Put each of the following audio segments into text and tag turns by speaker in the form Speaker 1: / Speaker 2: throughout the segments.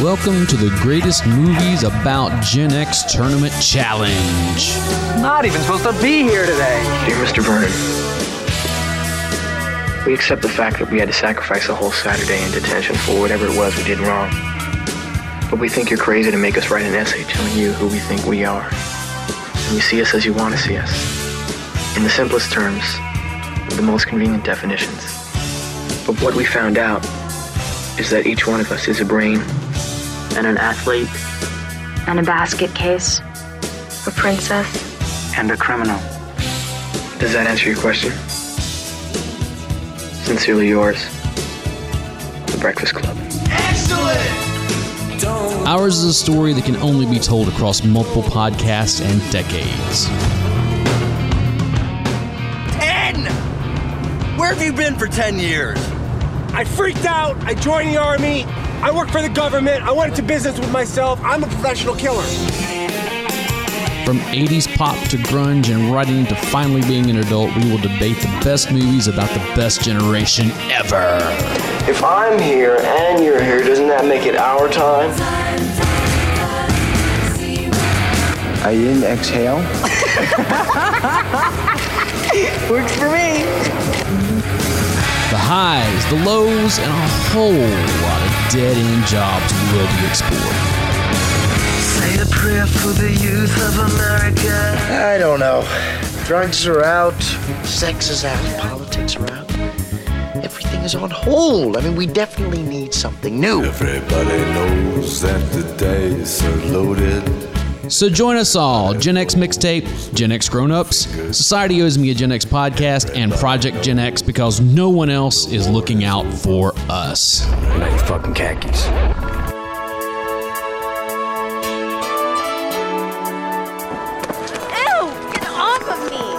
Speaker 1: Welcome to the Greatest Movies About Gen X Tournament Challenge.
Speaker 2: Not even supposed to be here today.
Speaker 3: Dear Mr. Vernon, we accept the fact that we had to sacrifice a whole Saturday in detention for whatever it was we did wrong. But we think you're crazy to make us write an essay telling you who we think we are. And you see us as you want to see us. In the simplest terms, with the most convenient definitions. But what we found out is that each one of us is a brain and an athlete
Speaker 4: And a basket case. A princess.
Speaker 3: and a criminal. Does that answer your question? Sincerely yours, The Breakfast Club.
Speaker 1: Ours is a story that can only be told across multiple podcasts and decades.
Speaker 5: Ten! Where have you been for ten years?
Speaker 6: I freaked out. I joined the army. I work for the government. I went into business with myself. I'm a professional killer.
Speaker 1: From 80s pop to grunge and right into finally being an adult, we will debate the best movies about the best generation ever.
Speaker 7: If I'm here and you're here, doesn't that make it our time? I didn't exhale.
Speaker 2: Works for me.
Speaker 1: The highs, the lows, and a whole lot of dead end jobs will be explored.
Speaker 2: Say a prayer for the youth of America.
Speaker 8: I don't know. Drugs are out, sex is out, politics are out. Everything is on hold. I mean, we definitely need something new.
Speaker 9: Everybody knows that the days are loaded.
Speaker 1: So join us all Gen X Mixtape, Gen X Grown Ups, Society Owes Me a Gen X Podcast, and Project Gen X because no one else is looking out for us.
Speaker 3: Like fucking khakis.
Speaker 4: Ew! Get off of me!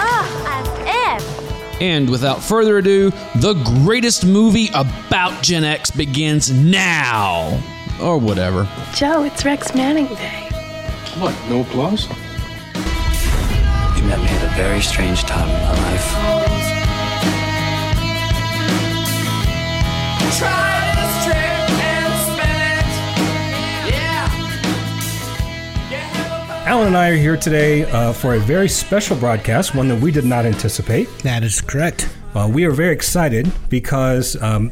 Speaker 4: Ugh, I'm F.
Speaker 1: And without further ado, the greatest movie about Gen X begins now. Or whatever.
Speaker 10: Joe, it's Rex Manning Day.
Speaker 9: What? No applause?
Speaker 5: You met me at a very strange time in my life.
Speaker 11: Alan and I are here today uh, for a very special broadcast, one that we did not anticipate.
Speaker 12: That is correct.
Speaker 11: Uh, we are very excited because um,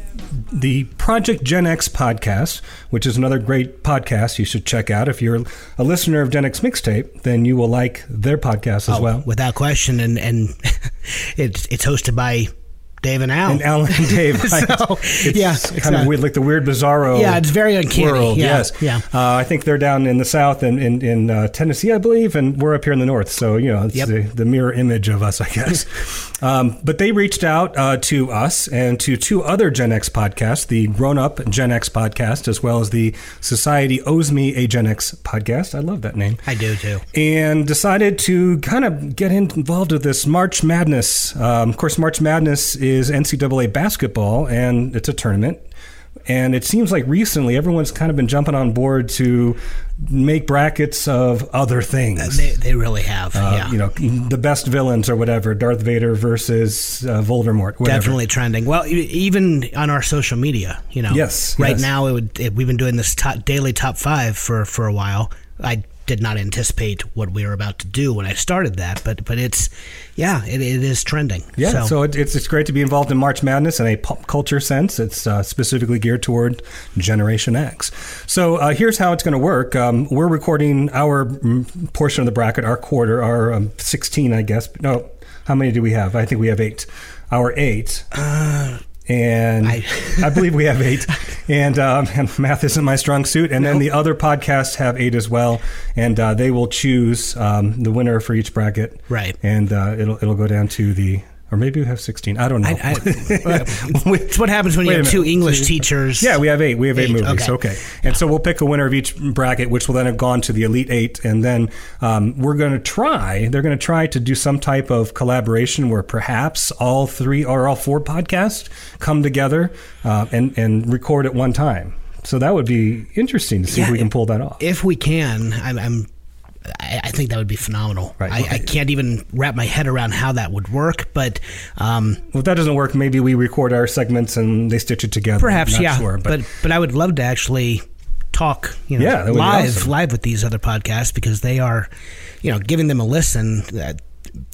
Speaker 11: the Project Gen X podcast, which is another great podcast you should check out. If you're a listener of Gen X Mixtape, then you will like their podcast as well.
Speaker 12: Oh, Without question, and and it's it's hosted by Dave and Al.
Speaker 11: And Alan and Dave.
Speaker 12: So,
Speaker 11: it's
Speaker 12: yeah,
Speaker 11: kind
Speaker 12: exactly.
Speaker 11: of weird, like the weird bizarro.
Speaker 12: Yeah, it's very uncanny.
Speaker 11: World,
Speaker 12: Yeah,
Speaker 11: yes,
Speaker 12: yeah.
Speaker 11: Uh, I think they're down in the south and in, in uh, Tennessee, I believe, and we're up here in the north. So you know, it's
Speaker 12: Yep.
Speaker 11: the, the mirror image of us, I guess. um, but they reached out uh, to us and to two other Gen X podcasts, the Grown Up Gen X podcast, as well as the Society Owes Me a Gen X podcast. I love that name
Speaker 12: I do too.
Speaker 11: and decided to kind of get involved with this March Madness. Um, of course, March Madness is NCAA basketball, and it's a tournament. And it seems like recently everyone's kind of been jumping on board to make brackets of other things.
Speaker 12: They, they really have.
Speaker 11: Uh,
Speaker 12: yeah,
Speaker 11: You know, the best villains or whatever, Darth Vader versus uh, Voldemort. Whatever.
Speaker 12: definitely trending. Well, e- even on our social media, you know.
Speaker 11: Yes,
Speaker 12: Right
Speaker 11: yes.
Speaker 12: now, it would, it, we've been doing this top, daily top five for for a while. I did not anticipate what we were about to do when I started that, but but it's yeah, it, it is trending.
Speaker 11: Yeah, so, it, it's it's great to be involved in March Madness in a pop culture sense. It's uh, specifically geared toward Generation X. So uh, here's how it's going to work. Um, we're recording our mm, portion of the bracket, our quarter, our um, 16, I guess. No, how many do we have? I think we have eight. Our eight. and Uh, I,
Speaker 12: I-
Speaker 11: believe we have eight. And, um, and math isn't my strong suit. And then the other podcasts have eight as well, and uh, they will choose um, the winner for each bracket.
Speaker 12: Right.
Speaker 11: And uh, it'll it'll go down to the or maybe we have sixteen. I don't know.
Speaker 12: I- it's what happens when you
Speaker 11: Wait a
Speaker 12: have two
Speaker 11: minute.
Speaker 12: English teachers.
Speaker 11: yeah, we have eight. We have eight,
Speaker 12: Eight,
Speaker 11: movies. Okay.
Speaker 12: okay.
Speaker 11: And so we'll pick a winner of each bracket, which will then have gone to the elite eight, and then um, we're going to try. They're going to try to do some type of collaboration where perhaps all three or all four podcasts come together uh, and and record at one time. So that would be interesting to see if
Speaker 12: Yeah,
Speaker 11: we can
Speaker 12: it-
Speaker 11: pull that off.
Speaker 12: if we can, I'm, I'm I, I think that would be phenomenal. Right. I, I can't even wrap my head around how that would work, but um,
Speaker 11: well, if that doesn't work, maybe we record our segments and they stitch it together.
Speaker 12: perhaps,
Speaker 11: Not
Speaker 12: yeah.
Speaker 11: sure,
Speaker 12: but. but I would love to actually talk, you know,
Speaker 11: Yeah, that would be
Speaker 12: live
Speaker 11: awesome.
Speaker 12: live with these other podcasts because they are, you know, giving them a listen. Uh,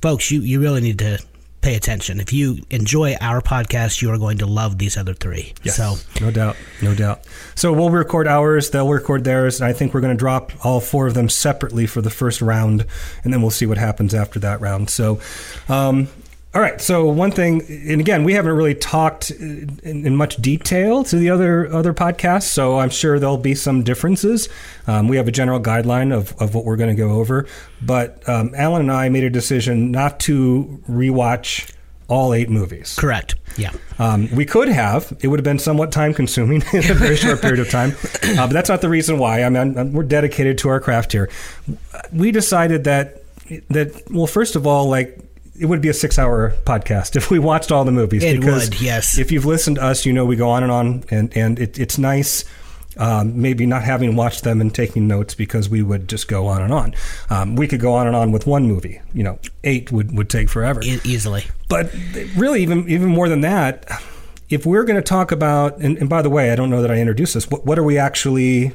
Speaker 12: folks, you you really need to pay attention. If you enjoy our podcast, you are going to love these other three.
Speaker 11: Yes,
Speaker 12: So
Speaker 11: no doubt, no doubt. So we'll record ours, they'll record theirs, and I think we're going to drop all four of them separately for the first round, and then we'll see what happens after that round. So, um, all right. So one thing, and again, we haven't really talked in, in much detail to the other other podcasts, so I'm sure there'll be some differences. Um, we have a general guideline of, of what we're going to go over, but um, Alan and I made a decision not to rewatch all eight movies.
Speaker 12: Correct. Yeah.
Speaker 11: Um, we could have. It would have been somewhat time consuming in a very short period of time. Uh, but that's not the reason why. I mean, I'm- we're dedicated to our craft here. We decided that that well, first of all, like it would be a six hour podcast if we watched all the movies.
Speaker 12: It would, yes.
Speaker 11: If you've listened to us, you know we go on and on, and and it, it's nice. Um, maybe not having watched them and taking notes because we would just go on and on. Um, we could go on and on with one movie. You know, eight would, would take forever
Speaker 12: e- easily.
Speaker 11: but really even even more than that if we're going to talk about and, and by the way i don't know that i introduced this what, what are we actually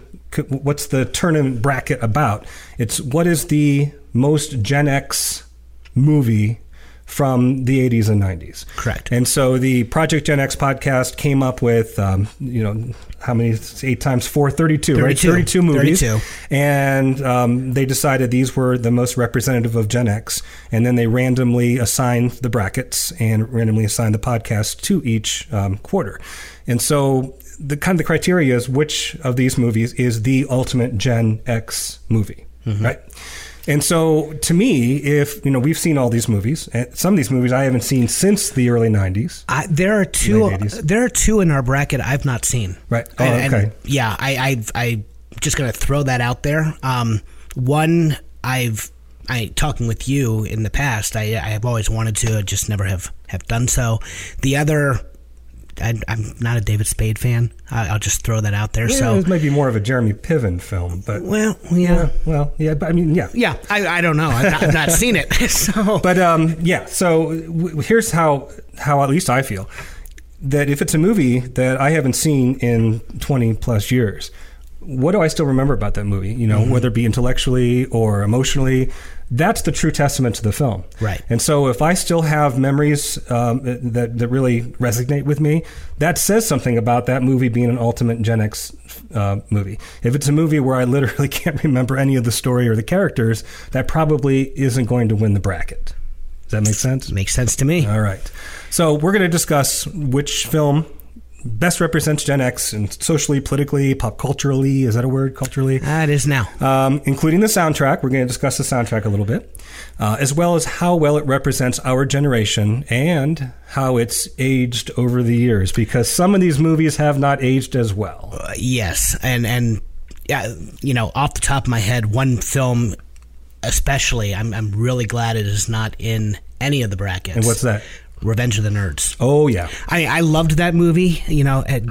Speaker 11: what's the tournament bracket about it's what is the most gen x movie from the 80s and 90s
Speaker 12: Correct.
Speaker 11: and so the project gen x podcast came up with um, you know how many eight times four 32, right
Speaker 12: 32.
Speaker 11: 32 movies
Speaker 12: 32.
Speaker 11: and um, they decided these were the most representative of Gen X, and then they randomly assigned the brackets and randomly assigned the podcast to each um, quarter. And so the kind of the criteria is which of these movies is the ultimate Gen X movie, right? And so to me, if you know, we've seen all these movies. and Some of these movies I haven't seen since the early '90s.
Speaker 12: I, there are two.
Speaker 11: Late 80s.
Speaker 12: There are two in our bracket I've not seen.
Speaker 11: Right. Oh,
Speaker 12: And- and
Speaker 11: okay.
Speaker 12: yeah, I, I, I just gonna throw that out there. Um, one I've, I talking with you in the past. I, I have always wanted to, I just never have have done so. The other, I, I'm not a David Spade fan. I, I'll just throw that out there.
Speaker 11: Yeah,
Speaker 12: so
Speaker 11: this might be more of a Jeremy Piven film, but
Speaker 12: well, yeah.
Speaker 11: well, yeah. But I mean, yeah.
Speaker 12: yeah, I, I don't know. I've not, I've not seen it. So,
Speaker 11: but um, yeah. So w- here's how how at least I feel that if it's a movie that I haven't seen in 20 plus years, what do I still remember about that movie? You know, whether it be intellectually or emotionally, that's the true testament to the film.
Speaker 12: Right.
Speaker 11: And so if I still have memories um, that, that really resonate with me, that says something about that movie being an ultimate Gen X uh, movie. If it's a movie where I literally can't remember any of the story or the characters, that probably isn't going to win the bracket. Does that make sense?
Speaker 12: makes sense to me.
Speaker 11: All right. So we're going to discuss which film best represents Gen X and socially, politically, pop culturally. Is that a word? Culturally.
Speaker 12: That is now.
Speaker 11: Um, including the soundtrack. We're going to discuss the soundtrack a little bit, uh, as well as how well it represents our generation and how it's aged over the years, because some of these movies have not aged as well.
Speaker 12: yes and and yeah you know off the top of my head one film especially i'm, I'm really glad it is not in any of the brackets
Speaker 11: And what's that?
Speaker 12: revenge of the nerds
Speaker 11: Oh, yeah.
Speaker 12: I, I loved that movie, you know, at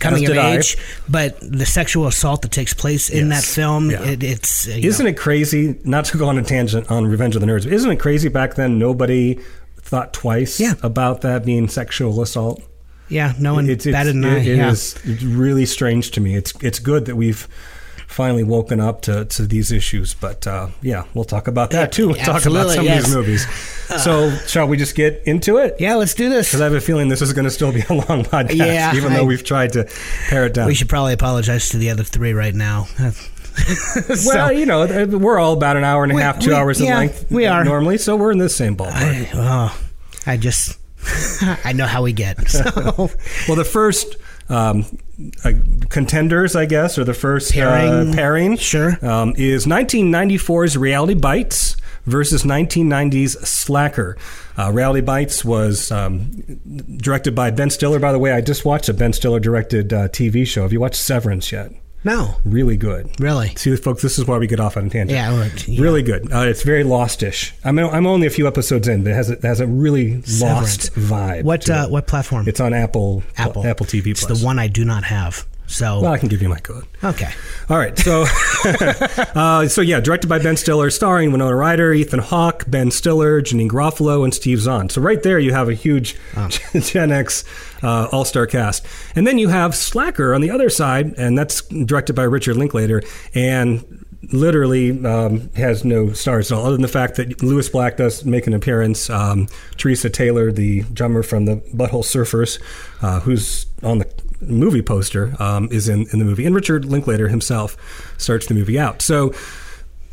Speaker 12: coming
Speaker 11: As
Speaker 12: of
Speaker 11: did I.
Speaker 12: age, but the sexual assault that takes place in
Speaker 11: Yes.
Speaker 12: that film,
Speaker 11: Yeah.
Speaker 12: it, it's uh, you
Speaker 11: Isn't
Speaker 12: know,
Speaker 11: it crazy? Not to go on a tangent on Revenge of the Nerds, but isn't it crazy back then nobody thought twice
Speaker 12: Yeah.
Speaker 11: about that being sexual assault?
Speaker 12: yeah, no one
Speaker 11: it's,
Speaker 12: batted an
Speaker 11: it-
Speaker 12: eye.
Speaker 11: it
Speaker 12: yeah.
Speaker 11: is- it's really strange to me. It's it's good that we've finally woken up to, to these issues, but uh, yeah, we'll talk about that too. We'll talk about
Speaker 12: Absolutely,
Speaker 11: some of
Speaker 12: yes. Uh.
Speaker 11: these movies. So, shall we just get into it?
Speaker 12: yeah, let's do this.
Speaker 11: Because I have a feeling this is going to still be a long podcast,
Speaker 12: Yeah,
Speaker 11: even
Speaker 12: I-
Speaker 11: though we've tried to pare it down.
Speaker 12: We should probably apologize to the other three right now.
Speaker 11: well,
Speaker 12: So-
Speaker 11: you know, th- we're all about an hour and a
Speaker 12: We-
Speaker 11: half, two
Speaker 12: we-
Speaker 11: hours in
Speaker 12: yeah,
Speaker 11: length uh,
Speaker 12: we are.
Speaker 11: normally, so we're in the same ballpark.
Speaker 12: I, oh, I just, I know how we get. So.
Speaker 11: Well, the first um, uh, contenders, I guess, or the first
Speaker 12: Pairing.
Speaker 11: uh, pairing
Speaker 12: Sure.
Speaker 11: um, is 1994's Reality Bites versus 1990's Slacker. Uh, Reality Bites was um, directed by Ben Stiller. By the way, I just watched a Ben Stiller directed uh, TV show. Have you watched Severance yet?
Speaker 12: No,
Speaker 11: Really good.
Speaker 12: really.
Speaker 11: See, folks, this is why we get off on a tangent.
Speaker 12: Yeah, look, yeah.
Speaker 11: really good. Uh, it's very Lostish. I'm I'm only a few episodes in, but it has a, it has a really
Speaker 12: Severance.
Speaker 11: Lost vibe.
Speaker 12: What
Speaker 11: to
Speaker 12: uh,
Speaker 11: it.
Speaker 12: what platform?
Speaker 11: It's on Apple
Speaker 12: Apple
Speaker 11: Apple TV.
Speaker 12: It's
Speaker 11: Plus.
Speaker 12: the one I do not have. So
Speaker 11: well, I can give you my code.
Speaker 12: Okay.
Speaker 11: All right. So, uh, so yeah, directed by Ben Stiller, starring Winona Ryder, Ethan Hawke, Ben Stiller, Janine Garofalo, and Steve Zahn. So right there, you have a huge oh. Gen X uh, all-star cast, and then you have Slacker on the other side, and that's directed by Richard Linklater, and literally um, has no stars at all, other than the fact that Lewis Black does make an appearance. Um, Teresa Taylor, the drummer from the Butthole Surfers, uh, who's on the movie poster, um, is in, in the movie. And Richard Linklater himself starts the movie out. So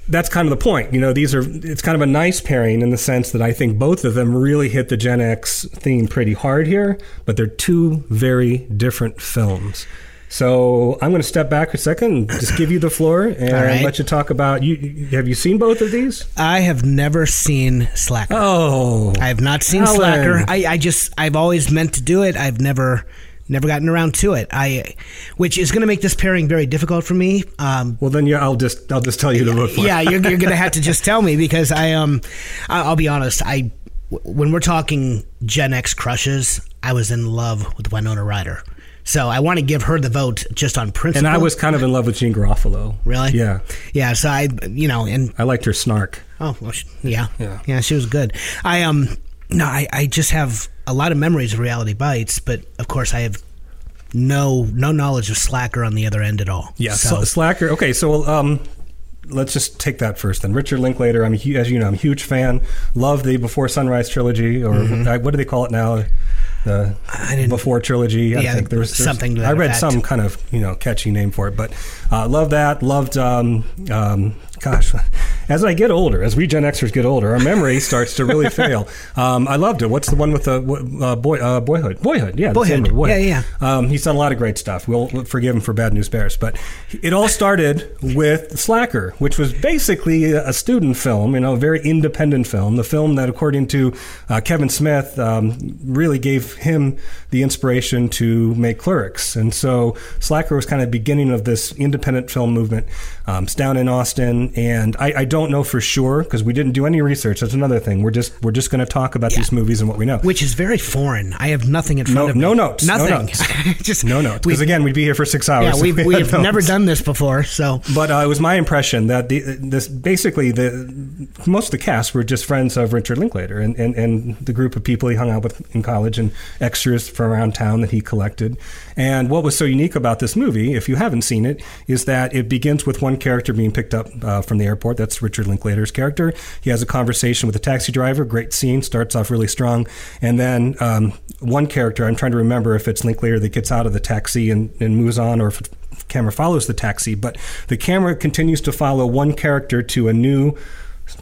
Speaker 11: that's kind of the point. You know, these are, it's kind of a nice pairing in the sense that I think both of them really hit the Gen X theme pretty hard here, but they're two very different films. So I'm going to step back a second and just give you the floor and right. let you talk about you. Have you seen both of these?
Speaker 12: I have never seen Slacker.
Speaker 11: Oh,
Speaker 12: I have not seen Alan. Slacker. I, I just I've always meant to do it. I've never never gotten around to it. I, which is going to make this pairing very difficult for me. Um,
Speaker 11: well, then yeah, I'll just I'll just tell you to look for.
Speaker 12: Yeah, you're, you're going to have to just tell me because I um I'll be honest I when we're talking Gen X crushes, I was in love with Winona Ryder. So I want to give her the vote just on
Speaker 11: And
Speaker 12: principle.
Speaker 11: I was kind of in love with Jean Garofalo.
Speaker 12: Really?
Speaker 11: Yeah.
Speaker 12: Yeah. So I, you know, and
Speaker 11: I liked her snark.
Speaker 12: Oh, well, she, yeah. yeah, yeah, She was good. I um, no, I I just have a lot of memories of Reality Bites, but of course I have no no knowledge of Slacker on the other end at all.
Speaker 11: Yeah. So, Slacker. Okay. So um, let's just take that first. Then Richard Linklater. I'm as you know, I'm a huge fan. Love the Before Sunrise trilogy, or mm-hmm. what do they call it now? The Before trilogy. Yeah, I think there was
Speaker 12: something.
Speaker 11: I read effect. some kind of you know catchy name for it, but uh, love that. Loved. Um, um, gosh, as I get older, as we Gen Xers get older, our memory starts to really fail. Um, I loved it. What's the one with the uh, boy, uh, Boyhood? Boyhood, yeah,
Speaker 12: Boyhood.
Speaker 11: boyhood.
Speaker 12: Yeah,
Speaker 11: yeah. Um, he's done a lot of great stuff. We'll, we'll forgive him for Bad News Bears, but it all started with Slacker, which was basically a student film, you know, a very independent film. The film that, according to uh, Kevin Smith, um, really gave him the inspiration to make Clerics, and so Slacker was kind of the beginning of this independent film movement. it's down in Austin and I, I, don't know for sure because we didn't do any research. That's another thing. We're just we're just going to talk about yeah. these movies and what we know,
Speaker 12: which is very foreign. I have nothing in front
Speaker 11: no,
Speaker 12: of me.
Speaker 11: No notes.
Speaker 12: Nothing.
Speaker 11: No notes. just no notes. Because again, we'd be here for six hours.
Speaker 12: Yeah, we've, we, we have notes. never done this before. So,
Speaker 11: but uh, it was my impression that the this basically the most of the cast were just friends of Richard Linklater and and, and the group of people he hung out with in college and extras from around town that he collected. And what was so unique about this movie, if you haven't seen it, is that it begins with one character being picked up. Uh, from the airport. That's Richard Linklater's character. He has a conversation with a taxi driver. Great scene. Starts off really strong, and then um, one character. I'm trying to remember if it's Linklater that gets out of the taxi and, and moves on, or if camera follows the taxi. But the camera continues to follow one character to a new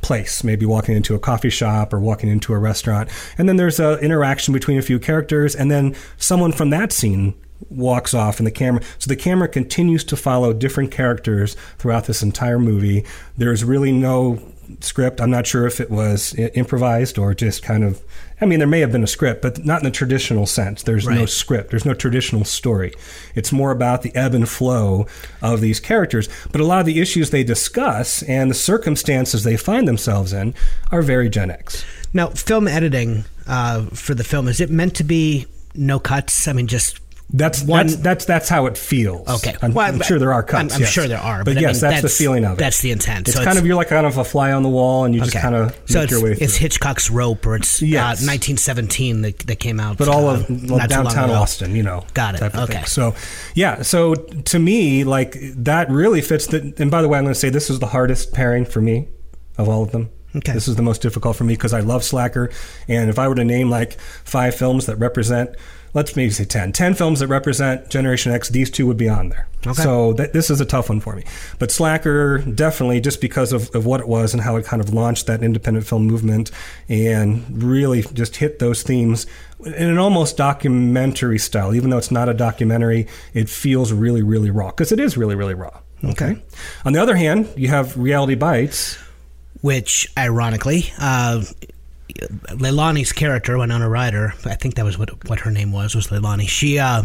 Speaker 11: place, maybe walking into a coffee shop or walking into a restaurant. And then there's an interaction between a few characters, and then someone from that scene walks off and the camera so the camera continues to follow different characters throughout this entire movie there's really no script i'm not sure if it was improvised or just kind of i mean there may have been a script but not in the traditional sense there's right. no script there's no traditional story it's more about the ebb and flow of these characters but a lot of the issues they discuss and the circumstances they find themselves in are very gen x
Speaker 12: now film editing uh, for the film is it meant to be no cuts i mean just
Speaker 11: that's, One, that's that's that's how it feels.
Speaker 12: Okay,
Speaker 11: I'm, well, I'm sure there are cuts.
Speaker 12: I'm, I'm
Speaker 11: yes.
Speaker 12: sure there are,
Speaker 11: but, but yes, I mean, that's, that's, the feeling of it.
Speaker 12: That's the intent.
Speaker 11: It's so kind it's, of you're like kind of a fly on the wall, and you okay. just kind of
Speaker 12: so
Speaker 11: make your way. Through.
Speaker 12: It's Hitchcock's Rope, or it's yes. uh, 1917 that, that came out. uh,
Speaker 11: But all of um, well, downtown Austin, you know,
Speaker 12: got it. Okay, thing.
Speaker 11: so yeah, so to me, like that really fits. The, and by the way, I'm going to say this is the hardest pairing for me of all of them.
Speaker 12: Okay.
Speaker 11: This is the most difficult for me because I love Slacker, and if I were to name like five films that represent let's maybe say 10 10 films that represent generation x these two would be on there okay. so th- this is a tough one for me but slacker definitely just because of, of what it was and how it kind of launched that independent film movement and really just hit those themes in an almost documentary style even though it's not a documentary it feels really really raw because it is really really raw
Speaker 12: okay. okay
Speaker 11: on the other hand you have reality bites
Speaker 12: which ironically uh, Leilani's character, Winona Ryder, I think that was what what her name was, was Leilani. She uh,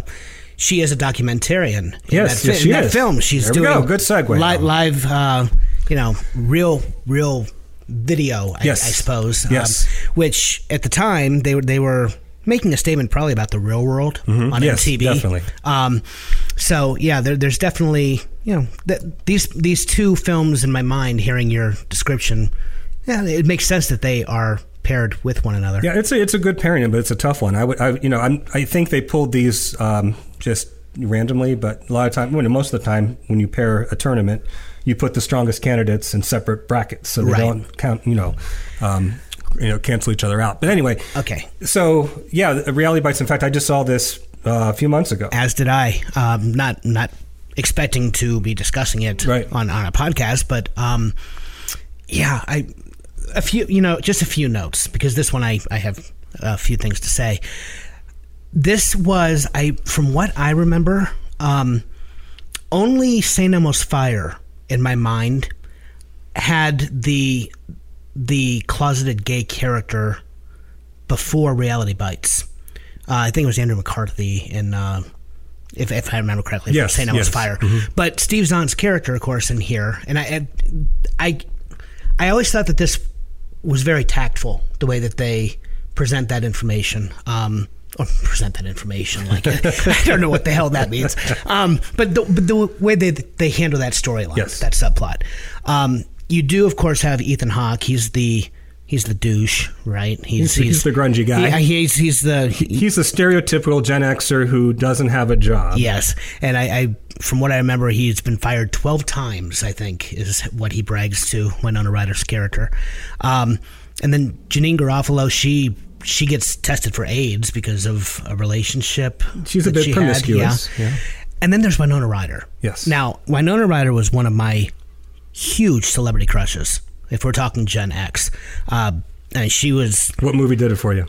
Speaker 12: she is a documentarian. In
Speaker 11: yes,
Speaker 12: that,
Speaker 11: yes,
Speaker 12: in
Speaker 11: she
Speaker 12: that
Speaker 11: is.
Speaker 12: film. She's
Speaker 11: there
Speaker 12: doing
Speaker 11: go. good segue.
Speaker 12: Li- live, uh, you know, real, real video. Yes. I, I suppose.
Speaker 11: Yes.
Speaker 12: Um, which at the time they were they were making a statement probably about the real world mm-hmm. on
Speaker 11: yes,
Speaker 12: MTV.
Speaker 11: Definitely.
Speaker 12: Um, So yeah, there, there's definitely you know th- these these two films in my mind. Hearing your description, yeah, it makes sense that they are paired with one another.
Speaker 11: Yeah, it's a, it's a good pairing, but it's a tough one. I would, I, you know, I'm, I think they pulled these um, just randomly, but a lot of time, well, most of the time, when you pair a tournament, you put the strongest candidates in separate brackets so they
Speaker 12: Right.
Speaker 11: don't count, you know. Um, you know, cancel each other out. But anyway,
Speaker 12: okay.
Speaker 11: So yeah, the uh, reality bites. In fact, I just saw this uh, a few months ago.
Speaker 12: As did I. Um, not not expecting to be discussing it on on a podcast, but um, yeah, I a few you know just a few notes because this one I I have a few things to say. This was I from what I remember, um, only Saint Elmo's Fire in my mind had the the closeted gay character before Reality Bites. Uh, I think it was Andrew McCarthy in, uh, if, if I remember correctly,
Speaker 11: Yes,
Speaker 12: St. Elmo's
Speaker 11: yes.
Speaker 12: Fire.
Speaker 11: Mhm.
Speaker 12: But Steve Zahn's character, of course, in here, and I, I, I always thought that this was very tactful the way that they present that information. Um, or present that information like I don't know what the hell that means, um, but, the, but the way they they handle that storyline, that subplot. Um, you do, of course, have Ethan Hawke. He's the he's the douche, right?
Speaker 11: He's, he's, the grungy guy.
Speaker 12: He, he's he's the
Speaker 11: he's the stereotypical Gen Xer who doesn't have a job.
Speaker 12: Yes, and I, I, from what I remember, he's been fired twelve times. I think is what he brags to Winona Ryder's character. Um, and then Janine Garofalo, she she gets tested for AIDS because of a relationship.
Speaker 11: She's a
Speaker 12: that
Speaker 11: bit
Speaker 12: she had,
Speaker 11: promiscuous.
Speaker 12: yeah.
Speaker 11: yeah.
Speaker 12: And then there's Winona Ryder.
Speaker 11: Yes.
Speaker 12: Now, Winona Ryder was one of my huge celebrity crushes. If we're talking Gen X, uh, and she was.
Speaker 11: What movie did it for you?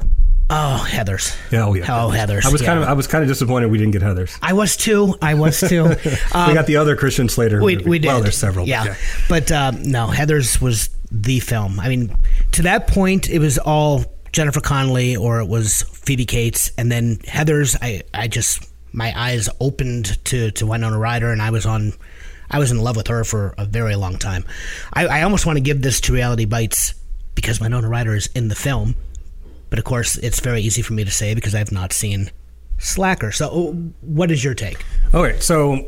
Speaker 12: Oh, Heather's.
Speaker 11: Yeah, oh yeah.
Speaker 12: Oh, Heather's.
Speaker 11: I was kind
Speaker 12: yeah.
Speaker 11: of I was kind of disappointed we didn't get Heather's.
Speaker 12: I was too. I was too.
Speaker 11: we
Speaker 12: Um,
Speaker 11: got the other Christian Slater.
Speaker 12: we,
Speaker 11: movie.
Speaker 12: we did.
Speaker 11: Well, there's several. but
Speaker 12: Yeah, but um, no, Heather's was the film. I mean, to that point, it was all Jennifer Connelly or it was Phoebe Cates, and then Heather's. I, I just my eyes opened to to Winona Ryder, and I was on. I was in love with her for a very long time. I, I almost want to give this to Reality Bites because Winona Ryder is in the film, but of course, it's very easy for me to say because I've not seen Slacker. So, uh, what is your take?
Speaker 11: All right, so g-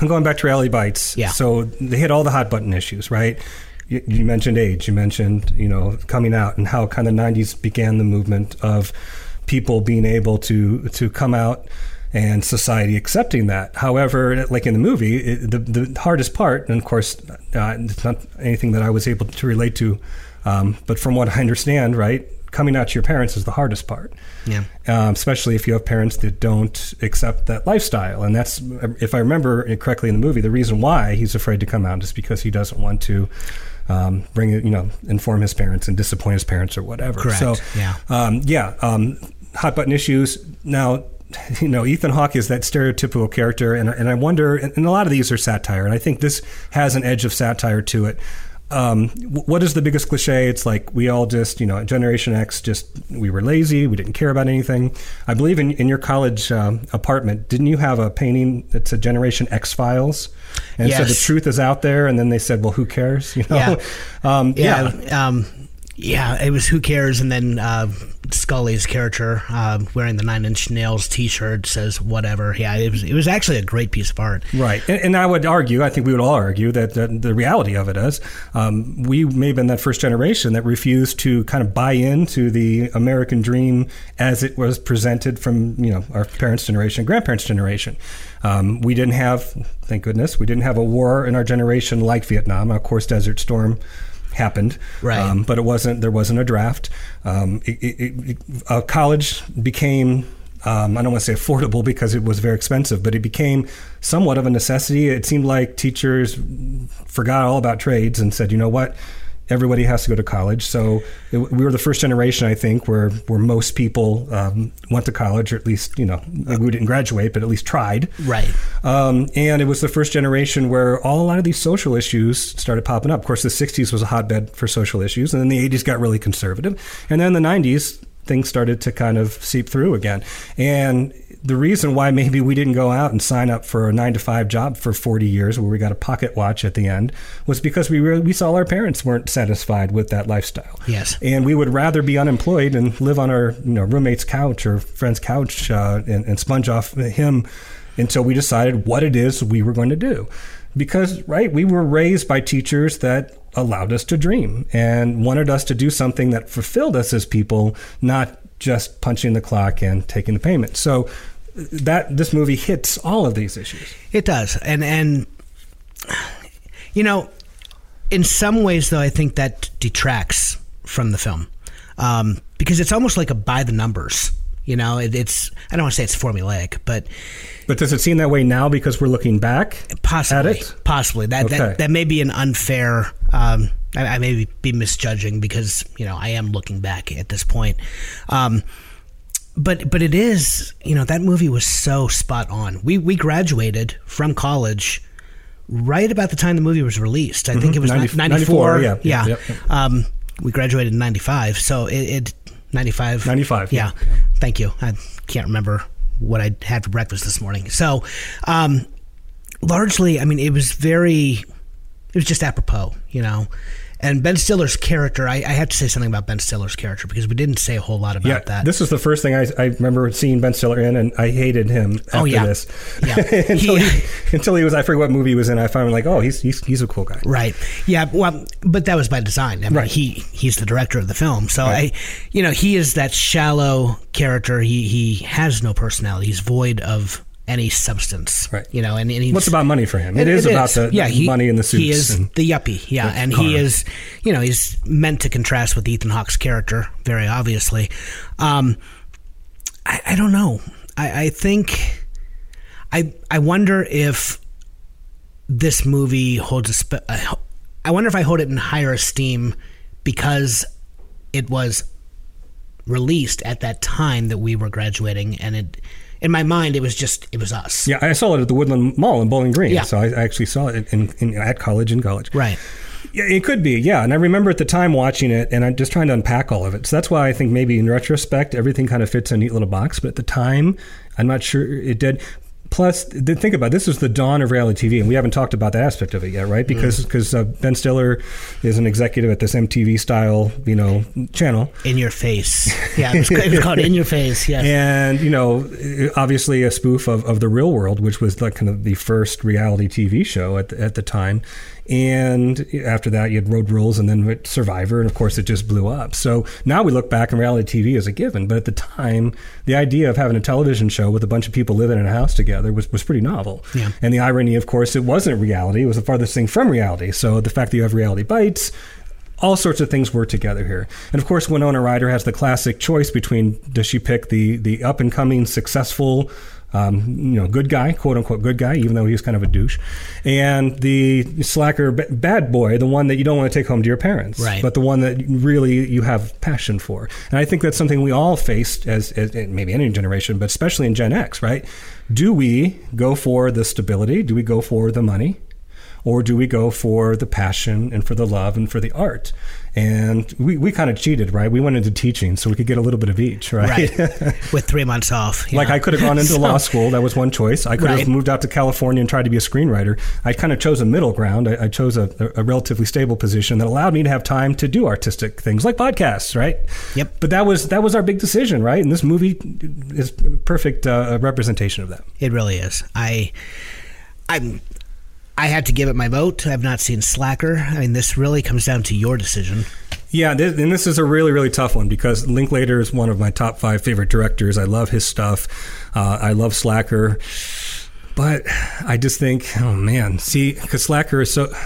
Speaker 11: g- going back to reality bites.
Speaker 12: Yeah.
Speaker 11: So they hit all the hot button issues, right? You, you mentioned age. You mentioned you know coming out and how kind of '90s began the movement of people being able to to come out and society accepting that. However, like in the movie, it, the the hardest part, and of course, uh, it's not anything that I was able to relate to, um, but from what I understand, right, coming out to your parents is the hardest part
Speaker 12: Yeah.
Speaker 11: um, especially if you have parents that don't accept that lifestyle. And that's, if I remember it correctly in the movie, the reason why he's afraid to come out is because he doesn't want to um, bring it, you know, inform his parents and disappoint his parents or whatever.
Speaker 12: Correct.
Speaker 11: So,
Speaker 12: Yeah.
Speaker 11: um, yeah, um, hot button issues. Now, you know, Ethan Hawke is that stereotypical character, and and I wonder, and, and a lot of these are satire, and I think this has an edge of satire to it. Um, wh- what is the biggest cliche? It's like we all just, you know, Generation X, just we were lazy, we didn't care about anything. I believe in, in your college um, apartment, didn't you have a painting that said Generation X Files? And so the
Speaker 12: Yes.
Speaker 11: truth is out there, and then they said, well, who cares? You know,
Speaker 12: Yeah.
Speaker 11: um, yeah.
Speaker 12: yeah. Um, yeah, it was Who Cares, and then uh, Scully's character uh, wearing the Nine Inch Nails T-shirt says whatever. Yeah, it was it was actually a great piece of art.
Speaker 11: Right. And, and I would argue, I think we would all argue that, that the reality of it is um, we may have been that first generation that refused to kind of buy into the American dream as it was presented from, you know, our parents' generation, grandparents' generation. Um, we didn't have, thank goodness, we didn't have a war in our generation like Vietnam. Of course, Desert Storm happened
Speaker 12: Right.
Speaker 11: um, but it wasn't there wasn't a draft um, it, it, it, uh, college became um, I don't want to say affordable because it was very expensive, but it became somewhat of a necessity. It seemed like teachers forgot all about trades and said, you know what, everybody has to go to college. So it, we were the first generation, I think, where where most people um, went to college, or at least you know we didn't graduate, but at least tried.
Speaker 12: Right.
Speaker 11: Um, and it was the first generation where all a lot of these social issues started popping up. Of course, the 60s was a hotbed for social issues, and then the 80s got really conservative. And then the 90s, things started to kind of seep through again. And the reason why maybe we didn't go out and sign up for a nine to five job for 40 years where we got a pocket watch at the end was because we, really, we saw our parents weren't satisfied with that lifestyle
Speaker 12: Yes.
Speaker 11: and we would rather be unemployed and live on our you know roommate's couch or friend's couch uh, and, and sponge off him until we decided what it is we were going to do. Because, right, we were raised by teachers that allowed us to dream and wanted us to do something that fulfilled us as people, not just punching the clock and taking the payment. So uh, that this movie hits all of these issues.
Speaker 12: It does, and and you know, in some ways though, I think that detracts from the film um, because it's almost like a by the numbers. You know, it, it's I don't want to say it's formulaic, but
Speaker 11: but does it seem that way now because we're looking back
Speaker 12: possibly,
Speaker 11: at it?
Speaker 12: Possibly that
Speaker 11: Okay.
Speaker 12: that that may be an unfair. Um, I, I may be misjudging because you know I am looking back at this point. Um, but but it is you know that movie was so spot on. We we graduated from college right about the time the movie was released. I think
Speaker 11: Mhm.
Speaker 12: it was
Speaker 11: 90
Speaker 12: ninety
Speaker 11: 94,
Speaker 12: four.
Speaker 11: yeah, yeah,
Speaker 12: yeah.
Speaker 11: yep,
Speaker 12: Um, we graduated in ninety five, so it, it ninety five.
Speaker 11: 95,
Speaker 12: Yeah.
Speaker 11: yeah.
Speaker 12: Thank you. I can't remember what I had for breakfast this morning. So, um, largely, I mean, it was very, it was just apropos, you know. And Ben Stiller's character, I, I have to say something about Ben Stiller's character because we didn't say a whole lot about
Speaker 11: yeah,
Speaker 12: that.
Speaker 11: this is the first thing I, I remember seeing Ben Stiller in, and I hated him after
Speaker 12: Oh, yeah.
Speaker 11: this.
Speaker 12: Yeah. uh,
Speaker 11: until, he, until he was, I forget what movie he was in. I found him like, oh, he's he's, he's a cool guy.
Speaker 12: Right. Yeah. Well, but that was by design. I mean,
Speaker 11: Right.
Speaker 12: He he's the director of the film, so
Speaker 11: Right.
Speaker 12: I, you know, he is that shallow character. He he has no personality. He's void of any substance. Right. You know, and, and he's,
Speaker 11: What's about money for him? It is about the- the money and the
Speaker 12: He
Speaker 11: suits
Speaker 12: is
Speaker 11: and
Speaker 12: the yuppie. Yeah,
Speaker 11: the
Speaker 12: and
Speaker 11: car.
Speaker 12: he is, you know, he's meant to contrast with Ethan Hawke's character very obviously. Um, I, I don't know. I, I think I I wonder if this movie holds a spe- uh, I wonder if I hold it in higher esteem because it was released at that time that we were graduating and it in my mind it was just it was us.
Speaker 11: Yeah, I saw it at the Woodland Mall in Bowling Green.
Speaker 12: Yeah.
Speaker 11: So I, I actually saw it in, in, at college in college.
Speaker 12: Right.
Speaker 11: Yeah, it could be. Yeah, and I remember at the time watching it, and I'm just trying to unpack all of it. So that's why I think maybe in retrospect, everything kind of fits in a neat little box. But at the time, I'm not sure it did. Plus, th- think about it, this is the dawn of reality TV, and we haven't talked about that aspect of it yet, right? Because because uh, Ben Stiller is an executive at this MTV style, you know, channel.
Speaker 12: In your face. Yeah, it was, it was called in your face. Yes.
Speaker 11: And, you know, obviously a spoof of, of The Real World, which was like kind of the first reality TV show at the, at the time. And after that, you had Road Rules and then Survivor. And of course, it just blew up. So now we look back and reality TV is a given. But at the time, the idea of having a television show with a bunch of people living in a house together was, was pretty novel.
Speaker 12: Yeah.
Speaker 11: And the irony, of course, it wasn't reality. It was the farthest thing from reality. So the fact that you have reality bites, all sorts of things work together here. And of course, Winona Ryder has the classic choice between does she pick the the up and coming successful. Um, you know, good guy, quote unquote good guy, even though he's kind of a douche, and the slacker b- bad boy, the one that you don't want to take home to your parents,
Speaker 12: Right.
Speaker 11: But the one that really you have passion for, and I think that's something we all faced as, as and maybe any generation, but especially in Gen X, right? Do we go for the stability? Do we go for the money? or do we go for the passion and for the love and for the art? And we, we kind of cheated, right? We went into teaching so we could get a little bit of each, right?
Speaker 12: Right. With three months off. you
Speaker 11: like
Speaker 12: know.
Speaker 11: I could have gone into
Speaker 12: So-
Speaker 11: law school. That was one choice. I could
Speaker 12: Right.
Speaker 11: have moved out to California and tried to be a screenwriter. I kind of chose a middle ground. I, I chose a, a relatively stable position that allowed me to have time to do artistic things like podcasts, right?
Speaker 12: Yep.
Speaker 11: But that was that was our big decision, right? And this movie is a perfect uh, representation of that.
Speaker 12: It really is. I, I'm. I had to give it my vote. I've not seen Slacker. I mean, this really comes down to your decision.
Speaker 11: Yeah, this, and this is a really, really tough one because Linklater is one of my top five favorite directors. I love his stuff. Uh, I love Slacker, but I just think, oh man, see, because Slacker is so.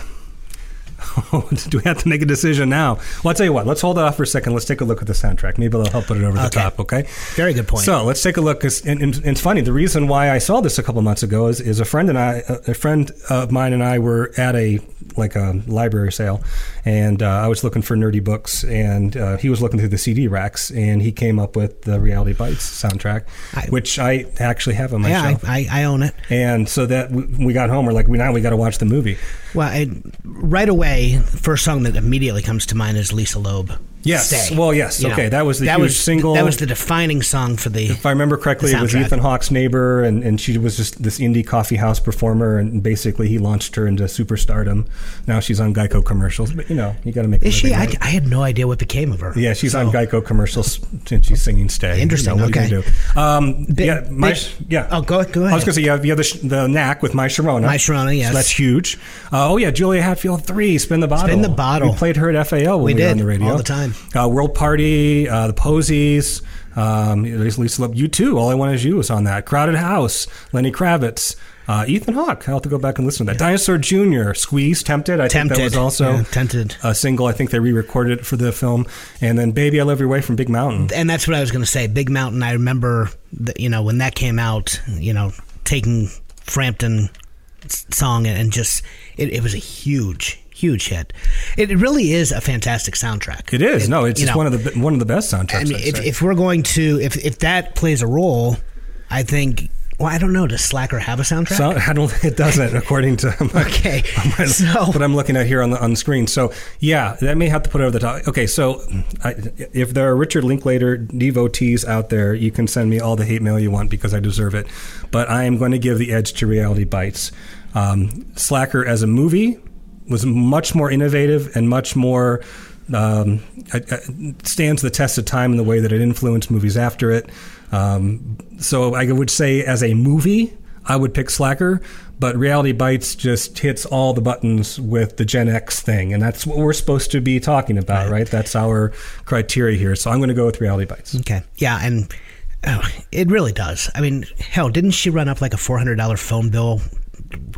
Speaker 11: Oh, do we have to make a decision now? Well, I'll tell you what. Let's hold it off for a second. Let's take a look at the soundtrack. Maybe they'll help put it over the
Speaker 12: Okay.
Speaker 11: top. Okay.
Speaker 12: Very good point.
Speaker 11: So Uh, let's take a look. 'cause- And, and, and it's funny. The reason why I saw this a couple months ago is, is a friend and I, a a friend of mine and I were at a like a library sale, and uh, I was looking for nerdy books, and uh, he was looking through the CD racks, and he came up with the Reality Bites soundtrack, which I actually have on my
Speaker 12: yeah,
Speaker 11: shelf.
Speaker 12: I, I, I own it.
Speaker 11: and so that we, we got home, we're like, we now we got to watch the movie.
Speaker 12: Well, I, right away, the first song that immediately comes to mind is Lisa Loeb.
Speaker 11: Yes.
Speaker 12: Stay.
Speaker 11: Well, yes.
Speaker 12: You know,
Speaker 11: okay, that was the huge single.
Speaker 12: That was the defining song for the.
Speaker 11: If I remember correctly,
Speaker 12: the
Speaker 11: it was
Speaker 12: soundtrack.
Speaker 11: Ethan Hawke's neighbor, and, and she was just this indie coffee house performer, and basically he launched her into superstardom. Now she's on Geico commercials, but you know you got to make. a
Speaker 12: Is she?
Speaker 11: living,
Speaker 12: I,
Speaker 11: right?
Speaker 12: I had no idea what became of her.
Speaker 11: Yeah, she's on Geico commercials and she's singing "Stay."
Speaker 12: Interesting,
Speaker 11: what are you
Speaker 12: okay.
Speaker 11: gonna do? Um,
Speaker 12: Bi-
Speaker 11: yeah, my,
Speaker 12: big-
Speaker 11: yeah.
Speaker 12: Oh, go, go ahead.
Speaker 11: I was going to say you have, you have the, sh- the knack with My Sharona.
Speaker 12: My Sharona, yes.
Speaker 11: So that's huge. Uh, oh yeah, Julia Hatfield three, Spin the Bottle.
Speaker 12: the Bottle.
Speaker 11: We played her at FAL when we,
Speaker 12: We
Speaker 11: were
Speaker 12: did,
Speaker 11: on the radio
Speaker 12: all the time.
Speaker 11: Uh, World Party, uh, the Posies. Um, Lisa, Lisa Loeb, you too. All I want is you was on that. Crowded House, Lenny Kravitz. Uh, Ethan Hawke. I'll have to go back and listen to that. Dinosaur Jr., Squeeze, Tempted. I think that
Speaker 12: Tempted.
Speaker 11: was also
Speaker 12: Yeah, Tempted.
Speaker 11: a single. I think they re-recorded it for the film, and then "Baby, I Love Your Way" from Big Mountain.
Speaker 12: and that's what I was going to say. Big Mountain. I remember, that, you know, when that came out. You know, taking Frampton s- song and, and just it, it was a huge, huge hit. It really is a fantastic soundtrack.
Speaker 11: It is no, it's
Speaker 12: you
Speaker 11: just
Speaker 12: know,
Speaker 11: one of the be- one of the best soundtracks.
Speaker 12: I mean,
Speaker 11: I'd
Speaker 12: if,
Speaker 11: say.
Speaker 12: if we're going to, if if that plays a role, I think. Well, I don't know. Does Slacker have a soundtrack?
Speaker 11: So, I don't think it doesn't, according to my,
Speaker 12: Okay,
Speaker 11: my-
Speaker 12: so-
Speaker 11: what I'm looking at here on the on the screen. So yeah, that may have to put over the top. Okay, so I, if there are Richard Linklater devotees out there, you can send me all the hate mail you want because I deserve it. But I am going to give the edge to Reality Bites. Um, Slacker as a movie was much more innovative and much more. Um, I- I- stands the test of time in the way that it influenced movies after it. Um, so I would say, as a movie, I would pick Slacker, but Reality Bites just hits all the buttons with the Gen X thing, and that's what we're supposed to be talking about, right? That's our criteria here. So I'm going to go with Reality Bites.
Speaker 12: Okay. Yeah, and oh, it really does. I mean, hell, didn't she run up like a four hundred dollar phone bill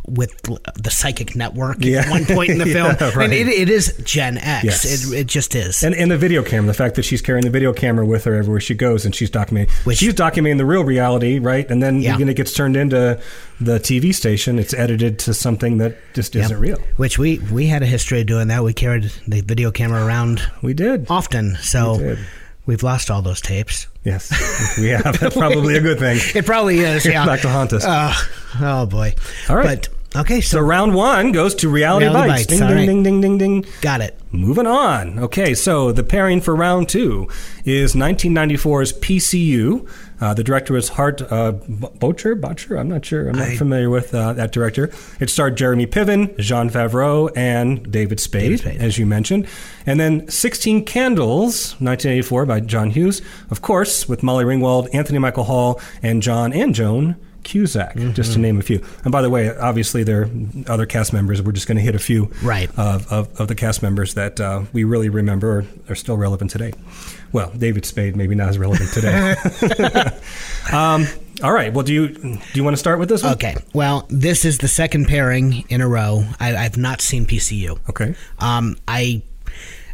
Speaker 12: with l- the Psychic Network
Speaker 11: Yeah.
Speaker 12: at one point in the
Speaker 11: Yeah,
Speaker 12: film? I
Speaker 11: right.
Speaker 12: mean, it, it is Gen X.
Speaker 11: Yes.
Speaker 12: It, it just is.
Speaker 11: And, and the video camera, the fact that she's carrying the video camera with her everywhere she goes, and she's documenting, she's documenting the real reality, right? And then
Speaker 12: Yeah.
Speaker 11: when it gets turned into the TV station, it's edited to something that just
Speaker 12: Yep.
Speaker 11: isn't real.
Speaker 12: Which we we had a history of doing that. We carried the video camera around.
Speaker 11: We did
Speaker 12: often.
Speaker 11: We
Speaker 12: So
Speaker 11: did.
Speaker 12: we have lost all those tapes.
Speaker 11: Yes, we have. That's probably a good thing.
Speaker 12: It probably is. Yeah.
Speaker 11: Back to haunt us.
Speaker 12: Uh, oh boy.
Speaker 11: All right.
Speaker 12: But okay.
Speaker 11: So
Speaker 12: So,
Speaker 11: round one goes to Reality,
Speaker 12: Reality
Speaker 11: Bites.
Speaker 12: Bites,
Speaker 11: Ding,
Speaker 12: all
Speaker 11: ding,
Speaker 12: right.
Speaker 11: ding, ding, ding, ding.
Speaker 12: got it.
Speaker 11: Moving on. Okay, so the pairing for round two is 1994's PCU. Uh, the director was Hart uh, B- Bocher. Bocher, I'm not sure. I'm not
Speaker 12: I-
Speaker 11: familiar with uh, that director. It starred Jeremy Piven, Jean Favreau, and David Spade,
Speaker 12: David Spade.
Speaker 11: as you mentioned. And then 16 Candles, 1984, by John Hughes, of course, with Molly Ringwald, Anthony Michael Hall, and John and Joan. Cusack, just
Speaker 12: Mm-hmm.
Speaker 11: to name a few. And by the way, obviously there are other cast members. We're just going to hit a few
Speaker 12: Right.
Speaker 11: of, of, of the cast members that uh, we really remember are, are still relevant today. Well, David Spade maybe not as relevant today. um, all right. Well, do you do you want to start with this one?
Speaker 12: Okay. Well, this is the second pairing in a row. I, I've not seen PCU.
Speaker 11: Okay.
Speaker 12: Um, I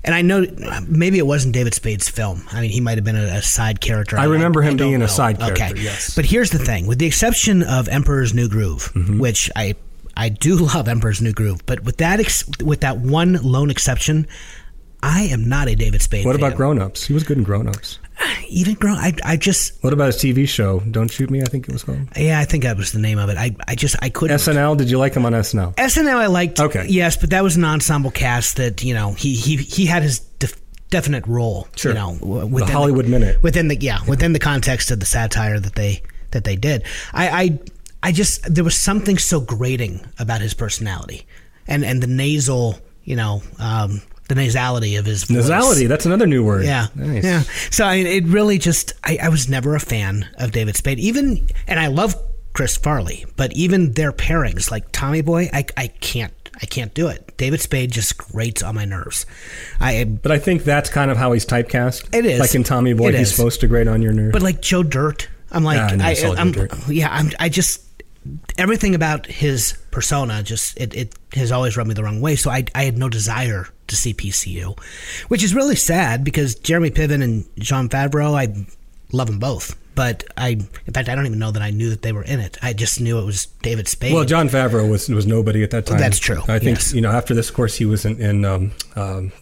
Speaker 12: and I know maybe it wasn't David Spade's film. I mean, he might have been a, a side character.
Speaker 11: I remember him
Speaker 12: don't
Speaker 11: being a side character,
Speaker 12: Okay.
Speaker 11: yes.
Speaker 12: But here's the thing: with the exception of Emperor's New Groove,
Speaker 11: Mm-hmm.
Speaker 12: which I I do love Emperor's New Groove, but with that ex- with that one lone exception. I am not a David Spade.
Speaker 11: What about
Speaker 12: fan.
Speaker 11: Grown Ups? He was good in Grown Ups.
Speaker 12: Even grown. I, I just
Speaker 11: What about his TV show? Don't shoot me. I think it was called
Speaker 12: yeah. I think that was the name of it. I, I just I couldn't.
Speaker 11: SNL. Did you like him on SNL?
Speaker 12: SNL I liked.
Speaker 11: Okay.
Speaker 12: Yes, but that was an ensemble cast that you know he he he had his def- definite role.
Speaker 11: Sure.
Speaker 12: You know, w-
Speaker 11: The
Speaker 12: within
Speaker 11: Hollywood Minute.
Speaker 12: Within the yeah, within the context of the satire that they that they did, I I, I just there was something so grating about his personality, and and the nasal you know um, the nasality of his voice.
Speaker 11: Nasality. That's another new word.
Speaker 12: Yeah.
Speaker 11: Nice.
Speaker 12: Yeah. So I mean, it really just I, I was never a fan of David Spade. Even and I love Chris Farley, but even their pairings like Tommy Boy, I, I can't I can't do it. David Spade just grates on my nerves. I
Speaker 11: But I think that's kind of how he's typecast.
Speaker 12: It is.
Speaker 11: Like in Tommy Boy,
Speaker 12: It
Speaker 11: he's
Speaker 12: is.
Speaker 11: supposed to grade on your nerve.
Speaker 12: but like Joe Dirt, I'm like
Speaker 11: Ah, I never
Speaker 12: I,
Speaker 11: saw Joe
Speaker 12: I'm,
Speaker 11: Dirt.
Speaker 12: yeah I'm I just everything about his persona just it, it has always rubbed me the wrong way. So I I had no desire to see PCU, which is really sad because Jeremy Piven and John Favreau I love them both. But I, in fact, I don't even know that I knew that they were in it. I just knew it was David Spade.
Speaker 11: Well, John Favreau was was nobody at that time.
Speaker 12: That's true,
Speaker 11: I think
Speaker 12: yes.
Speaker 11: you know after this of course he was in. in um, um,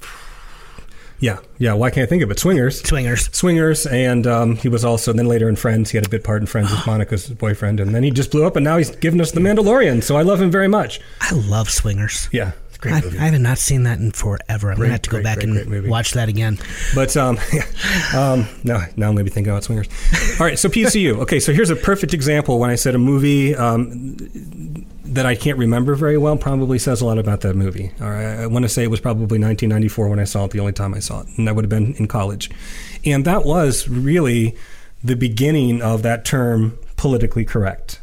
Speaker 11: yeah, yeah. Why can't I think of it? Swingers,
Speaker 12: Swingers.
Speaker 11: Swingers, and um, he was also then later in Friends. He had a bit part in Friends with Monica's boyfriend, and then he just blew up, and now he's giving us the Mandalorian. So I love him very much.
Speaker 12: I love Swingers.
Speaker 11: Yeah, Great
Speaker 12: I,
Speaker 11: movie.
Speaker 12: I have not seen that in forever. I'm
Speaker 11: Great,
Speaker 12: gonna have to go
Speaker 11: great,
Speaker 12: back
Speaker 11: great, great
Speaker 12: and
Speaker 11: movie.
Speaker 12: watch that again.
Speaker 11: But um, yeah, um, no, now I'm going to be thinking about swingers. All right, so PCU. Okay, so here's a perfect example when I said a movie um, that I can't remember very well probably says a lot about that movie. All right, I want to say it was probably 1994 when I saw it, the only time I saw it, and that would have been in college. And that was really the beginning of that term politically correct.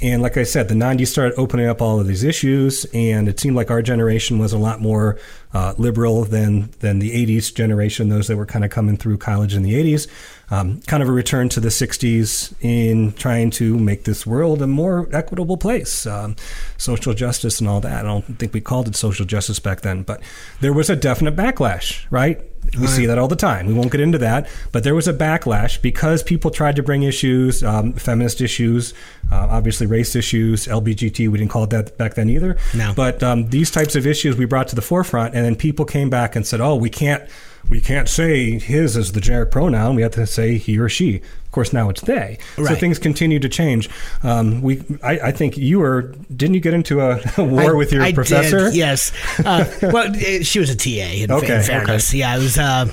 Speaker 11: And like I said, the 90s started opening up all of these issues, and it seemed like our generation was a lot more uh, liberal than, than the 80s generation, those that were kind of coming through college in the 80s. Um, kind of a return to the 60s in trying to make this world a more equitable place, um, social justice and all that. I don't think we called it social justice back then, but there was a definite backlash, right? We see that all the time. We won't get into that, but there was a backlash because people tried to bring issues, um, feminist issues, uh, obviously race issues, LBGT. We didn't call it that back then either.
Speaker 12: No.
Speaker 11: But um, these types of issues we brought to the forefront, and then people came back and said, "Oh, we can't, we can't say his as the generic pronoun. We have to say he or she." Of course, now it's they. So
Speaker 12: Right.
Speaker 11: things continue to change. Um, we, I, I think you were, didn't you get into a, a war
Speaker 12: I-
Speaker 11: with your
Speaker 12: I did,
Speaker 11: professor?
Speaker 12: yes. Uh, well, eh, she was a TA. In, fa-
Speaker 11: Okay,
Speaker 12: in fairness,
Speaker 11: okay.
Speaker 12: yeah, it was. Uh,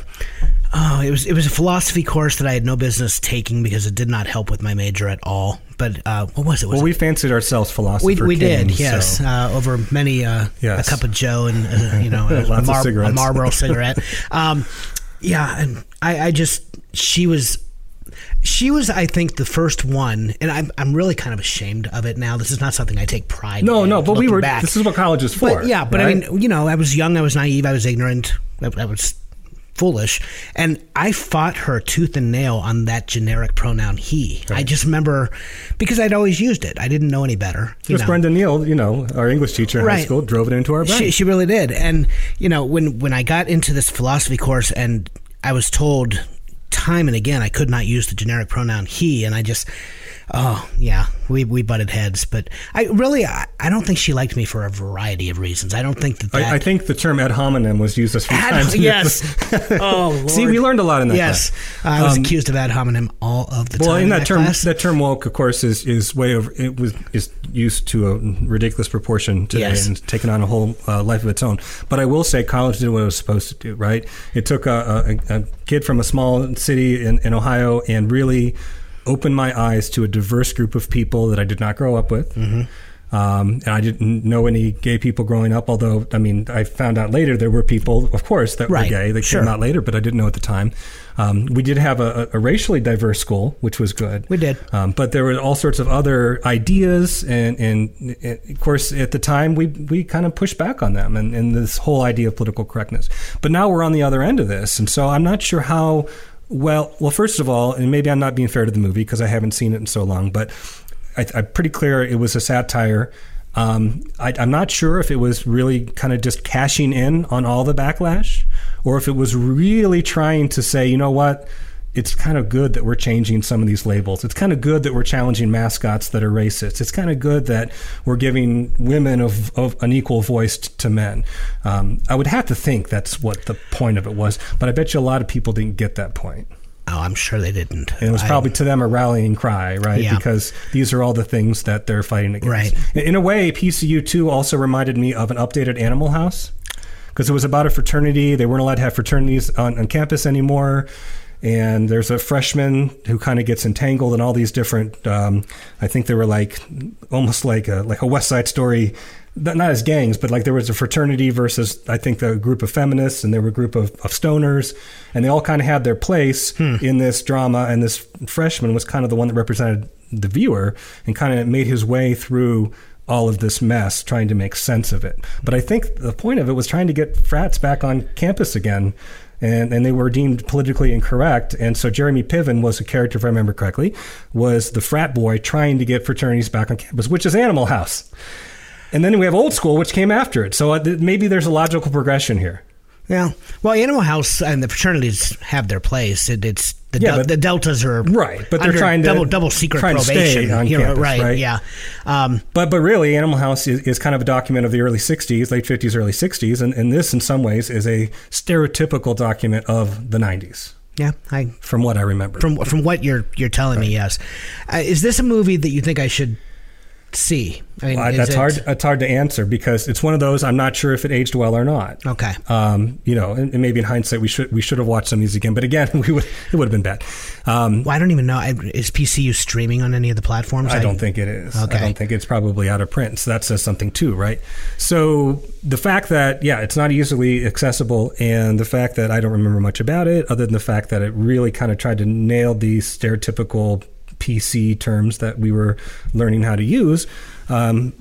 Speaker 12: oh, it was it was a philosophy course that I had no business taking because it did not help with my major at all. But uh, what was it? Was
Speaker 11: Well,
Speaker 12: it-
Speaker 11: we fancied ourselves
Speaker 12: we,
Speaker 11: philosophers.
Speaker 12: we did, yes, uh, over many uh,
Speaker 11: Yes.
Speaker 12: a cup of Joe and uh, you know a,
Speaker 11: Lots of
Speaker 12: Mar- a
Speaker 11: cigarettes.
Speaker 12: Marlboro cigarette. Um, yeah, and I, I just she was she was I think the first one, and I'm I'm really kind of ashamed of it now. This is not something I take pride.
Speaker 11: No,
Speaker 12: in,
Speaker 11: no, but we
Speaker 12: looking
Speaker 11: were.
Speaker 12: back.
Speaker 11: This is what college is for.
Speaker 12: But yeah, but
Speaker 11: right?
Speaker 12: I mean, you know, I was young, I was naive, I was ignorant, I, I was foolish, and I fought her tooth and nail on that generic pronoun he. I just remember because I'd always used it. I didn't know any better. you
Speaker 11: Miss
Speaker 12: know.
Speaker 11: Brenda Neal, you know, our English teacher in high
Speaker 12: Right.
Speaker 11: school, drove it into our brain.
Speaker 12: She, she really did. And you know, when when I got into this philosophy course, and I was told time and again I could not use the generic pronoun he, and I just, oh yeah, we we butted heads. But I really, I, I don't think she liked me for a variety of reasons. I don't think that. that
Speaker 11: I, I think the term ad hominem was used a few
Speaker 12: Ad-
Speaker 11: times.
Speaker 12: yes. oh, Lord.
Speaker 11: See, we learned a lot in that
Speaker 12: Yes,
Speaker 11: class.
Speaker 12: I was
Speaker 11: Um,
Speaker 12: accused of ad hominem all of the
Speaker 11: well,
Speaker 12: time.
Speaker 11: in that, term,
Speaker 12: class.
Speaker 11: that term woke, of course, is, is way over. It was is used to a ridiculous proportion today
Speaker 12: Yes.
Speaker 11: and taken on a whole uh, life of its own. But I will say, college did what it was supposed to do. Right? It took a, a, a kid from a small city in, in Ohio and really opened my eyes to a diverse group of people that I did not grow up with.
Speaker 12: Mm-hmm.
Speaker 11: Um, and I didn't know any gay people growing up, although, I mean, I found out later there were people, of course, that
Speaker 12: Right.
Speaker 11: were gay that
Speaker 12: Sure.
Speaker 11: came out later, but I didn't know at the time. Um, we did have a, a racially diverse school, which was good.
Speaker 12: We did.
Speaker 11: Um, but there were all sorts of other ideas. And, and, and, of course, at the time, we, we kind of pushed back on them and, and this whole idea of political correctness. But now we're on the other end of this. And so I'm not sure how well, well, first of all, and maybe I'm not being fair to the movie because I haven't seen it in so long, but I, I'm pretty clear it was a satire. Um, I, I'm not sure if it was really kind of just cashing in on all the backlash, or if it was really trying to say, you know what, it's kind of good that we're changing some of these labels. It's kind of good that we're challenging mascots that are racist. It's kind of good that we're giving women of, of an equal voice t- to men. Um, I would have to think that's what the point of it was, but I bet you a lot of people didn't get that point.
Speaker 12: oh, I'm sure they didn't.
Speaker 11: And it was
Speaker 12: I-
Speaker 11: probably to them a rallying cry, right?
Speaker 12: Yeah.
Speaker 11: Because these are all the things that they're fighting against.
Speaker 12: Right.
Speaker 11: In in a way, PCU 2 also reminded me of an updated Animal House because it was about a fraternity. They weren't allowed to have fraternities on, on campus anymore. And there's a freshman who kind of gets entangled in all these different. Um, I think they were like almost like a like a West Side Story, not not as gangs, but like there was a fraternity versus I think a group of feminists and there were a group of, of stoners, and they all kind of had their place in this drama. And this freshman was kind of the one that represented the viewer and kind of made his way through all of this mess, trying to make sense of it. But I think the point of it was trying to get frats back on campus again. And, and they were deemed politically incorrect. And so Jeremy Piven was a character, if I remember correctly, was the frat boy trying to get fraternities back on campus, which is Animal House. And then we have Old School, which came after it. So uh, th- maybe there's a logical progression here.
Speaker 12: Yeah. Well, Animal House and the fraternities have their place. It, it's the
Speaker 11: Yeah,
Speaker 12: del-
Speaker 11: but-
Speaker 12: the deltas are
Speaker 11: Right, but they're
Speaker 12: under
Speaker 11: trying to-
Speaker 12: double double secret
Speaker 11: trying to stay
Speaker 12: probation.
Speaker 11: on
Speaker 12: you know,
Speaker 11: campus,
Speaker 12: right,
Speaker 11: right?
Speaker 12: Yeah. Um,
Speaker 11: But but really, Animal House is, is kind of a document of the early '60s, late '50s, early '60s, and, and this, in some ways, is a stereotypical document of the '90s,
Speaker 12: yeah. I
Speaker 11: from what I remember.
Speaker 12: from from what you're you're telling me. Yes. Uh, is this a movie that you think I should see? I mean,
Speaker 11: Well,
Speaker 12: is
Speaker 11: that's
Speaker 12: it-
Speaker 11: hard. It's hard to answer because it's one of those. I'm not sure if it aged well or not.
Speaker 12: Okay.
Speaker 11: Um, you know, and, and maybe in hindsight, we should we should have watched some of these again. But again, we would it would have been bad. Um,
Speaker 12: well, I don't even know. I, is PCU streaming on any of the platforms?
Speaker 11: I don't think it is.
Speaker 12: Okay.
Speaker 11: I don't think it's probably out of print. So that says something too, right? So the fact that yeah, it's not easily accessible, and the fact that I don't remember much about it, other than the fact that it really kind of tried to nail these stereotypical PC terms that we were learning how to use, um,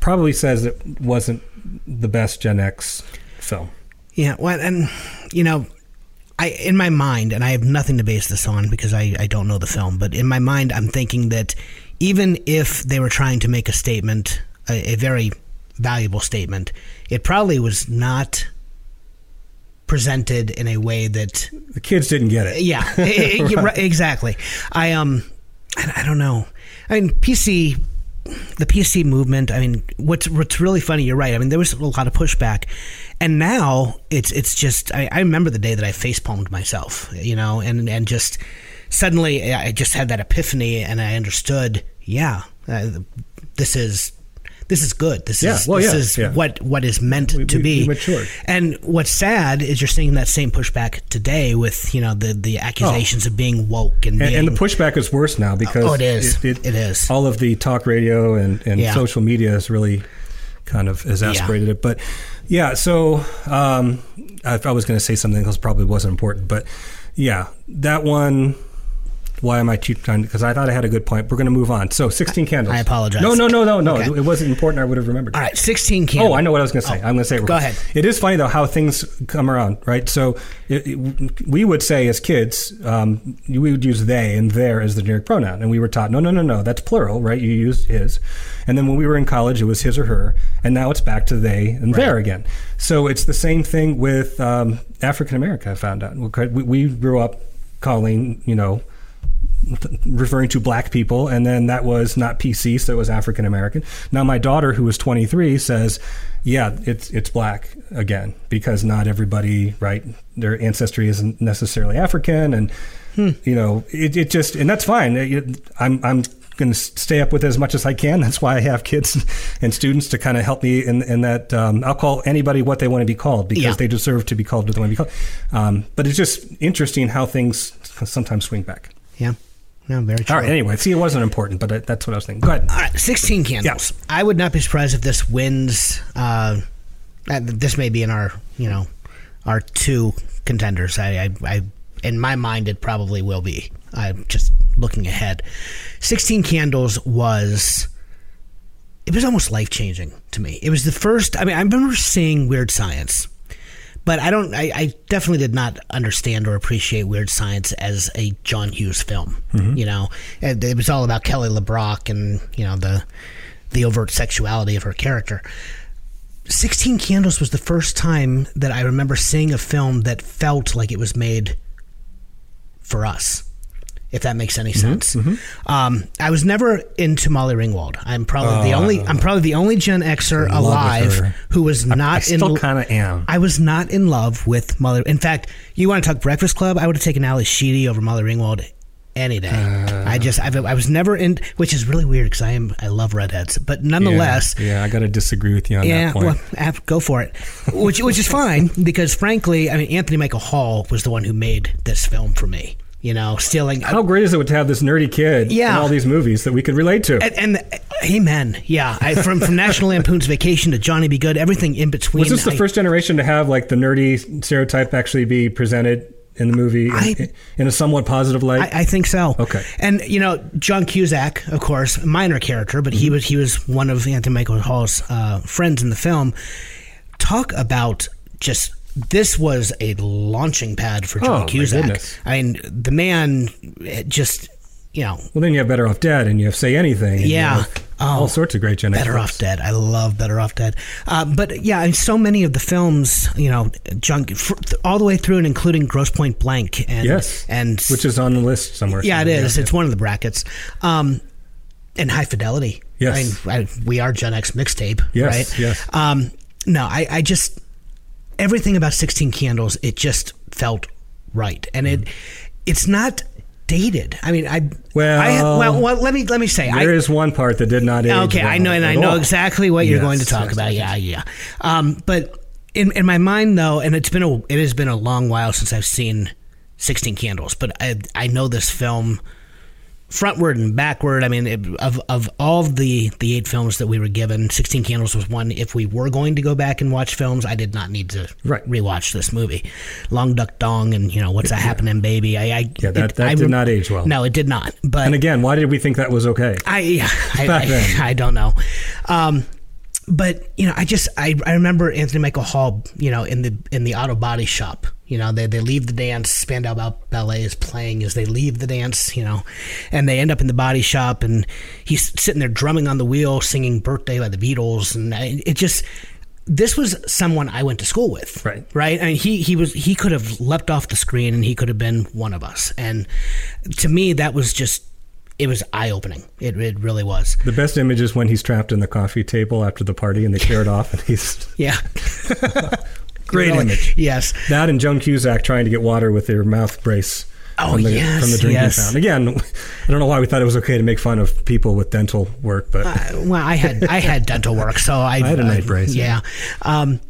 Speaker 11: probably says it wasn't the best Gen X film.
Speaker 12: Yeah, well, and you know, I in my mind, and I have nothing to base this on because I, I don't know the film, but in my mind, I'm thinking that even if they were trying to make a statement, a, a very valuable statement, it probably was not presented in a way that
Speaker 11: the kids didn't get it.
Speaker 12: Yeah, I- I- you're
Speaker 11: Right.
Speaker 12: right, exactly. I um, I, I don't know. I mean, PC, the PC movement. I mean, what's what's really funny. You're right. I mean, there was a lot of pushback, and now it's it's just. I, I remember the day that I facepalmed myself. You know, and and just suddenly I I just had that epiphany, and I understood. Yeah, uh, this is. This is good. This
Speaker 11: Yeah,
Speaker 12: is
Speaker 11: well,
Speaker 12: this
Speaker 11: yeah,
Speaker 12: is
Speaker 11: yeah.
Speaker 12: what what is meant to
Speaker 11: we-
Speaker 12: be.
Speaker 11: we matured.
Speaker 12: And what's sad is you're seeing that same pushback today with you know the the accusations of being woke and,
Speaker 11: Oh. And,
Speaker 12: being,
Speaker 11: and the pushback is worse now because
Speaker 12: Oh, it is. it is.
Speaker 11: All of the talk radio and, and
Speaker 12: Yeah.
Speaker 11: social media has really kind of exasperated it. But yeah, so um, I, I was going to say something else, probably wasn't important. But yeah, that one. Why am I cheap time? Because I thought I had a good point. We're going to move on. So, 16 candles.
Speaker 12: I apologize.
Speaker 11: No, no, no, no, no.
Speaker 12: Okay.
Speaker 11: It wasn't important. I would have remembered.
Speaker 12: all right, sixteen candles.
Speaker 11: Oh, I know what I was going to say. I'm going to say it.
Speaker 12: Go
Speaker 11: real-
Speaker 12: ahead.
Speaker 11: It is funny though how things come around, right? So it, it- we would say as kids, um, we would use they and their as the generic pronoun, and we were taught, no, no, no, no, that's plural, right? You use his, and then when we were in college, it was his or her, and now it's back to they and their again. So it's the same thing with um, African America. I found out we, we grew up calling, you know, referring to black people, and then that was not PC, so it was African American. Now my daughter, who is 23, says, "Yeah, it's it's black again because not everybody, right? Their ancestry isn't necessarily African, and you know, it, it just and that's fine. It- it- I'm I'm going to stay up with as much as I can. That's why I have kids and students to kind of help me in, in that. Um, I'll call anybody what they want to be called because
Speaker 12: Yeah.
Speaker 11: they deserve to be called what they want to be called. Um, but it's just interesting how things sometimes swing back.
Speaker 12: Yeah, no, very true.
Speaker 11: All right. Anyway, see, it wasn't important, but I, that's what I was thinking. Go ahead.
Speaker 12: All right, sixteen candles. I would not be surprised if this wins. Uh, uh, this may be in our you know our two contenders. I, I, I in my mind it probably will be. I'm just looking ahead. Sixteen candles was. It was almost life changing to me. It was the first. I mean, I remember seeing Weird Science, but I don't. I, I definitely did not understand or appreciate Weird Science as a John Hughes film.
Speaker 11: Mm-hmm.
Speaker 12: You know, And it was all about Kelly LeBrock and you know the the overt sexuality of her character. Sixteen Candles was the first time that I remember seeing a film that felt like it was made for us. If that makes
Speaker 11: Mm-hmm.
Speaker 12: any sense, um, I was never into Molly Ringwald. I'm probably the
Speaker 11: Oh,
Speaker 12: only I'm probably the only Gen Xer
Speaker 11: love with
Speaker 12: alive
Speaker 11: her.
Speaker 12: who was not
Speaker 11: I
Speaker 12: in
Speaker 11: still kind of am.
Speaker 12: I was not in love with Molly. In fact, you want to talk Breakfast Club? I would have taken Alice Sheedy over Molly Ringwald any day.
Speaker 11: Uh.
Speaker 12: I just I've, I was never in, which is really weird because I am I love redheads, but nonetheless,
Speaker 11: Yeah, yeah, I got to disagree with you on
Speaker 12: yeah,
Speaker 11: that point.
Speaker 12: well, ab- go for it, which which is fine because frankly, I mean Anthony Michael Hall was the one who made this film for me. You know, stealing
Speaker 11: How great is it to have this nerdy kid
Speaker 12: Yeah.
Speaker 11: in all these movies that we could relate to?
Speaker 12: and, and amen, yeah, I, from from National Lampoon's Vacation to Johnny Be Good, everything in between.
Speaker 11: Was this the
Speaker 12: I-
Speaker 11: first generation to have like the nerdy stereotype actually be presented in the movie in,
Speaker 12: I-
Speaker 11: in a somewhat positive light?
Speaker 12: I, I think so.
Speaker 11: Okay.
Speaker 12: And you know, John Cusack, of course, minor character, but
Speaker 11: Mm-hmm.
Speaker 12: he was he was one of Anthony Michael Hall's uh, friends in the film. Talk about just this was a launching pad for
Speaker 11: Oh,
Speaker 12: John
Speaker 11: my
Speaker 12: Cusack.
Speaker 11: goodness.
Speaker 12: I mean, the man eh, just you know
Speaker 11: well, then you have Better Off Dead, and you have Say Anything. and you
Speaker 12: Yeah. Oh,
Speaker 11: have all sorts of great Gen X
Speaker 12: Better
Speaker 11: films.
Speaker 12: Off Dead. I love Better Off Dead. Uh, but yeah, and so many of the films, you know, John, fr- all the way through and including Gross Point Blank and
Speaker 11: Yes,
Speaker 12: and
Speaker 11: which is on the list somewhere.
Speaker 12: Yeah, it
Speaker 11: somewhere.
Speaker 12: is. It's one of the brackets. Um, and high fidelity.
Speaker 11: Yes.
Speaker 12: I mean, I, we are Gen X mixtape.
Speaker 11: Yes,
Speaker 12: Right.
Speaker 11: yes.
Speaker 12: Um, no, I, I just
Speaker 11: Mm-hmm.
Speaker 12: everything about Sixteen Candles. It just felt right, and it it's not dated. I mean, I
Speaker 11: well,
Speaker 12: I, well, well, let me let me say, I,
Speaker 11: There is one part that did not age.
Speaker 12: okay, I
Speaker 11: well
Speaker 12: know, and
Speaker 11: at
Speaker 12: I know
Speaker 11: all.
Speaker 12: exactly what you're
Speaker 11: Yes,
Speaker 12: going to talk
Speaker 11: yes,
Speaker 12: about.
Speaker 11: yes,
Speaker 12: yeah, yeah. Um, but in in my mind though, and it's been a it has been a long while since I've seen Sixteen Candles, but I I know this film frontward and backward. I mean, it, of of all of the the eight films that we were given, Sixteen Candles was one. If we were going to go back and watch films, I did not need to rewatch this movie. Long Duck Dong and you know what's that happening, baby? I, I
Speaker 11: Yeah, that,
Speaker 12: it-
Speaker 11: that
Speaker 12: I
Speaker 11: did
Speaker 12: re-
Speaker 11: not age well.
Speaker 12: No, it did not. But
Speaker 11: and again, why did we think that was okay?
Speaker 12: I yeah,
Speaker 11: Back
Speaker 12: I,
Speaker 11: then.
Speaker 12: I, I don't know. Um, but you know, I just I, I remember Anthony Michael Hall, you know, in the in the auto body shop. You know, they, they leave the dance, Spandau Bal- Ballet is playing as they leave the dance, you know, and they end up in the body shop and he's sitting there drumming on the wheel singing Birthday by the Beatles and I, it just this was someone I went to school with. Right. Right. I mean, he he was he could have leapt off the screen and he could have been one of us. And to me, that was just it was eye opening. It, it really was.
Speaker 11: The best image is when he's trapped in the coffee table after the party and they tear it off and he's
Speaker 12: Yeah.
Speaker 11: great
Speaker 12: Really?
Speaker 11: image.
Speaker 12: Yes.
Speaker 11: That and Joan Cusack trying to get water with her mouth brace.
Speaker 12: Oh,
Speaker 11: from the,
Speaker 12: yes,
Speaker 11: From the drinking
Speaker 12: yes.
Speaker 11: fountain. Again, I don't know why we thought it was okay to make fun of people with dental work, but
Speaker 12: Uh, well, I had I had dental work, so I,
Speaker 11: I had a night
Speaker 12: I-
Speaker 11: brace,
Speaker 12: Yeah, Um,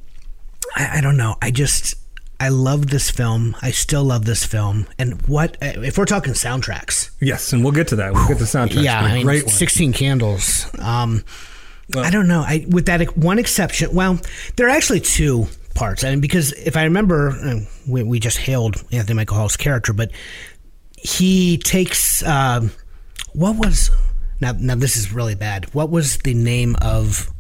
Speaker 12: I, I don't know. I just I love this film. I still love this film. And what if we're talking soundtracks?
Speaker 11: yes, and we'll get to that. We'll get to soundtracks.
Speaker 12: yeah,
Speaker 11: but
Speaker 12: I mean,
Speaker 11: great one.
Speaker 12: Sixteen Candles. Um, I don't know. I with that one exception. Well, there are actually two parts. I mean, because if I remember, uh, we, we just hailed Anthony Michael Hall's character, but he takes um what was now. Now this is really bad. What was the name of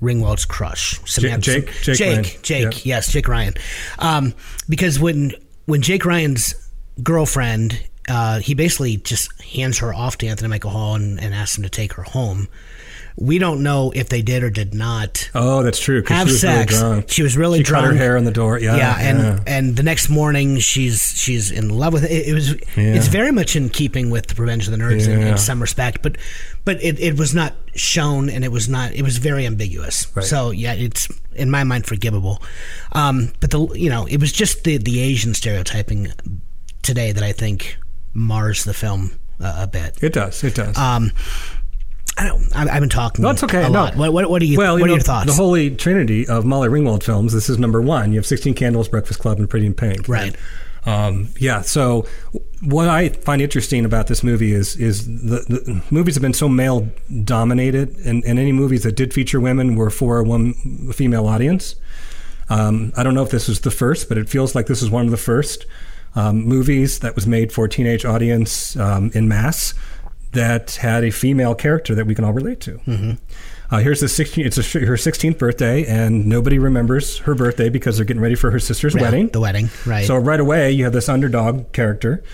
Speaker 12: Ringwald's crush? Samantha-
Speaker 11: Jake- Jake Ryan.
Speaker 12: Jake, Jake, yes, Jake Ryan. Um, because when when Jake Ryan's girlfriend, uh, he basically just hands her off to Anthony Michael Hall and, and asks him to take her home. We don't know if they did or did not
Speaker 11: Oh, that's true. 'cause
Speaker 12: have
Speaker 11: she was
Speaker 12: sex.
Speaker 11: Really drunk.
Speaker 12: She was really
Speaker 11: she
Speaker 12: drunk.
Speaker 11: Cut her hair in the door. Yeah,
Speaker 12: and and the next morning she's she's in love with it. It, was
Speaker 11: Yeah.
Speaker 12: it's very much in keeping with Revenge of the Nerds in,
Speaker 11: Yeah.
Speaker 12: in some respect, but but it, it was not shown and it was not it was very ambiguous.
Speaker 11: Right.
Speaker 12: So yeah, it's in my mind forgivable. Um, but the you know it was just the the Asian stereotyping today that I think mars the film uh, a bit.
Speaker 11: It does. It does.
Speaker 12: Um, I don't. I, I've been talking.
Speaker 11: No, it's okay.
Speaker 12: A
Speaker 11: no.
Speaker 12: lot. What, what, what are you?
Speaker 11: Well,
Speaker 12: what
Speaker 11: you
Speaker 12: are
Speaker 11: know,
Speaker 12: your thoughts?
Speaker 11: The holy trinity of Molly Ringwald films. This is number one. You have Sixteen Candles, Breakfast Club, and Pretty in Pink.
Speaker 12: Right.
Speaker 11: Um, yeah. So, what I find interesting about this movie is is the, the movies have been so male dominated, and, and any movies that did feature women were for a one female audience. Um, I don't know if this was the first, but it feels like this is one of the first um, movies that was made for a teenage audience um, in mass that had a female character that we can all relate to.
Speaker 12: Mm-hmm.
Speaker 11: Uh, here's the 16. It's a, sh- her 16th birthday, and nobody remembers her birthday because they're getting ready for her sister's
Speaker 12: Yeah,
Speaker 11: wedding.
Speaker 12: The wedding. Right.
Speaker 11: So right away, you have this underdog character,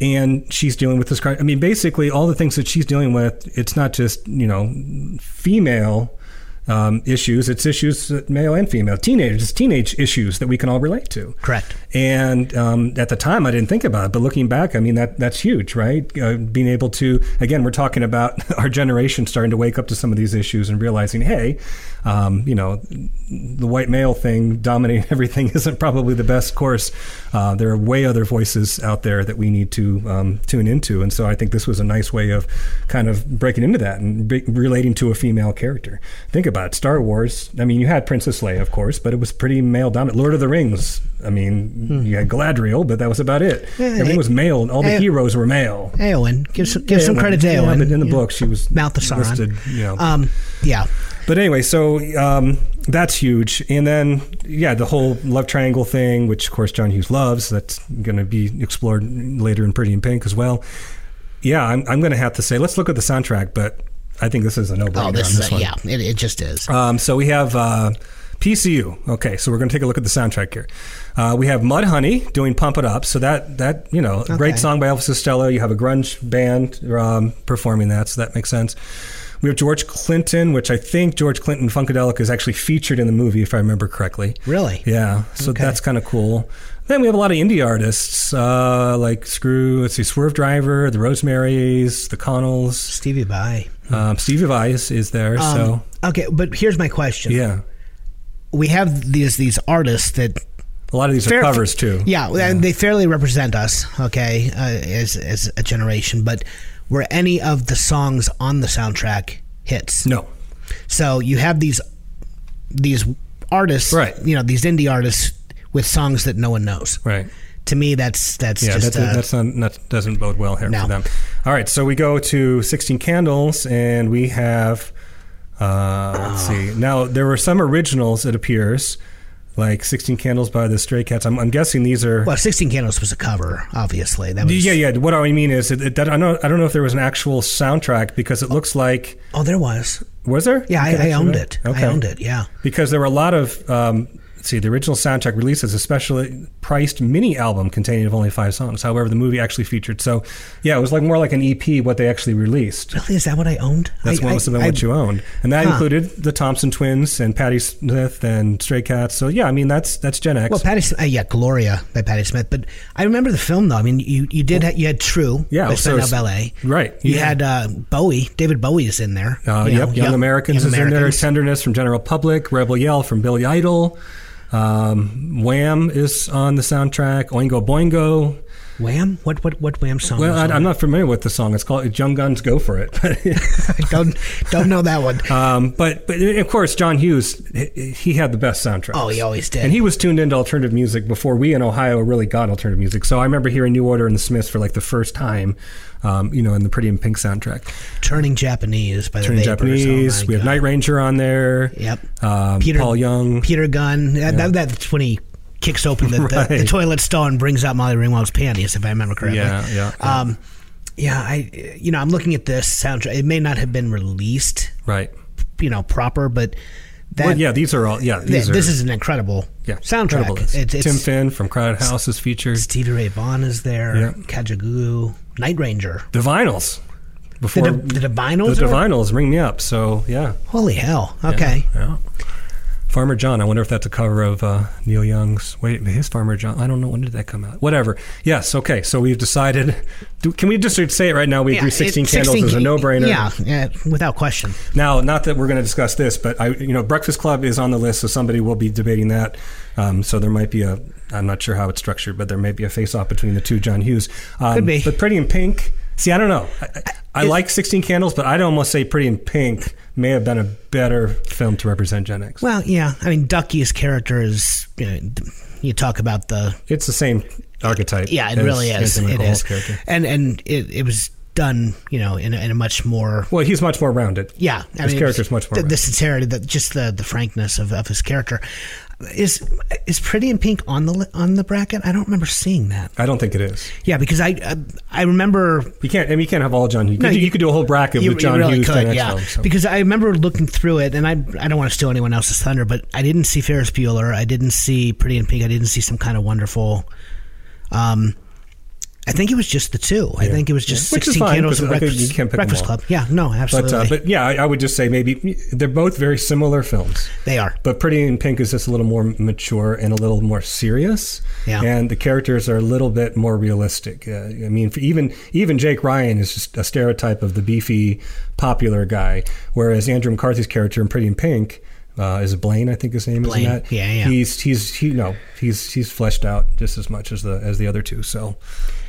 Speaker 11: and she's dealing with this. cri- I mean, basically, all the things that she's dealing with, it's not just you know female um, issues; it's issues that male and female teenagers, it's teenage issues that we can all relate to.
Speaker 12: Correct.
Speaker 11: And um, at the time, I didn't think about it, but looking back, I mean that that's huge, right? Uh, being able to again, we're talking about our generation starting to wake up to some of these issues and realizing, hey, um, you know, the white male thing dominating everything isn't probably the best course. Uh, there are way other voices out there that we need to um, tune into, and so I think this was a nice way of kind of breaking into that and be- relating to a female character. Think about it. Star Wars. I mean, you had Princess Leia, of course, but it was pretty male dominant. Lord of the Rings. I mean, you had Galadriel, but that was about it.
Speaker 12: Hmm. Yeah,
Speaker 11: Everything
Speaker 12: hey-
Speaker 11: was male, and all the
Speaker 12: hey-
Speaker 11: heroes were male.
Speaker 12: Aowen. Give some, give
Speaker 11: Yeah,
Speaker 12: some
Speaker 11: well,
Speaker 12: credit to
Speaker 11: yeah,
Speaker 12: Aowen.
Speaker 11: but in the
Speaker 12: Yeah.
Speaker 11: book, she was
Speaker 12: Mouth of Sauron.
Speaker 11: listed, you know.
Speaker 12: Um, yeah.
Speaker 11: But anyway, so um, that's huge. And then, yeah, the whole love triangle thing, which of course John Hughes loves, that's going to be explored later in Pretty in Pink as well. Yeah, I'm, I'm going to have to say, let's look at the soundtrack, but I think this is a no brainer
Speaker 12: Oh,
Speaker 11: on
Speaker 12: this,
Speaker 11: this
Speaker 12: is a,
Speaker 11: one.
Speaker 12: yeah. It, it just is.
Speaker 11: Um, so we have uh, PCU. Okay, so we're going to take a look at the soundtrack here. Uh, we have Mud Honey doing "Pump It Up," so that that you know, a great
Speaker 12: Okay.
Speaker 11: song by Elvis Costello. You have a grunge band um, performing that, so that makes sense. We have George Clinton, which I think George Clinton Funkadelic is actually featured in the movie, if I remember correctly.
Speaker 12: Really?
Speaker 11: Yeah, so
Speaker 12: Okay.
Speaker 11: that's kind of cool. Then we have a lot of indie artists uh, like Screw, let's see, Swerve Driver, the Rosemaries, the Connells,
Speaker 12: Stevie Vai.
Speaker 11: Um, Stevie Vai is, is there,
Speaker 12: Hmm. Um,
Speaker 11: so
Speaker 12: Okay, but here's my question.
Speaker 11: yeah.
Speaker 12: We have these these artists that
Speaker 11: A lot of these
Speaker 12: Fair-
Speaker 11: are covers too.
Speaker 12: Yeah, and they fairly represent us, okay, uh, as as a generation. But were any of the songs on the soundtrack hits?
Speaker 11: No.
Speaker 12: So you have these these artists, right? You know, these indie artists with songs that no one knows,
Speaker 11: right?
Speaker 12: To me, that's that's
Speaker 11: yeah,
Speaker 12: just
Speaker 11: that's,
Speaker 12: uh,
Speaker 11: that's not, that doesn't bode well here for them. All right, so we go to 16 Candles, and we have, uh, let's
Speaker 12: Ah.
Speaker 11: see. Now, there were some originals, it appears, like 16 Candles by the Stray Cats. I'm, I'm guessing these are.
Speaker 12: well, Sixteen Candles was a cover, obviously. That was
Speaker 11: yeah, yeah. What I mean is, it, it, that, I, know, I don't know if there was an actual soundtrack because it looks like.
Speaker 12: Oh, there was.
Speaker 11: Was there?
Speaker 12: Yeah,
Speaker 11: Okay,
Speaker 12: I, I
Speaker 11: that's
Speaker 12: owned
Speaker 11: right.
Speaker 12: it. I owned it. Yeah.
Speaker 11: because there were a lot of um, let's see the original soundtrack released as a specially priced mini album containing of only five songs however the movie actually featured so yeah it was like more like an ep what they actually released
Speaker 12: Really, is that what I owned?
Speaker 11: that's
Speaker 12: I,
Speaker 11: what
Speaker 12: I-
Speaker 11: must have been
Speaker 12: I-
Speaker 11: what you owned and that
Speaker 12: Huh.
Speaker 11: included the thompson twins and patti smith and stray cats so yeah i mean that's that's gen x
Speaker 12: Well, Patty, Sm- uh, yeah, Gloria by Patty Smith. But I remember the film though. I mean, you you did ha- you had True,
Speaker 11: Yeah,
Speaker 12: by
Speaker 11: so
Speaker 12: Spandau
Speaker 11: it's-
Speaker 12: Ballet,
Speaker 11: right,
Speaker 12: You
Speaker 11: yeah.
Speaker 12: had uh, Bowie, David Bowie is in there.
Speaker 11: uh,
Speaker 12: You know,
Speaker 11: yep, Young Americans
Speaker 12: Young
Speaker 11: is in there.
Speaker 12: Americans.
Speaker 11: Tenderness from General Public, Rebel Yell from Billy Idol, um, Wham is on the soundtrack. Oingo Boingo,
Speaker 12: Wham? What what what Wham song?
Speaker 11: Well,
Speaker 12: was
Speaker 11: I,
Speaker 12: on
Speaker 11: I'm not familiar with the song. It's called it's "Young Guns Go for It."
Speaker 12: I don't don't know that one.
Speaker 11: Um, but but of course, John Hughes he he had the best soundtrack.
Speaker 12: Oh, he always did.
Speaker 11: And he was tuned into alternative music before we in Ohio really got alternative music. So I remember hearing New Order and the Smiths for like the first time, um, you know, in the Pretty in Pink soundtrack.
Speaker 12: Turning Japanese by
Speaker 11: Turn
Speaker 12: the Vapors. Oh,
Speaker 11: Japanese.
Speaker 12: my
Speaker 11: we have
Speaker 12: God.
Speaker 11: Night Ranger on there.
Speaker 12: Yep.
Speaker 11: Um,
Speaker 12: Peter-
Speaker 11: Paul Young.
Speaker 12: Peter Gunn. That, that, that's when he kicks open the, the, the
Speaker 11: Right.
Speaker 12: toilet stall and brings out Molly Ringwald's panties, if I remember correctly.
Speaker 11: Yeah, yeah, yeah.
Speaker 12: Um, yeah, I you know I'm looking at this soundtrack. It may not have been released,
Speaker 11: Right.
Speaker 12: you know, proper, but that
Speaker 11: well, yeah, these are all. Yeah,
Speaker 12: th-
Speaker 11: these are,
Speaker 12: this is an incredible
Speaker 11: yeah,
Speaker 12: soundtrack.
Speaker 11: incredible list.
Speaker 12: It's-
Speaker 11: Tim
Speaker 12: it's-
Speaker 11: Finn from Crowded House is featured.
Speaker 12: Stevie Ray Vaughan is there.
Speaker 11: Yeah.
Speaker 12: Kajagoogoo, Night Ranger.
Speaker 11: The Vinyls. Before
Speaker 12: the Divinyls
Speaker 11: The
Speaker 12: are-
Speaker 11: Divinyls ring me up. So yeah.
Speaker 12: Holy hell!
Speaker 11: Yeah,
Speaker 12: Okay.
Speaker 11: yeah. Farmer John. I wonder if that's a cover of uh, Neil Young's. Wait, his Farmer John. I don't know when did that come out. Whatever. Yes. Okay. So we've decided. Do, can we just say it right now? We
Speaker 12: Yeah,
Speaker 11: agree. Sixteen
Speaker 12: it-
Speaker 11: candles is a no-brainer.
Speaker 12: Yeah, yeah, without question.
Speaker 11: Now, not that we're going to discuss this, but I, you know, Breakfast Club is on the list, so somebody will be debating that. Um, so there might be a. I'm not sure how it's structured, but there may be a face-off between the two John Hughes. Um,
Speaker 12: Could be.
Speaker 11: But Pretty in Pink. See, I don't know. I, I, I like 16 Candles, but I'd almost say Pretty in Pink may have been a better film to represent Gen X.
Speaker 12: Well, yeah. I mean, Ducky's character is. You, know, you talk about the
Speaker 11: It's the same archetype.
Speaker 12: Yeah, it
Speaker 11: as
Speaker 12: really is.
Speaker 11: Anthony
Speaker 12: It
Speaker 11: McCall's
Speaker 12: is.
Speaker 11: character.
Speaker 12: And and it, it was done, you know, in a, in a much more
Speaker 11: Well, he's much more rounded.
Speaker 12: yeah.
Speaker 11: his
Speaker 12: mean,
Speaker 11: character's much more.
Speaker 12: the, the
Speaker 11: rounded.
Speaker 12: sincerity, the, just the the frankness of, of his character. Is is Pretty in Pink on the li- on the bracket? I don't remember seeing that.
Speaker 11: I don't think it is.
Speaker 12: Yeah, because I I, I remember
Speaker 11: You can't. I mean, you can't have all John Hughes.
Speaker 12: No,
Speaker 11: you,
Speaker 12: you-
Speaker 11: you could do a whole bracket with John Hughes. Gen X
Speaker 12: yeah.
Speaker 11: films, so.
Speaker 12: Because I remember looking through it, and I I don't want to steal anyone else's thunder, but I didn't see Ferris Bueller, I didn't see Pretty in Pink, I didn't see some kind of wonderful. Um, I think it was just the two. I think it was just
Speaker 11: Which is
Speaker 12: sixteen
Speaker 11: fine, 'cause
Speaker 12: candles and
Speaker 11: I think
Speaker 12: breakfast,
Speaker 11: you can't pick 'em
Speaker 12: breakfast
Speaker 11: all.
Speaker 12: Club. Yeah, no,
Speaker 11: But,
Speaker 12: absolutely,
Speaker 11: uh, but yeah, I, I would just say maybe they're both very similar films.
Speaker 12: they are.
Speaker 11: But Pretty in Pink is just a little more mature and a little more serious.
Speaker 12: Yeah.
Speaker 11: And the characters are a little bit more realistic. Uh, I mean, for even even Jake Ryan is just a stereotype of the beefy, popular guy, whereas Andrew McCarthy's character in Pretty in Pink. Uh, is Blaine? I think his name
Speaker 12: Blaine.
Speaker 11: is. That
Speaker 12: Yeah, yeah.
Speaker 11: He's he's he no he's he's fleshed out just as much as the as the other two. So,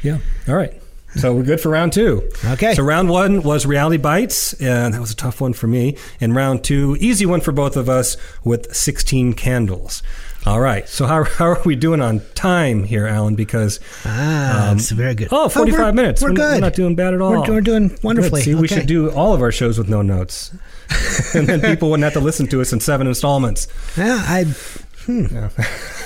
Speaker 11: yeah. All right. So we're good for round two.
Speaker 12: Okay.
Speaker 11: So round one was Reality Bites, and that was a tough one for me. And round two, easy one for both of us with 16 candles. All right. So how, how are we doing on time here, Alan? Because
Speaker 12: Ah,
Speaker 11: um,
Speaker 12: it's very good.
Speaker 11: oh, 45
Speaker 12: we're-
Speaker 11: minutes.
Speaker 12: We're
Speaker 11: We're,
Speaker 12: good.
Speaker 11: We're not doing bad at all.
Speaker 12: We're, we're doing
Speaker 11: Good.
Speaker 12: wonderfully.
Speaker 11: See, we
Speaker 12: Okay.
Speaker 11: should do all of our shows with no notes, and then people wouldn't have to listen to us in seven installments.
Speaker 12: Yeah, I. hmm.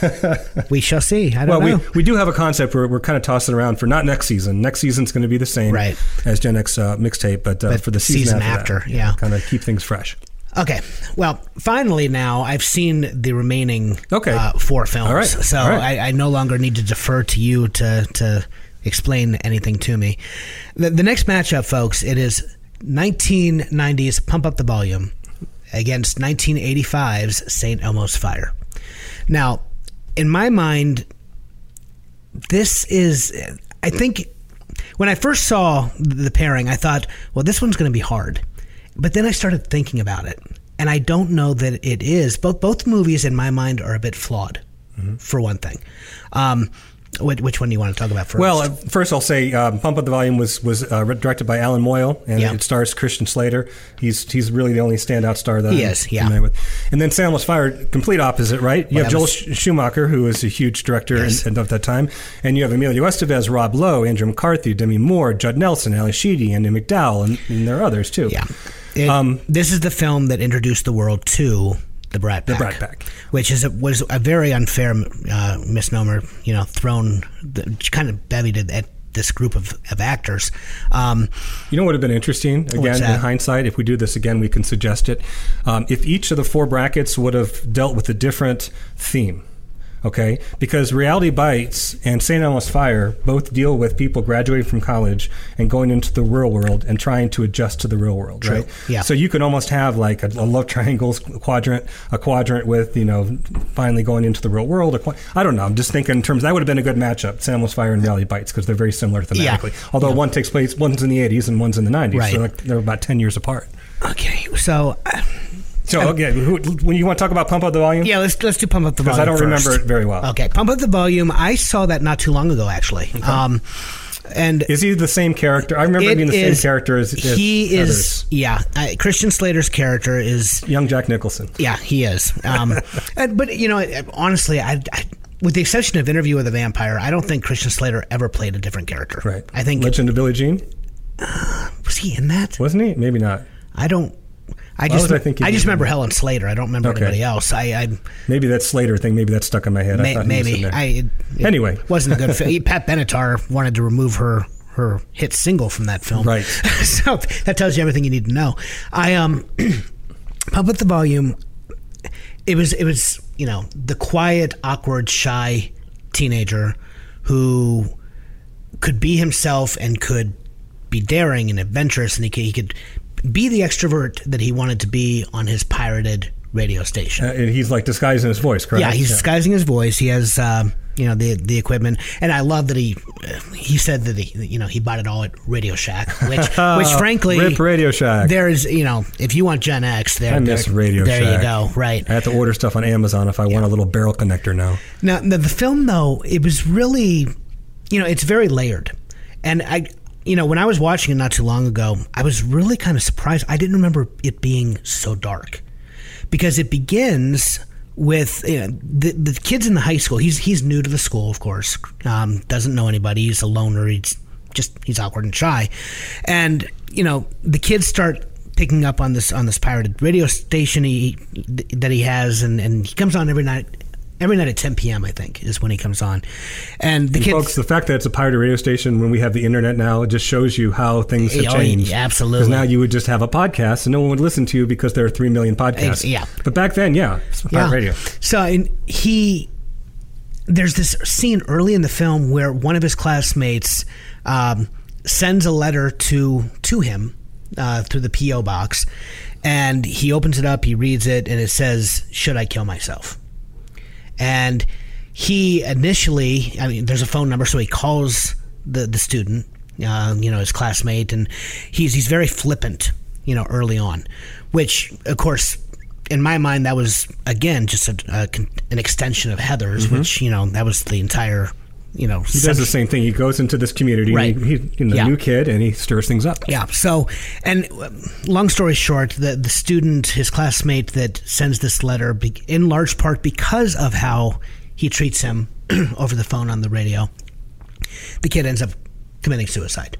Speaker 12: we shall see. I don't
Speaker 11: Well, we,
Speaker 12: know.
Speaker 11: we do have a concept we're, we're kind of tossing around for not next season. Next season's going to be the same
Speaker 12: Right.
Speaker 11: as Gen X uh, mixtape, but, uh,
Speaker 12: But
Speaker 11: for the season,
Speaker 12: season after, yeah.
Speaker 11: kind of keep things fresh.
Speaker 12: Okay. Well, finally now I've seen the remaining
Speaker 11: Okay.
Speaker 12: uh, four films.
Speaker 11: All right.
Speaker 12: So
Speaker 11: All right.
Speaker 12: I, I no longer need to defer to you to to explain anything to me. The, the next matchup, folks, it is 1990s Pump Up the Volume against 1985's St. Elmo's Fire. Now, in my mind, this is i think when i first saw the pairing i thought well this one's going to be hard but then i started thinking about it and i don't know that it is both both movies in my mind are a bit flawed
Speaker 11: Mm-hmm.
Speaker 12: for one thing. Um, which, which one do you want to talk about first?
Speaker 11: Well, uh, first I'll say um, Pump Up the Volume was was uh, directed by Alan Moyle, and
Speaker 12: Yeah.
Speaker 11: it stars Christian Slater. He's he's really the only standout star that
Speaker 12: He
Speaker 11: I'm
Speaker 12: is, yeah.
Speaker 11: familiar with. And then Soundless Fire, complete opposite, right? You
Speaker 12: Well,
Speaker 11: have
Speaker 12: that
Speaker 11: Joel
Speaker 12: was-
Speaker 11: Sch- Schumacher, who is a huge director and, and of that time, and you have Emilio Estevez, Rob Lowe, Andrew McCarthy, Demi Moore, Judd Nelson, Ali Sheedy, Andy McDowell, and, and there are others too. Yeah,
Speaker 12: It-
Speaker 11: um,
Speaker 12: this is the film that introduced the world to the Brat Pack,
Speaker 11: Brat Pack.
Speaker 12: which is a, was a very unfair uh, misnomer, you know, thrown the, kind of bevied at, at this group of, of actors. Um,
Speaker 11: You know what would have been interesting?
Speaker 12: What's
Speaker 11: Again,
Speaker 12: that?
Speaker 11: in hindsight, if we do this again, we can suggest it. Um, if each of the four brackets would have dealt with a different theme, okay? Because Reality Bites and St. Elmo's Fire both deal with people graduating from college and going into the real world and trying to adjust to the real world,
Speaker 12: True.
Speaker 11: right?
Speaker 12: Yeah.
Speaker 11: So you could almost have like a, a love triangles quadrant, a quadrant with, you know, finally going into the real world. Or qu- I don't know. I'm just thinking in terms, that would have been a good matchup, St. Elmo's Fire and Reality Bites, because they're very similar thematically.
Speaker 12: Yeah.
Speaker 11: Although one takes place, one's in the 80s and one's in the 90s.
Speaker 12: Right.
Speaker 11: So like, they're about 10 years apart.
Speaker 12: okay, so uh,
Speaker 11: So, okay, who, when you want to talk about Pump Up the Volume?
Speaker 12: yeah, let's let's do pump up the
Speaker 11: Because
Speaker 12: volume.
Speaker 11: I don't
Speaker 12: first.
Speaker 11: remember it very well.
Speaker 12: Okay, pump up the volume. I saw that not too long ago, actually. Um, and
Speaker 11: Is he the same character? I remember him
Speaker 12: it
Speaker 11: being the
Speaker 12: is-
Speaker 11: same character as, as
Speaker 12: he
Speaker 11: others.
Speaker 12: is. Yeah, uh, Christian Slater's character is
Speaker 11: young Jack Nicholson.
Speaker 12: Yeah, he is. Um, and, but you know, I- honestly, I, I, with the exception of Interview with a Vampire, I don't think Christian Slater ever played a different character.
Speaker 11: Right.
Speaker 12: I think
Speaker 11: Legend of Billie Jean?
Speaker 12: was he in that?
Speaker 11: Wasn't he? Maybe not.
Speaker 12: I don't. I
Speaker 11: Why
Speaker 12: just
Speaker 11: would I think he
Speaker 12: just
Speaker 11: did?
Speaker 12: remember Helen Slater. I don't remember
Speaker 11: Okay.
Speaker 12: anybody else. I, I
Speaker 11: Maybe that Slater thing, maybe that stuck in my head. I
Speaker 12: may,
Speaker 11: thought he was in
Speaker 12: maybe
Speaker 11: there.
Speaker 12: I it- it
Speaker 11: Anyway.
Speaker 12: wasn't a good film. Pat Benatar wanted to remove her her hit single from that film.
Speaker 11: Right.
Speaker 12: so that tells you everything you need to know. I um pump up the volume. It was it was you know the quiet, awkward, shy teenager who could be himself and could be daring and adventurous, and he could, he could be the extrovert that he wanted to be on his pirated radio station.
Speaker 11: Uh, and he's like disguising his voice, correct?
Speaker 12: Yeah, he's disguising his voice. He has, um, you know, the the equipment, and I love that he he said that he you know he bought it all at Radio Shack, which which frankly
Speaker 11: Oh, Rip Radio Shack.
Speaker 12: there is you know if you want Gen X there
Speaker 11: I miss
Speaker 12: there,
Speaker 11: Radio
Speaker 12: there
Speaker 11: Shack.
Speaker 12: you go right
Speaker 11: I have to order stuff on Amazon if I want a little barrel connector now.
Speaker 12: now the, the film though it was really you know it's very layered, and I you know when I was watching it not too long ago I was really kind of surprised I didn't remember it being so dark because it begins with you know, the the kids in the high school. He's he's new to the school, of course. Um, doesn't know anybody. He's a loner. He's just he's awkward and shy, and you know the kids start picking up on this on this pirated radio station he, that he has, and and he comes on every night. Every night at 10 p.m., I think, is when he comes on, and the
Speaker 11: And
Speaker 12: kids.
Speaker 11: folks, the fact that it's a pirate radio station when we have the internet now, it just shows you how things have
Speaker 12: Yeah, oh,
Speaker 11: changed.
Speaker 12: yeah, absolutely.
Speaker 11: Because now you would just have a podcast and no one would listen to you because there are three million podcasts.
Speaker 12: Ex- yeah.
Speaker 11: But back then, yeah, it's pirate radio.
Speaker 12: So and he there's this scene early in the film where one of his classmates um, sends a letter to to him uh, through the PO box, and he opens it up, he reads it, and it says, "Should I kill myself?" And he initially, I mean, there's a phone number, so he calls the the student, uh, you know, his classmate, and he's he's very flippant, you know, early on, which of course. In my mind, that was again just a, a, con- an extension of Heather's, which you know that was the entire, you know.
Speaker 11: Mm-hmm. He does the same thing. He goes into this community,
Speaker 12: Right.
Speaker 11: and he, he, you know,
Speaker 12: Yeah.
Speaker 11: new kid, and he stirs things up.
Speaker 12: Yeah. So, and uh, long story short, the the student, his classmate, that sends this letter, be, in large part because of how he treats him over the phone on the radio, the kid ends up committing suicide,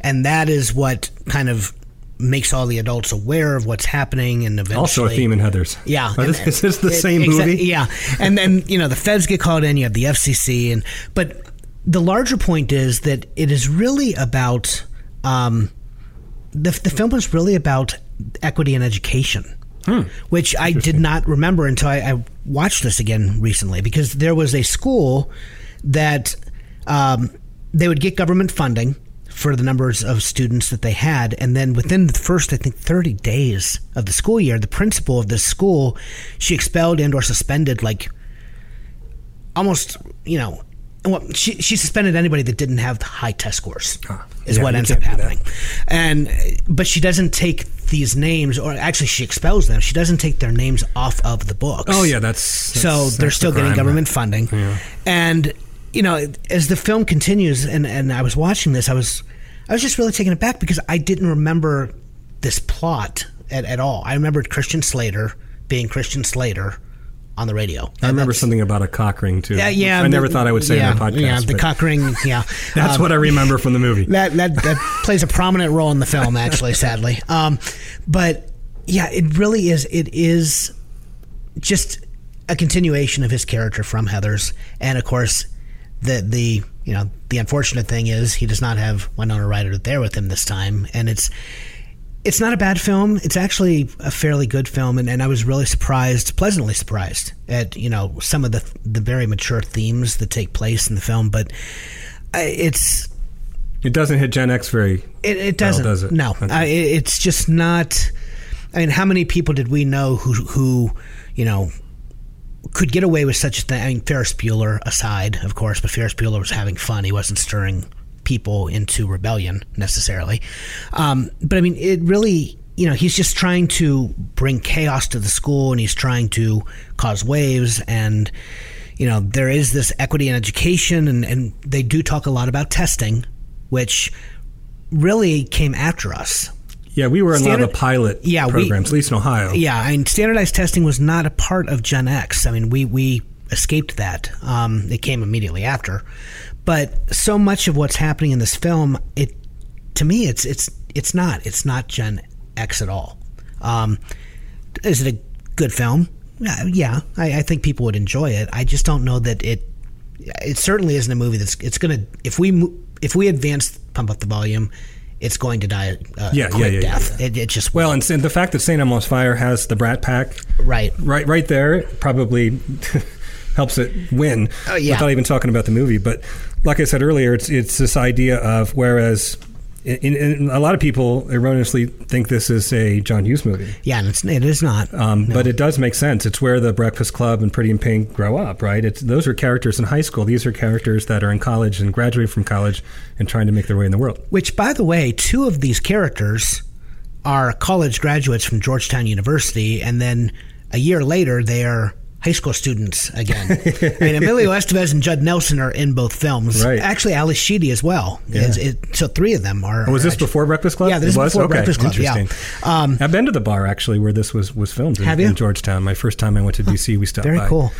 Speaker 12: and that is what kind of makes all the adults aware of what's happening, and eventually
Speaker 11: Also a theme in Heather's.
Speaker 12: yeah,
Speaker 11: Are
Speaker 12: and-
Speaker 11: this- is this the
Speaker 12: it-
Speaker 11: same
Speaker 12: exa-
Speaker 11: movie?
Speaker 12: Yeah, and then you know the feds get called in. You have the FCC, and but the larger point is that it is really about um, the the film was really about equity and education,
Speaker 11: Hmm.
Speaker 12: which I did not remember until I, I watched this again recently because there was a school that um, they would get government funding for the numbers of students that they had. And then within the first, I think, 30 days of the school year, the principal of this school, she expelled and or suspended like almost, you know, well, she, she suspended anybody that didn't have high test scores, is
Speaker 11: Ah. Yeah,
Speaker 12: what
Speaker 11: you
Speaker 12: ends up
Speaker 11: can't do that.
Speaker 12: happening. And but she doesn't take these names, or actually, she expels them. She doesn't take their names off of the books.
Speaker 11: Oh, yeah, that's-
Speaker 12: so
Speaker 11: that's-
Speaker 12: they're
Speaker 11: that's
Speaker 12: still
Speaker 11: the
Speaker 12: getting
Speaker 11: crime.
Speaker 12: government funding.
Speaker 11: Yeah.
Speaker 12: And you know, as the film continues, and and I was watching this, I was I was just really taken aback because I didn't remember this plot at, at all. I remembered Christian Slater being Christian Slater on the radio.
Speaker 11: I remember something about a cock ring too.
Speaker 12: Yeah, yeah.
Speaker 11: I never
Speaker 12: the-
Speaker 11: thought I would say
Speaker 12: yeah,
Speaker 11: in the podcast.
Speaker 12: Yeah, the
Speaker 11: but
Speaker 12: cock ring. Yeah,
Speaker 11: That's
Speaker 12: Um,
Speaker 11: what I remember from the movie.
Speaker 12: That that that plays a prominent role in the film, actually. Sadly, um, but yeah, it really is. It is just a continuation of his character from Heather's, and of course, the the you know the unfortunate thing is he does not have Winona Ryder there with him this time, and it's it's not a bad film. It's actually a fairly good film, and, and I was really surprised, pleasantly surprised at you know some of the the very mature themes that take place in the film. But uh, it's
Speaker 11: It doesn't hit Gen X very.
Speaker 12: it, it
Speaker 11: well,
Speaker 12: doesn't.
Speaker 11: does it?
Speaker 12: No,
Speaker 11: Okay.
Speaker 12: I- it- it's just not. I mean, how many people did we know who who you know could get away with such a thing? I mean, Ferris Bueller aside, of course, but Ferris Bueller was having fun. He wasn't stirring people into rebellion necessarily. Um, but I mean, it really. You know, he's just trying to bring chaos to the school, and he's trying to cause waves. And you know, there is this equity in education, and, and they do talk a lot about testing, which really came after us.
Speaker 11: Yeah, we were in a lot of
Speaker 12: Standard-
Speaker 11: the pilot
Speaker 12: Yeah, we-
Speaker 11: programs, at least in Ohio.
Speaker 12: Yeah, I mean, standardized testing was not a part of Gen X. I mean, we we escaped that. Um, it came immediately after, but so much of what's happening in this film, it to me, it's it's it's not it's not Gen X at all. Um, is it a good film? Yeah, yeah, I, I think people would enjoy it. I just don't know that it. It certainly isn't a movie that's. It's gonna if we mo- if we advance pump up the volume, it's going to die. Uh,
Speaker 11: Yeah, yeah,
Speaker 12: quick
Speaker 11: yeah, yeah,
Speaker 12: death. It, it just
Speaker 11: Well, and, and the fact that St. Elmo's Fire has the Brat Pack
Speaker 12: right,
Speaker 11: right, right there probably helps it win.
Speaker 12: Oh, yeah.
Speaker 11: Without even talking about the movie, but like I said earlier, it's it's this idea of whereas. In, in, a lot of people erroneously think this is a John Hughes movie,
Speaker 12: yeah, and it's it is not. Uh,
Speaker 11: um, but it does make sense. It's where the Breakfast Club and Pretty in Pink grow up, right? It's, those are characters in high school. These are characters that are in college and graduate from college and trying to make their way in the world.
Speaker 12: Which, by the way, two of these characters are college graduates from Georgetown University, and then a year later, they are high school students again. I mean, Emilio Estevez and Judd Nelson are in both films.
Speaker 11: Right.
Speaker 12: Actually, Ali Sheedy as well.
Speaker 11: Yeah.
Speaker 12: It's- it- so three of them are.
Speaker 11: Oh, was
Speaker 12: are
Speaker 11: this
Speaker 12: actually-
Speaker 11: before Breakfast Club?
Speaker 12: Yeah,
Speaker 11: It
Speaker 12: this is
Speaker 11: was?
Speaker 12: before
Speaker 11: Okay,
Speaker 12: Breakfast Club.
Speaker 11: Interesting.
Speaker 12: Yeah. Um,
Speaker 11: I've been to the bar actually where this was was filmed in,
Speaker 12: Have you?
Speaker 11: in Georgetown. My first time I went to DC, we stopped
Speaker 12: Very
Speaker 11: by.
Speaker 12: cool.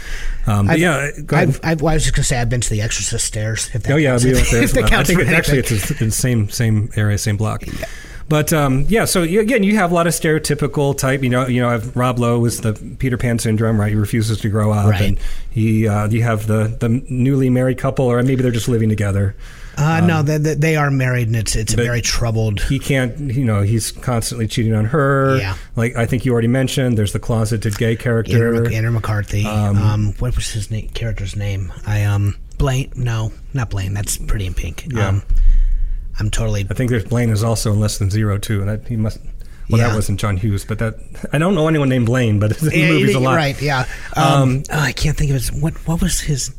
Speaker 11: Um, but
Speaker 12: I've-
Speaker 11: yeah, go ahead.
Speaker 12: I've, I've, well, I was just going to say I've been to the Exorcist stairs. If that
Speaker 11: oh yeah,
Speaker 12: counts.
Speaker 11: we went there.
Speaker 12: if
Speaker 11: as
Speaker 12: that
Speaker 11: well. I
Speaker 12: counts
Speaker 11: think
Speaker 12: for
Speaker 11: it, actually it's
Speaker 12: anything.
Speaker 11: in the same same area, same block. But um, yeah, so you, again, you have a lot of stereotypical type. You know, you know, I've, Rob Lowe was the Peter Pan syndrome, right? He refuses to grow up,
Speaker 12: Right.
Speaker 11: and he uh, you have the the newly married couple, or maybe they're just living together.
Speaker 12: Uh,
Speaker 11: um,
Speaker 12: no, they, they- they are married, and it's it's a very troubled.
Speaker 11: he can't you know he's constantly cheating on her
Speaker 12: Yeah.
Speaker 11: like i think you already mentioned there's the closeted gay character
Speaker 12: Andrew, Mc- Andrew McCarthy.
Speaker 11: Um,
Speaker 12: Um, what was his name, character's name? I um Blaine. No, not Blaine. That's Pretty in Pink.
Speaker 11: Yeah.
Speaker 12: Um, I'm totally.
Speaker 11: i think there's blaine is also in less than zero too and that he must well
Speaker 12: Yeah.
Speaker 11: that wasn't john hughes but that i don't know anyone named blaine but the
Speaker 12: Yeah,
Speaker 11: movie's
Speaker 12: you-
Speaker 11: a lot
Speaker 12: Right. Yeah. Um,
Speaker 11: Um,
Speaker 12: oh, I can't think of his. What What was his?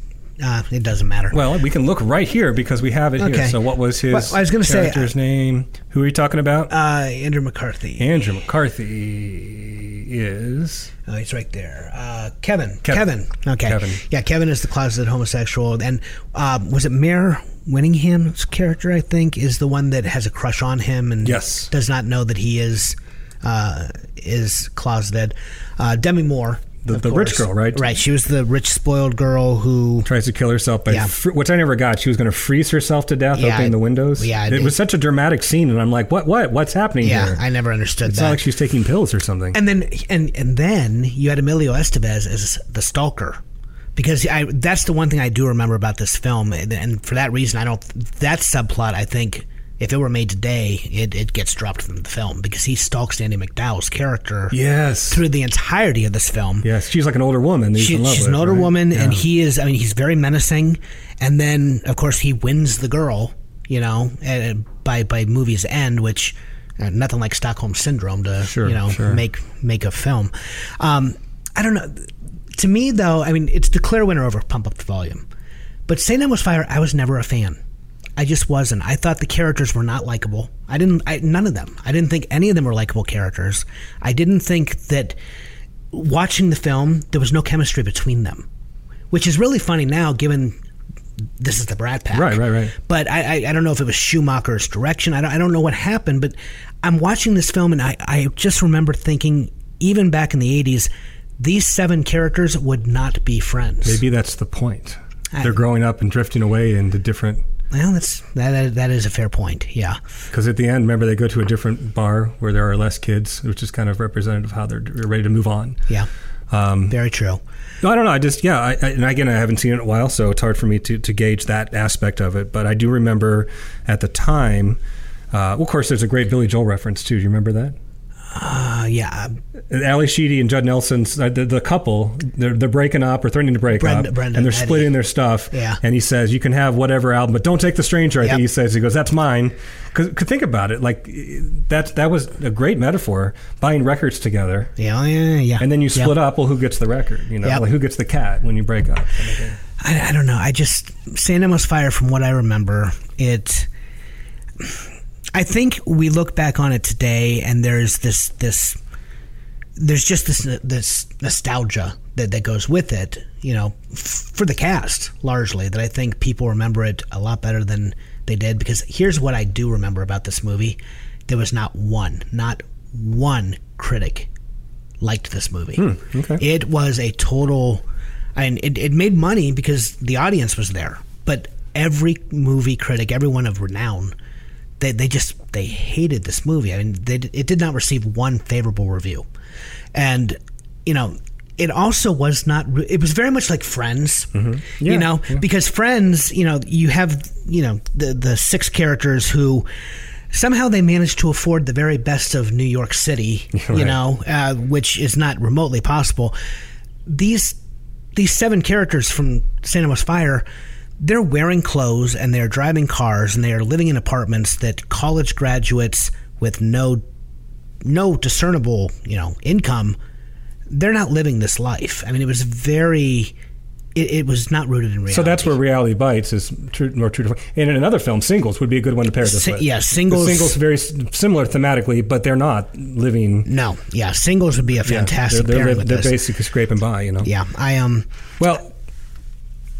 Speaker 12: Uh, it doesn't matter.
Speaker 11: well we can look right here because we have it here
Speaker 12: Okay.
Speaker 11: so what was his
Speaker 12: Well, I was gonna say,
Speaker 11: character's name who are you talking about
Speaker 12: Uh, Andrew McCarthy.
Speaker 11: andrew mccarthy is
Speaker 12: Oh, he's right there. Uh, Kevin.
Speaker 11: Kevin.
Speaker 12: Kevin. Okay.
Speaker 11: Kevin.
Speaker 12: Yeah, Kevin is the closeted homosexual, and um, was it Mayor Winningham's character? I think is the one that has a crush on him and
Speaker 11: Yes.
Speaker 12: does not know that he is uh, is closeted. Uh, Demi Moore.
Speaker 11: The-
Speaker 12: of
Speaker 11: the rich
Speaker 12: course.
Speaker 11: girl, right?
Speaker 12: Right. She was the rich, spoiled girl who.
Speaker 11: tries to kill herself by
Speaker 12: Yeah.
Speaker 11: fr- which I never got. She was going to freeze herself to death
Speaker 12: Yeah,
Speaker 11: opening the
Speaker 12: I-
Speaker 11: windows.
Speaker 12: yeah, I
Speaker 11: it
Speaker 12: did.
Speaker 11: was such a dramatic scene, and I'm like, what, what, what's happening
Speaker 12: Yeah,
Speaker 11: here?
Speaker 12: I never understood
Speaker 11: it's
Speaker 12: that.
Speaker 11: not like she's taking pills or something.
Speaker 12: and then and and then you had Emilio Estevez as the stalker because I that's the one thing I do remember about this film and, and for that reason I don't that subplot I think if it were made today it, it gets dropped from the film because he stalks Andy McDowell's character
Speaker 11: yes,
Speaker 12: through the entirety of this film
Speaker 11: yes, she's like an older woman. that he's
Speaker 12: she,
Speaker 11: in love
Speaker 12: she's
Speaker 11: with,
Speaker 12: an older
Speaker 11: right?
Speaker 12: woman,
Speaker 11: Yeah.
Speaker 12: and he is. I mean, he's very menacing. And then, of course, he wins the girl. You know, eh, by by movie's end, which uh, nothing like Stockholm syndrome to
Speaker 11: Sure,
Speaker 12: you know
Speaker 11: sure.
Speaker 12: make make a film. Um, I don't know. To me, though, I mean, it's the clear winner over Pump Up the Volume. But St. Elmo's Fire, I was never a fan. I just wasn't. I thought the characters were not likable. I didn't. I, none of them. I didn't think any of them were likable characters. I didn't think that watching the film there was no chemistry between them, which is really funny now, given this is the Brad Pack.
Speaker 11: Right, right, right.
Speaker 12: But I, I, I don't know if it was Schumacher's direction. I don't, I don't know what happened. But I'm watching this film and I, I just remember thinking, even back in the '80s, these seven characters would not be friends.
Speaker 11: Maybe that's the point.
Speaker 12: I-
Speaker 11: They're growing up and drifting away into different.
Speaker 12: Well, that's that, that. That is a fair point. Yeah.
Speaker 11: Because at the end, remember, they go to a different bar where there are less kids, which is kind of representative of how they're they're ready to move on.
Speaker 12: Yeah.
Speaker 11: Um,
Speaker 12: Very true.
Speaker 11: No, I don't know. I just yeah, I, I, and again, I haven't seen it in a while, so it's hard for me to, to gauge that aspect of it. But I do remember at the time. Uh, well, of course, there's a great Billy Joel reference too. Do you remember that?
Speaker 12: Uh, yeah.
Speaker 11: And Ali Sheedy and Judd Nelson's uh, the, the couple they're, they're breaking up or threatening to break
Speaker 12: Brenda-
Speaker 11: up,
Speaker 12: Brenda
Speaker 11: and they're
Speaker 12: and Eddie.
Speaker 11: splitting their stuff.
Speaker 12: Yeah.
Speaker 11: And he says, "You can have whatever album, but don't take the Stranger." I
Speaker 12: Yep.
Speaker 11: think he says, "He goes, that's mine." Because think about it, like that that was a great metaphor, buying records together,
Speaker 12: Yeah. Yeah. yeah.
Speaker 11: and then you
Speaker 12: Yep.
Speaker 11: split up. Well, who gets the record? You know,
Speaker 12: Yep.
Speaker 11: like who gets the cat when you break up?
Speaker 12: I, I don't know. I just San Amos Fire, from what I remember, it. I think we look back on it today, and there's this this there's just this this nostalgia that that goes with it. You know, f- for the cast largely, that I think people remember it a lot better than they did. Because here's what I do remember about this movie: there was not one, not one critic liked this movie.
Speaker 11: okay.
Speaker 12: It was a total, and it, it made money because the audience was there. But every movie critic, everyone of renown, they, they just they hated this movie. I mean, they, d- it did not receive one favorable review, and you know, it also was not. re- It was very much like Friends,
Speaker 11: Yeah,
Speaker 12: you know, because Friends, you know, you have you know the the six characters who. Somehow they managed to afford the very best of New York City, you
Speaker 11: Right.
Speaker 12: know, uh, which is not remotely possible. These these seven characters from Santa Monica Fire, they're wearing clothes and they're driving cars and they are living in apartments that college graduates with no no discernible, you know, income, they're not living this life. I mean, it was very it, it was not rooted in reality.
Speaker 11: So that's where reality bites is true, more true to. And in another film, singles would be a good one to pair this
Speaker 12: Si-
Speaker 11: with.
Speaker 12: yeah, Singles-
Speaker 11: The singles very s- similar thematically, but they're not living.
Speaker 12: no, yeah, singles would be a
Speaker 11: yeah,
Speaker 12: fantastic
Speaker 11: they're,
Speaker 12: pairing
Speaker 11: they're,
Speaker 12: with
Speaker 11: they're
Speaker 12: this.
Speaker 11: basically scraping by, you know.
Speaker 12: Yeah, I um,
Speaker 11: Well,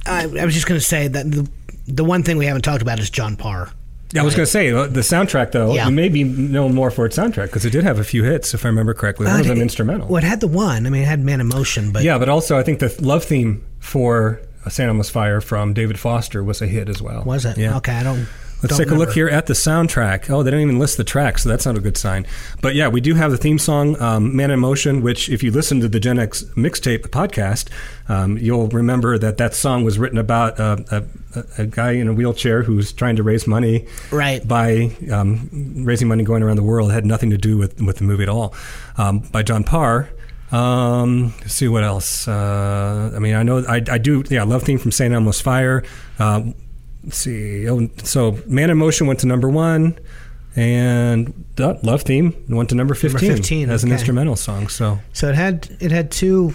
Speaker 12: I, I was just going to say that the the one thing we haven't talked about is John Parr.
Speaker 11: I was going to say uh, the soundtrack though
Speaker 12: Yeah.
Speaker 11: may be known more for its soundtrack because it did have a few hits, if I remember correctly. One of them instrumental.
Speaker 12: Well, it had the one. I mean, it had Man in Motion, but
Speaker 11: Yeah, but also I think the love theme for uh, San Almost Fire from David Foster was a hit as well.
Speaker 12: was it?
Speaker 11: Yeah.
Speaker 12: Okay, I don't.
Speaker 11: Let's
Speaker 12: don't
Speaker 11: take a
Speaker 12: remember.
Speaker 11: look here at the soundtrack. Oh, they don't even list the track, so that's not a good sign. But yeah, we do have the theme song, um, Man in Motion, which, if you listen to the Gen X mixtape podcast, um, you'll remember that that song was written about uh, a, a, a guy in a wheelchair who's trying to raise money
Speaker 12: Right.
Speaker 11: by um, raising money going around the world. It had nothing to do with, with the movie at all. Um, by John Parr. Um, let's see what else. Uh, I mean, I know I, I do. Yeah, love theme from St. Elmo's Fire. Um, let's see. Oh, So Man in Motion went to number one, and the love theme went to number fifteen,
Speaker 12: 15,
Speaker 11: as an
Speaker 12: okay.
Speaker 11: instrumental song. So,
Speaker 12: So it had it had two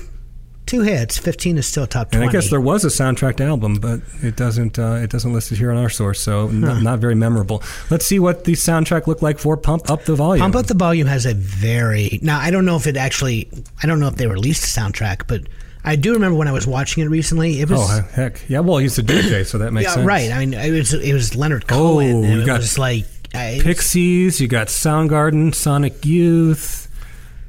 Speaker 12: two hits. Fifteen is still top
Speaker 11: and
Speaker 12: twenty.
Speaker 11: I guess there was a soundtracked album, but it doesn't uh, it doesn't list it here on our source, so not, not very memorable. Let's see what the soundtrack looked like for Pump Up the Volume.
Speaker 12: Pump Up the Volume has a very now. I don't know if it actually. I don't know if they released the soundtrack, but I do remember when I was watching it recently. It was.
Speaker 11: Oh he- heck, yeah. Well, he's a DJ, so that makes
Speaker 12: yeah,
Speaker 11: sense.
Speaker 12: right. I mean, it was it was Leonard
Speaker 11: Oh,
Speaker 12: Cohen. and
Speaker 11: you
Speaker 12: it
Speaker 11: got
Speaker 12: was like I,
Speaker 11: Pixies. You got Soundgarden, Sonic Youth.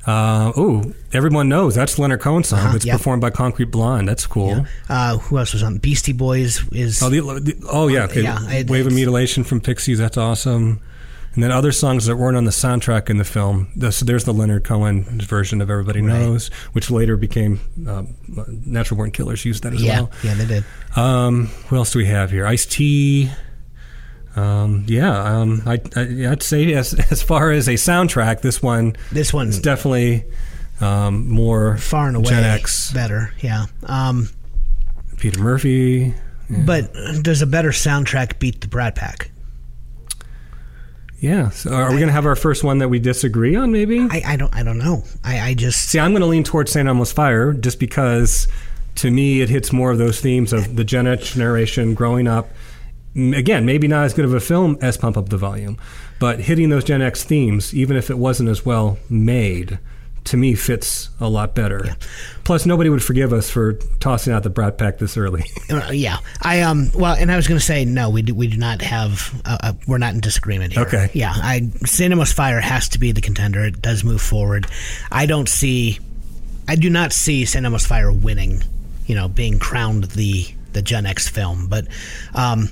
Speaker 11: Uh, oh, everyone knows that's Leonard Cohen's song.
Speaker 12: Uh-huh,
Speaker 11: it's
Speaker 12: yeah.
Speaker 11: performed by Concrete Blonde. That's cool.
Speaker 12: Uh, who else was on Beastie Boys? Is
Speaker 11: Oh, the, the, oh yeah, okay.
Speaker 12: Yeah, I-
Speaker 11: Wave of Mutilation from Pixies. That's awesome. And then other songs that weren't on the soundtrack in the film. The- So there's the Leonard Cohen version of Everybody Knows, which later became um, Natural Born Killers used that as
Speaker 12: yeah,
Speaker 11: well.
Speaker 12: yeah, they did.
Speaker 11: Um, what else do we have here? Ice tea. Um, yeah, um, I, I, I'd say as, as far as a soundtrack, this one
Speaker 12: This one
Speaker 11: is definitely um, more
Speaker 12: far and away
Speaker 11: Gen X.
Speaker 12: better. Yeah. Um,
Speaker 11: Peter Murphy.
Speaker 12: But does a better soundtrack beat the Brad Pack?
Speaker 11: Yeah. So are we going to have our first one that we disagree on? Maybe.
Speaker 12: I, I don't I don't know. I, I just
Speaker 11: See, I'm going to lean towards San Elmo's Fire just because to me, it hits more of those themes of the generation growing up. M- Again, maybe not as good of a film as Pump Up the Volume, but hitting those Gen X themes, even if it wasn't as well made, to me fits a lot better. Plus, nobody would forgive us for tossing out the Brat Pack this early.
Speaker 12: Uh, yeah, I um. Well, and I was going to say no. We do. We do not have. Uh, uh, we're not in disagreement here.
Speaker 11: Okay.
Speaker 12: Yeah. I Cinema's Fire has to be the contender. It does move forward. I don't see. I do not see Cinema's Fire winning. You know, being crowned the the Gen X film, but um,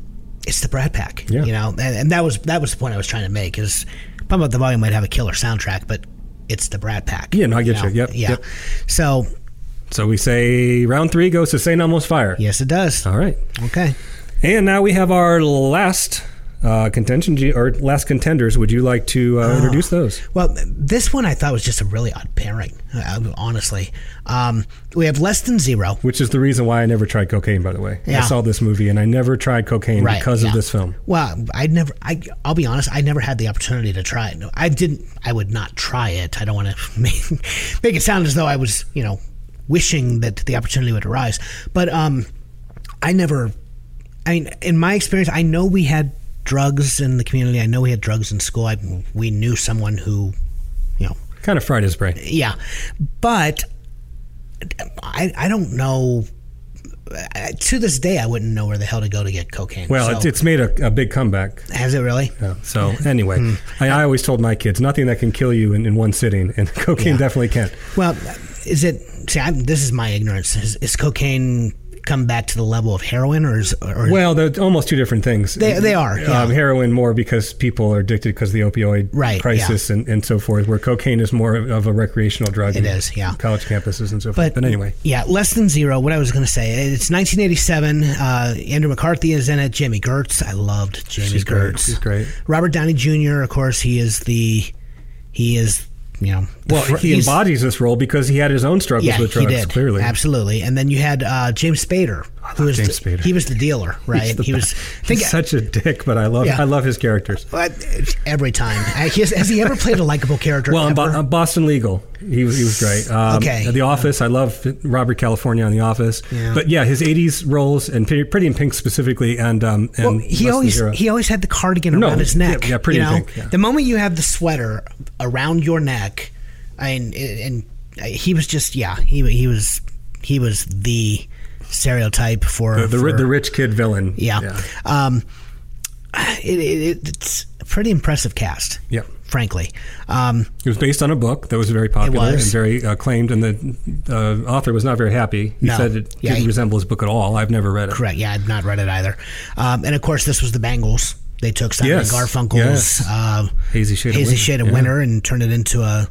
Speaker 12: it's the Brad Pack. Yeah. You know, and, and that was that was the point I was trying to make is Pump Up the Volume might have a killer soundtrack, but it's the Brad Pack.
Speaker 11: Yeah, no, I get you.
Speaker 12: know?
Speaker 11: Yep,
Speaker 12: Yeah.
Speaker 11: yep.
Speaker 12: So
Speaker 11: So we say round three goes to St. Elmo's Fire.
Speaker 12: Yes, it does.
Speaker 11: All right.
Speaker 12: okay.
Speaker 11: And now we have our last uh, contention ge- or last contenders. Would you like to uh, introduce those?
Speaker 12: Well, this one I thought was just a really odd pairing, uh, honestly. Um, we have less than zero.
Speaker 11: Which is the reason why I never tried cocaine, by the way. I
Speaker 12: Yeah.
Speaker 11: saw this movie and I never tried cocaine
Speaker 12: Right,
Speaker 11: because
Speaker 12: yeah.
Speaker 11: of this film.
Speaker 12: Well, I never. I I'll be honest. I never had the opportunity to try it. No, I didn't. I would not try it. I don't want to make, make it sound as though I was, you know, wishing that the opportunity would arise. But um, I never. I mean, in my experience, I know we had drugs in the community. I know we had drugs in school. I we knew someone who, you know,
Speaker 11: Kind of fried his brain.
Speaker 12: Yeah, but I I don't know. I- To this day, I wouldn't know where the hell to go to get cocaine.
Speaker 11: Well,
Speaker 12: So-
Speaker 11: it's, it's made a, a big comeback.
Speaker 12: has it really?
Speaker 11: Yeah, So anyway,
Speaker 12: Hmm.
Speaker 11: I, I always told my kids nothing that can kill you in, in one sitting, and cocaine
Speaker 12: Yeah.
Speaker 11: definitely can.
Speaker 12: Well, is it? See, I'm, this is my ignorance. Is, is cocaine come back to the level of heroin, or is or
Speaker 11: Well, they're almost two different things.
Speaker 12: They- they are, yeah.
Speaker 11: Um, heroin more because people are addicted because of the opioid
Speaker 12: Right,
Speaker 11: crisis and, and so forth, where cocaine is more of a recreational drug. in
Speaker 12: It is, yeah.
Speaker 11: College campuses and so forth.
Speaker 12: But-
Speaker 11: But anyway,
Speaker 12: Yeah, less than zero. What I was going to say, it's 1987. Uh, Andrew McCarthy is in it. Jamie Gertz. I loved Jamie
Speaker 11: she's
Speaker 12: Gertz.
Speaker 11: great. She's great.
Speaker 12: Robert Downey Jr. Of course, he is the he is you know the
Speaker 11: Well,
Speaker 12: fr-
Speaker 11: he
Speaker 12: he's-
Speaker 11: embodies this role because he had his own struggles
Speaker 12: yeah,
Speaker 11: with
Speaker 12: he
Speaker 11: drugs.
Speaker 12: did
Speaker 11: Clearly, Ah,
Speaker 12: absolutely. And then you had uh, James Spader, who was
Speaker 11: James
Speaker 12: the-
Speaker 11: Spader.
Speaker 12: he was the dealer, right?
Speaker 11: the
Speaker 12: he was.
Speaker 11: best.
Speaker 12: I
Speaker 11: He's
Speaker 12: think uh,
Speaker 11: such a dick, but I love
Speaker 12: Yeah.
Speaker 11: I love his characters.
Speaker 12: uh, every time Uh, he has, has he ever played a likable character?
Speaker 11: Well, in Bo-
Speaker 12: ever?
Speaker 11: uh, Boston Legal, he was he was great. Um,
Speaker 12: Okay.
Speaker 11: The Office, I love Robert California on The Office.
Speaker 12: Yeah.
Speaker 11: But yeah, his '80s roles and Pretty, Pretty in Pink specifically, and um, and
Speaker 12: Well,
Speaker 11: Less
Speaker 12: he
Speaker 11: Than
Speaker 12: always
Speaker 11: Zero.
Speaker 12: he always had the cardigan
Speaker 11: No,
Speaker 12: around his neck.
Speaker 11: yeah, yeah, pretty
Speaker 12: you know?
Speaker 11: pink, yeah.
Speaker 12: The moment you have the sweater around your neck, and and uh, he was just yeah he he was he was the stereotype for
Speaker 11: the, the, ri-
Speaker 12: for-
Speaker 11: the rich kid villain.
Speaker 12: yeah. Um, it, it, it's a pretty impressive cast,
Speaker 11: Yeah.
Speaker 12: frankly. Um,
Speaker 11: It was based on a book that was very popular
Speaker 12: was.
Speaker 11: and very uh, acclaimed, and the uh, author was not very happy. He
Speaker 12: No.
Speaker 11: said it
Speaker 12: Yeah,
Speaker 11: didn't
Speaker 12: he-
Speaker 11: resemble his book at all. I've never read it.
Speaker 12: Correct. Yeah, I'd not read it either. Um, and of course, this was the Bengals. They took Simon
Speaker 11: Yes,
Speaker 12: Garfunkel's
Speaker 11: yes.
Speaker 12: Uh,
Speaker 11: Hazy Shade of
Speaker 12: Hazy
Speaker 11: Winter,
Speaker 12: Shade of
Speaker 11: yeah.
Speaker 12: Winter and turned it into a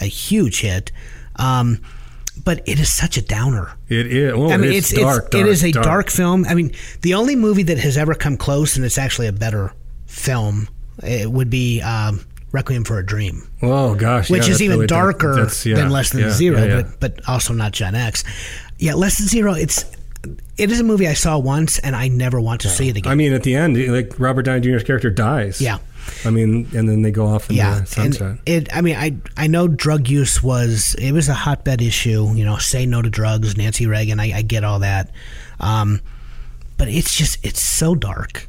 Speaker 12: a huge hit. Um, but it is such a downer.
Speaker 11: It is. Oh,
Speaker 12: I mean,
Speaker 11: it's,
Speaker 12: it's,
Speaker 11: dark,
Speaker 12: it's
Speaker 11: dark.
Speaker 12: it is a dark. film. I mean, the only movie that has ever come close, and it's actually a better film, it would be um, Requiem for a Dream
Speaker 11: Oh gosh,
Speaker 12: which
Speaker 11: yeah,
Speaker 12: is
Speaker 11: that's
Speaker 12: even
Speaker 11: really dark.
Speaker 12: darker
Speaker 11: That's- yeah,
Speaker 12: than Less Than
Speaker 11: yeah,
Speaker 12: Zero,
Speaker 11: yeah, yeah.
Speaker 12: But, but also not Gen X. Yeah, Less Than Zero. It's it is a movie I saw once and I never want to see it again.
Speaker 11: I mean, at the end, like Robert Downey Jr.'s character dies.
Speaker 12: Yeah.
Speaker 11: I mean, and then they go off in
Speaker 12: yeah,
Speaker 11: the
Speaker 12: and
Speaker 11: sunset.
Speaker 12: it. I mean, I I know drug use was it was a hotbed issue. You know, say no to drugs, Nancy Reagan. I, I get all that, um, but it's just it's so dark.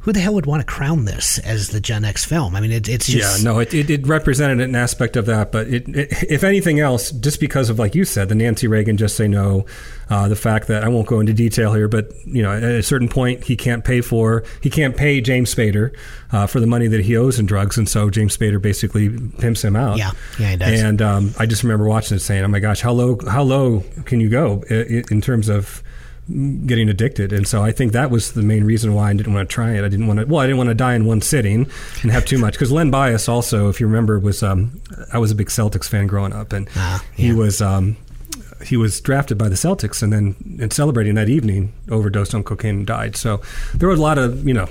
Speaker 12: Who the hell would want to crown this as the Gen X film? I mean, it, it's
Speaker 11: yeah,
Speaker 12: just
Speaker 11: no, it, it, it represented an aspect of that, but it, it, if anything else, just because of like you said, the Nancy Reagan just say no, uh, the fact that I won't go into detail here, but you know, at a certain point, he can't pay for he can't pay James Spader uh, for the money that he owes in drugs, and so James Spader basically pimps him out.
Speaker 12: Yeah. Yeah, he does.
Speaker 11: And um, I just remember watching it, saying, "Oh my gosh, how low how low can you go i- i- in terms of?" getting addicted. And so I think that was the main reason why I didn't want to try it. I didn't want to, well, I didn't want to die in one sitting and have too much. Because Len Bias also, if you remember, was, um, I was a big Celtics fan growing up and
Speaker 12: Ah,
Speaker 11: he was, um, he was drafted by the Celtics and then and celebrating that evening overdosed on cocaine and died. So there were a lot of, you know,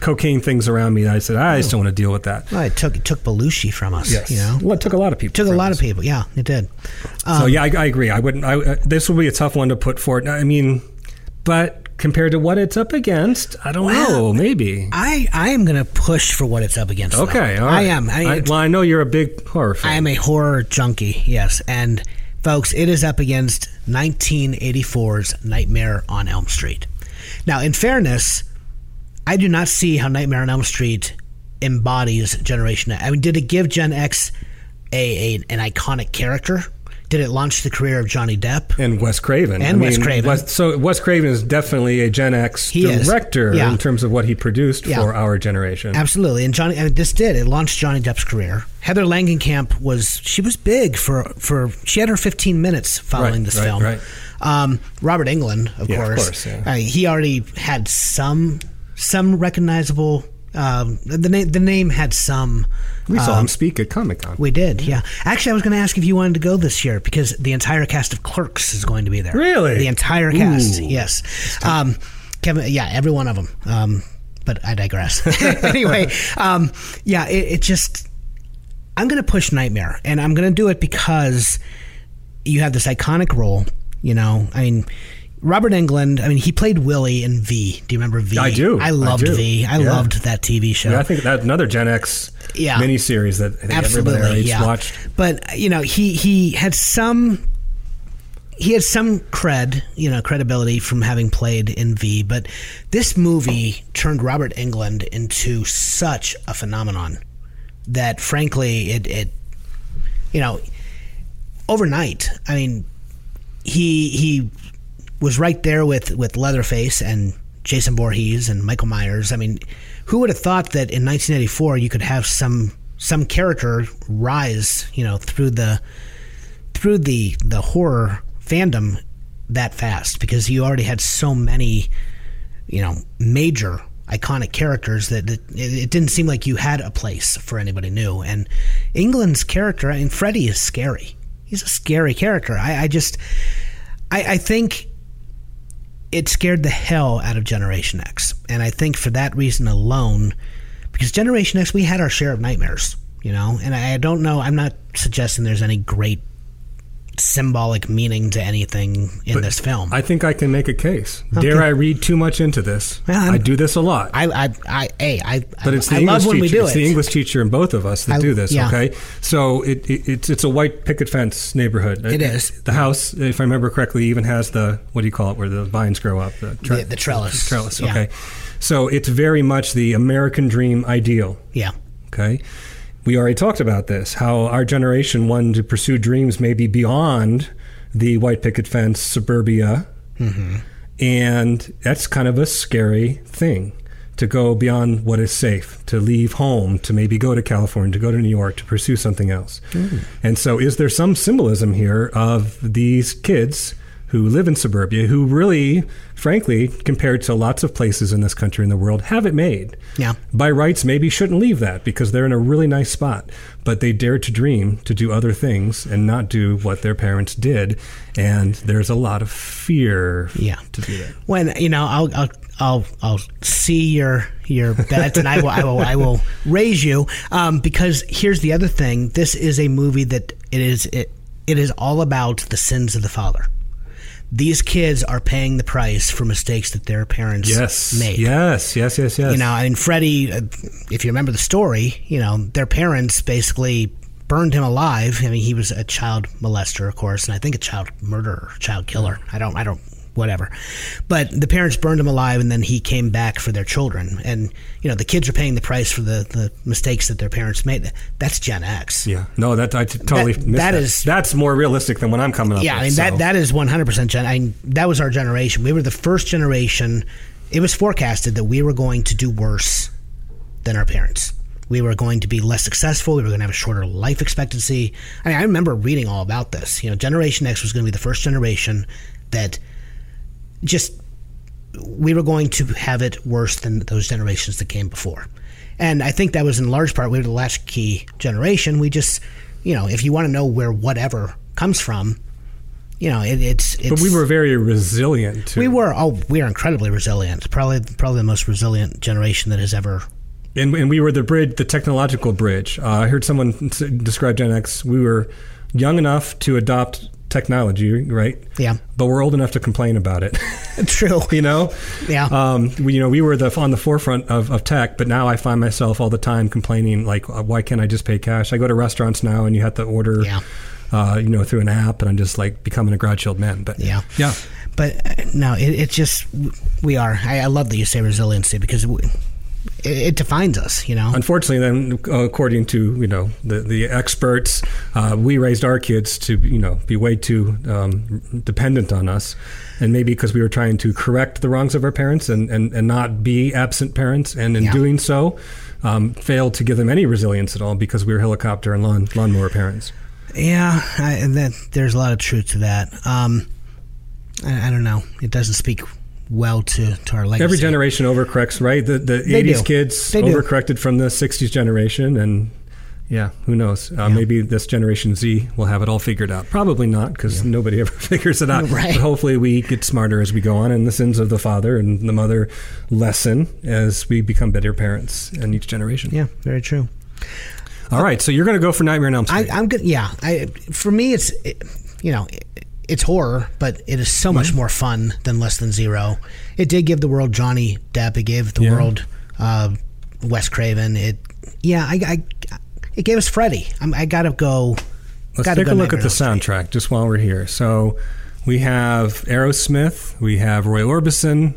Speaker 11: cocaine things around me. that I said, I just don't want to deal with that.
Speaker 12: Oh. Well, it took it took Belushi from us.
Speaker 11: Yes.
Speaker 12: You know,
Speaker 11: Well, it took a lot of people.
Speaker 12: took a
Speaker 11: from
Speaker 12: lot of
Speaker 11: us.
Speaker 12: people. Yeah, it did.
Speaker 11: so Oh, yeah, I, I agree. I wouldn't. I, uh, this will be a tough one to put forward. I mean, but compared to what it's up against, I don't
Speaker 12: Well,
Speaker 11: know. Maybe.
Speaker 12: I, I am going to push for what it's up against. though.
Speaker 11: okay. All right.
Speaker 12: I am. I,
Speaker 11: well, I know you're a big horror fan.
Speaker 12: I am a horror junkie. Yes, and Folks, it is up against 1984's Nightmare on Elm Street. Now, in fairness, I do not see how Nightmare on Elm Street embodies Generation X. I mean, did it give Gen X a, a an iconic character? Did it launch the career of Johnny Depp
Speaker 11: and Wes Craven?
Speaker 12: And
Speaker 11: I
Speaker 12: Wes
Speaker 11: mean,
Speaker 12: Craven.
Speaker 11: Wes- so Wes Craven is definitely a Gen X
Speaker 12: He is.
Speaker 11: director
Speaker 12: Yeah.
Speaker 11: in terms of what he produced
Speaker 12: Yeah.
Speaker 11: for our generation.
Speaker 12: Absolutely, and Johnny, and this did it launched Johnny Depp's career. Heather Langenkamp was she was big for for she had her 15 minutes following
Speaker 11: Right,
Speaker 12: this
Speaker 11: right,
Speaker 12: film.
Speaker 11: right.
Speaker 12: Um, Robert England, of
Speaker 11: Yeah, of
Speaker 12: course,
Speaker 11: course, yeah.
Speaker 12: I mean, he already had some some recognizable. Um, the name the name had some.
Speaker 11: We saw
Speaker 12: um,
Speaker 11: him speak at Comic Con.
Speaker 12: We did, yeah. Actually, I was going to ask if you wanted to go this year because the entire cast of Clerks is going to be there.
Speaker 11: Really?
Speaker 12: The entire cast,
Speaker 11: Ooh.
Speaker 12: yes. Um, Kevin, yeah, every one of them. Um, but I digress. anyway, um, yeah, it, it just. I'm going to push Nightmare, and I'm going to do it because you have this iconic role. You know, I mean, Robert Englund. I mean, he played Willie in V. Do you remember V?
Speaker 11: I do.
Speaker 12: I loved
Speaker 11: do.
Speaker 12: V. I
Speaker 11: Yeah.
Speaker 12: loved that TV show.
Speaker 11: Yeah, I think that another Gen X
Speaker 12: Yeah.
Speaker 11: miniseries that I think everybody our
Speaker 12: Absolutely,
Speaker 11: age
Speaker 12: yeah.
Speaker 11: watched.
Speaker 12: But you know, he he had some he had some cred, you know, credibility from having played in V. But this movie turned Robert England into such a phenomenon that, frankly, it it you know, overnight. I mean, he he was right there with with Leatherface and Jason Voorhees and Michael Myers. I mean, who would have thought that in 1984 you could have some some character rise, you know, through the through the the horror fandom that fast because you already had so many, you know, major iconic characters that, that it, it didn't seem like you had a place for anybody new. And England's character, I mean, Freddy is scary. He's a scary character. I, I just, I, I think it scared the hell out of Generation X. And I think for that reason alone, because Generation X, we had our share of nightmares, you know? And I, I don't know, I'm not suggesting there's any great symbolic meaning to anything in
Speaker 11: But
Speaker 12: this film.
Speaker 11: I think I can make a case.
Speaker 12: Okay.
Speaker 11: Dare I read too much into this?
Speaker 12: Well, I'm-
Speaker 11: I do this a lot.
Speaker 12: I, I, I, hey, I,
Speaker 11: But it's the
Speaker 12: I
Speaker 11: English
Speaker 12: love
Speaker 11: teacher.
Speaker 12: when we do
Speaker 11: it's
Speaker 12: it.
Speaker 11: the English teacher in both of us that
Speaker 12: I-
Speaker 11: do this.
Speaker 12: yeah.
Speaker 11: Okay, so it, it, it's it's a white picket fence neighborhood. Uh,
Speaker 12: It is.
Speaker 11: The house, if I remember correctly, even has the what do you call it, where the vines grow up?
Speaker 12: The- the trellis.
Speaker 11: Trellis.
Speaker 12: Yeah.
Speaker 11: Okay, so it's very much the American dream ideal.
Speaker 12: Yeah.
Speaker 11: Okay. We already talked about this how our generation wanted to pursue dreams maybe beyond the white picket fence suburbia. And that's kind of a scary thing to go beyond what is safe, to leave home, to maybe go to California, to go to New York, to pursue something else. And so, is there some symbolism here of these kids? Who live in suburbia, who really, frankly, compared to lots of places in this country and the world, have it made
Speaker 12: Yeah.
Speaker 11: by rights maybe shouldn't leave that because they're in a really nice spot but they dare to dream to do other things and not do what their parents did and there's a lot of fear
Speaker 12: Yeah.
Speaker 11: to do that
Speaker 12: when you know I'll I'll I'll, I'll see your your bets and I will I will I will raise you um, because here's the other thing this is a movie that it is it it is all about the sins of the father these kids are paying the price for mistakes that their parents
Speaker 11: yes
Speaker 12: made
Speaker 11: yes yes yes yes
Speaker 12: you know I mean Freddie uh, if you remember the story you know their parents basically burned him alive I mean he was a child molester of course and I think a child murderer child killer I don't I don't whatever but the parents burned him alive and then he came back for their children and you know the kids are paying the price for the, the mistakes that their parents made that's Gen X
Speaker 11: yeah no that i t- totally
Speaker 12: That-
Speaker 11: missed
Speaker 12: that
Speaker 11: that
Speaker 12: is-
Speaker 11: that's more realistic than what i'm coming up
Speaker 12: yeah,
Speaker 11: with
Speaker 12: I mean
Speaker 11: so-
Speaker 12: that that is one hundred percent. Gen. I mean, that was our generation. We were the first generation. It was forecasted that we were going to do worse than our parents. We were going to be less successful. We were going to have a shorter life expectancy. I mean, I remember reading all about this. You know, Generation X was going to be the first generation that just we were going to have it worse than those generations that came before. And I think that was in large part we were the latchkey generation. We just, you know, if you want to know where whatever comes from, you know, it, it's, it's.
Speaker 11: but we were very resilient too.
Speaker 12: We were. Oh, we are incredibly resilient. Probably, probably the most resilient generation that has ever.
Speaker 11: and, and we were the bridge, the technological bridge. Uh, I heard someone s- describe Gen X. We were young enough to adopt technology, right?
Speaker 12: Yeah.
Speaker 11: But we're old enough to complain about it.
Speaker 12: True.
Speaker 11: you know,
Speaker 12: Yeah.
Speaker 11: um, we, you know, we were the on the forefront of, of tech, but now I find myself all the time complaining, like, uh, why can't I just pay cash? I go to restaurants now, and you have to order.
Speaker 12: Yeah.
Speaker 11: uh, you know, through an app, and I'm just like becoming a grouchy old man. But
Speaker 12: yeah,
Speaker 11: yeah.
Speaker 12: But uh, no, it, it's just we are. I, I love that you say resiliency because we, it, it defines us. You know,
Speaker 11: Unfortunately, then, according to you know the the experts, uh, we raised our kids to you know be way too um, dependent on us, and maybe because we were trying to correct the wrongs of our parents and and, and not be absent parents, and in
Speaker 12: Yeah.
Speaker 11: doing so, um, failed to give them any resilience at all because we were helicopter and lawn lawnmower parents.
Speaker 12: Yeah, I, and that there's a lot of truth to that. Um, I, I don't know. It doesn't speak well to, to our legacy.
Speaker 11: Every generation overcorrects, right? The the
Speaker 12: They do.
Speaker 11: '80s kids
Speaker 12: They do.
Speaker 11: overcorrected from the '60s generation, and yeah, who knows? Uh, Maybe this generation Z will have it all figured out. Probably not, because nobody ever figures it out.
Speaker 12: Right.
Speaker 11: But hopefully, we get smarter as we go on, and the sins of the father and the mother lessen as we become better parents in each generation.
Speaker 12: Yeah, very true.
Speaker 11: All right, so you're going to go for Nightmare on Elm
Speaker 12: I,
Speaker 11: Street.
Speaker 12: I'm good. Yeah, I for me it's it, you know it, it's horror, but it is so
Speaker 11: Mm-hmm.
Speaker 12: much more fun than Less Than Zero. It did give the world Johnny Depp. It gave the
Speaker 11: Yeah.
Speaker 12: world uh, Wes Craven. It yeah, I, I it gave us Freddy. I'm, I gotta go.
Speaker 11: Let's
Speaker 12: gotta
Speaker 11: take
Speaker 12: go
Speaker 11: a look at
Speaker 12: Nightmare
Speaker 11: the
Speaker 12: on Elm Street.
Speaker 11: soundtrack just while we're here. So we have Aerosmith, we have Roy Orbison,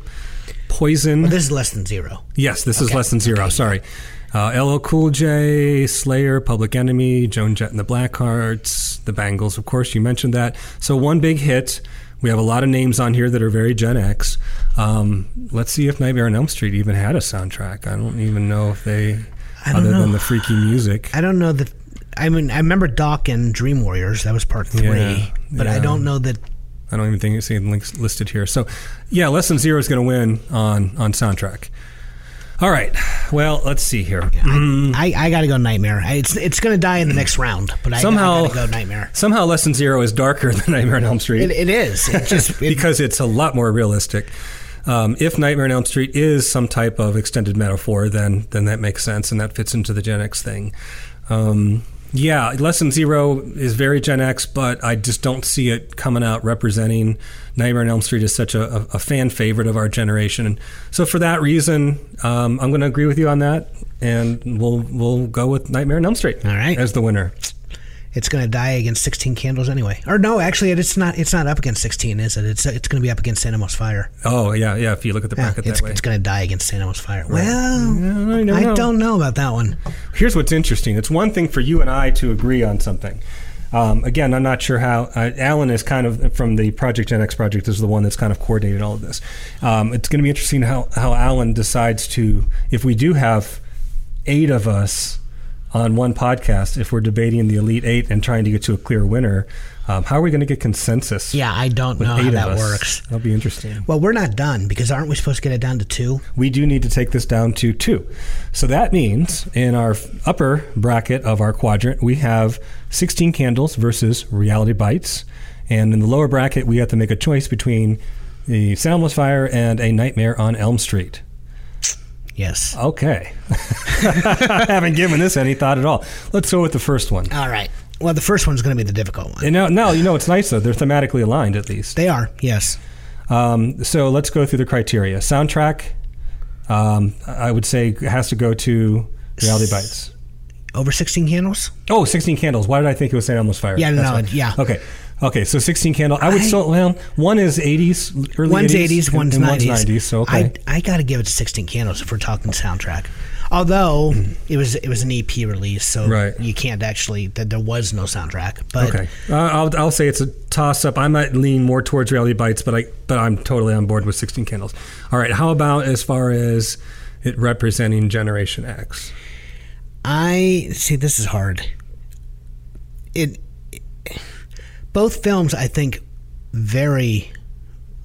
Speaker 11: Poison.
Speaker 12: Well, this is Less Than Zero.
Speaker 11: Yes, this is
Speaker 12: Okay.
Speaker 11: less than zero. Sorry. Uh, LL Cool J, Slayer, Public Enemy, Joan Jett and the Blackhearts, the Bangles, of course, you mentioned that. So one big hit. We have a lot of names on here that are very Gen X. Um, let's see if Nightmare on Elm Street even had a soundtrack. I don't even know if they,
Speaker 12: I don't
Speaker 11: other
Speaker 12: know.
Speaker 11: than the freaky music.
Speaker 12: I don't know that. I mean, I remember Doc and Dream Warriors. That was part three,
Speaker 11: Yeah,
Speaker 12: but I
Speaker 11: yeah.
Speaker 12: don't know that.
Speaker 11: I don't even think it's even links listed here. So, yeah, Less Than Zero is going to win on, on soundtrack. All right. Well, let's see here.
Speaker 12: I, I gotta go Nightmare. I, it's it's gonna die in the next round, but I,
Speaker 11: Somehow-
Speaker 12: I gotta go Nightmare.
Speaker 11: Somehow, Less Than Zero is darker than Nightmare on Elm Street.
Speaker 12: It, it is. It just it,
Speaker 11: because it's a lot more realistic. Um, if Nightmare on Elm Street is some type of extended metaphor, then then that makes sense and that fits into the Gen X thing. Um, yeah, Lesson Zero is very Gen X, but I just don't see it coming out representing Nightmare on Elm Street is such a, a, a fan favorite of our generation. And so for that reason, um, I'm going to agree with you on that, and we'll we'll go with Nightmare on Elm Street
Speaker 12: all right.
Speaker 11: as the winner.
Speaker 12: It's gonna die against Sixteen Candles anyway. Or no, actually, it- it's not. It's not up against Sixteen, is it? It's it's gonna be up against Santa's Fire.
Speaker 11: Oh yeah, yeah. If you look at the
Speaker 12: Yeah,
Speaker 11: bracket
Speaker 12: it's,
Speaker 11: that way,
Speaker 12: it's gonna die against Santa's Fire. Well,
Speaker 11: Yeah, I don't
Speaker 12: I
Speaker 11: know.
Speaker 12: don't know about that one.
Speaker 11: Here's what's interesting. It's one thing for you and I to agree on something. Um, again, I'm not sure how. Uh, Alan is kind of from the Project Gen X project is the one that's kind of coordinated all of this. Um, it's going to be interesting how how Alan decides to if we do have eight of us on one podcast if we're debating the elite eight and trying to get to a clear winner. Um, how are we going to get consensus?
Speaker 12: Yeah, I don't
Speaker 11: with
Speaker 12: know
Speaker 11: eight
Speaker 12: how
Speaker 11: of
Speaker 12: that
Speaker 11: us?
Speaker 12: works.
Speaker 11: That'll be interesting
Speaker 12: Well, we're not done because aren't we supposed to get it down to two?
Speaker 11: we do need to take this down to two. So that means in our upper bracket of our quadrant, we have 16 candles versus reality bites. And in the lower bracket, we have to make a choice between the soundless fire and a nightmare on Elm Street.
Speaker 12: Yes.
Speaker 11: Okay. I haven't given this any thought at all. Let's go with the first one.
Speaker 12: All right. Well, the first one's gonna be the difficult one.
Speaker 11: And now, now, you know, it's nice though. They're thematically aligned at least.
Speaker 12: They are. Yes.
Speaker 11: Um, so let's go through the criteria. Soundtrack, um, I would say, has to go to reality bites.
Speaker 12: Over Sixteen Candles.
Speaker 11: Oh, 16 candles. Why did I think it was St. Elmo's Fire?
Speaker 12: Yeah, no,
Speaker 11: That's
Speaker 12: no,
Speaker 11: why.
Speaker 12: yeah.
Speaker 11: Okay. Okay, so 16 candle. I would
Speaker 12: I-
Speaker 11: still, well, one is 80s, early
Speaker 12: one's
Speaker 11: 80s,
Speaker 12: eighties,
Speaker 11: and-
Speaker 12: one's
Speaker 11: and
Speaker 12: nineties.
Speaker 11: One's 90s, so okay.
Speaker 12: I, I got to give it to Sixteen Candles if we're talking soundtrack. Although it was it was an EP release,
Speaker 11: Mm.
Speaker 12: so
Speaker 11: Right.
Speaker 12: you can't actually that there was no soundtrack. But
Speaker 11: okay. Uh, I'll, I'll say it's a toss up. I might lean more towards Reality Bites, but, I, but I'm totally on board with 16 candles. All right, how about as far as it representing Generation X?
Speaker 12: I see this is hard. It, both films I think very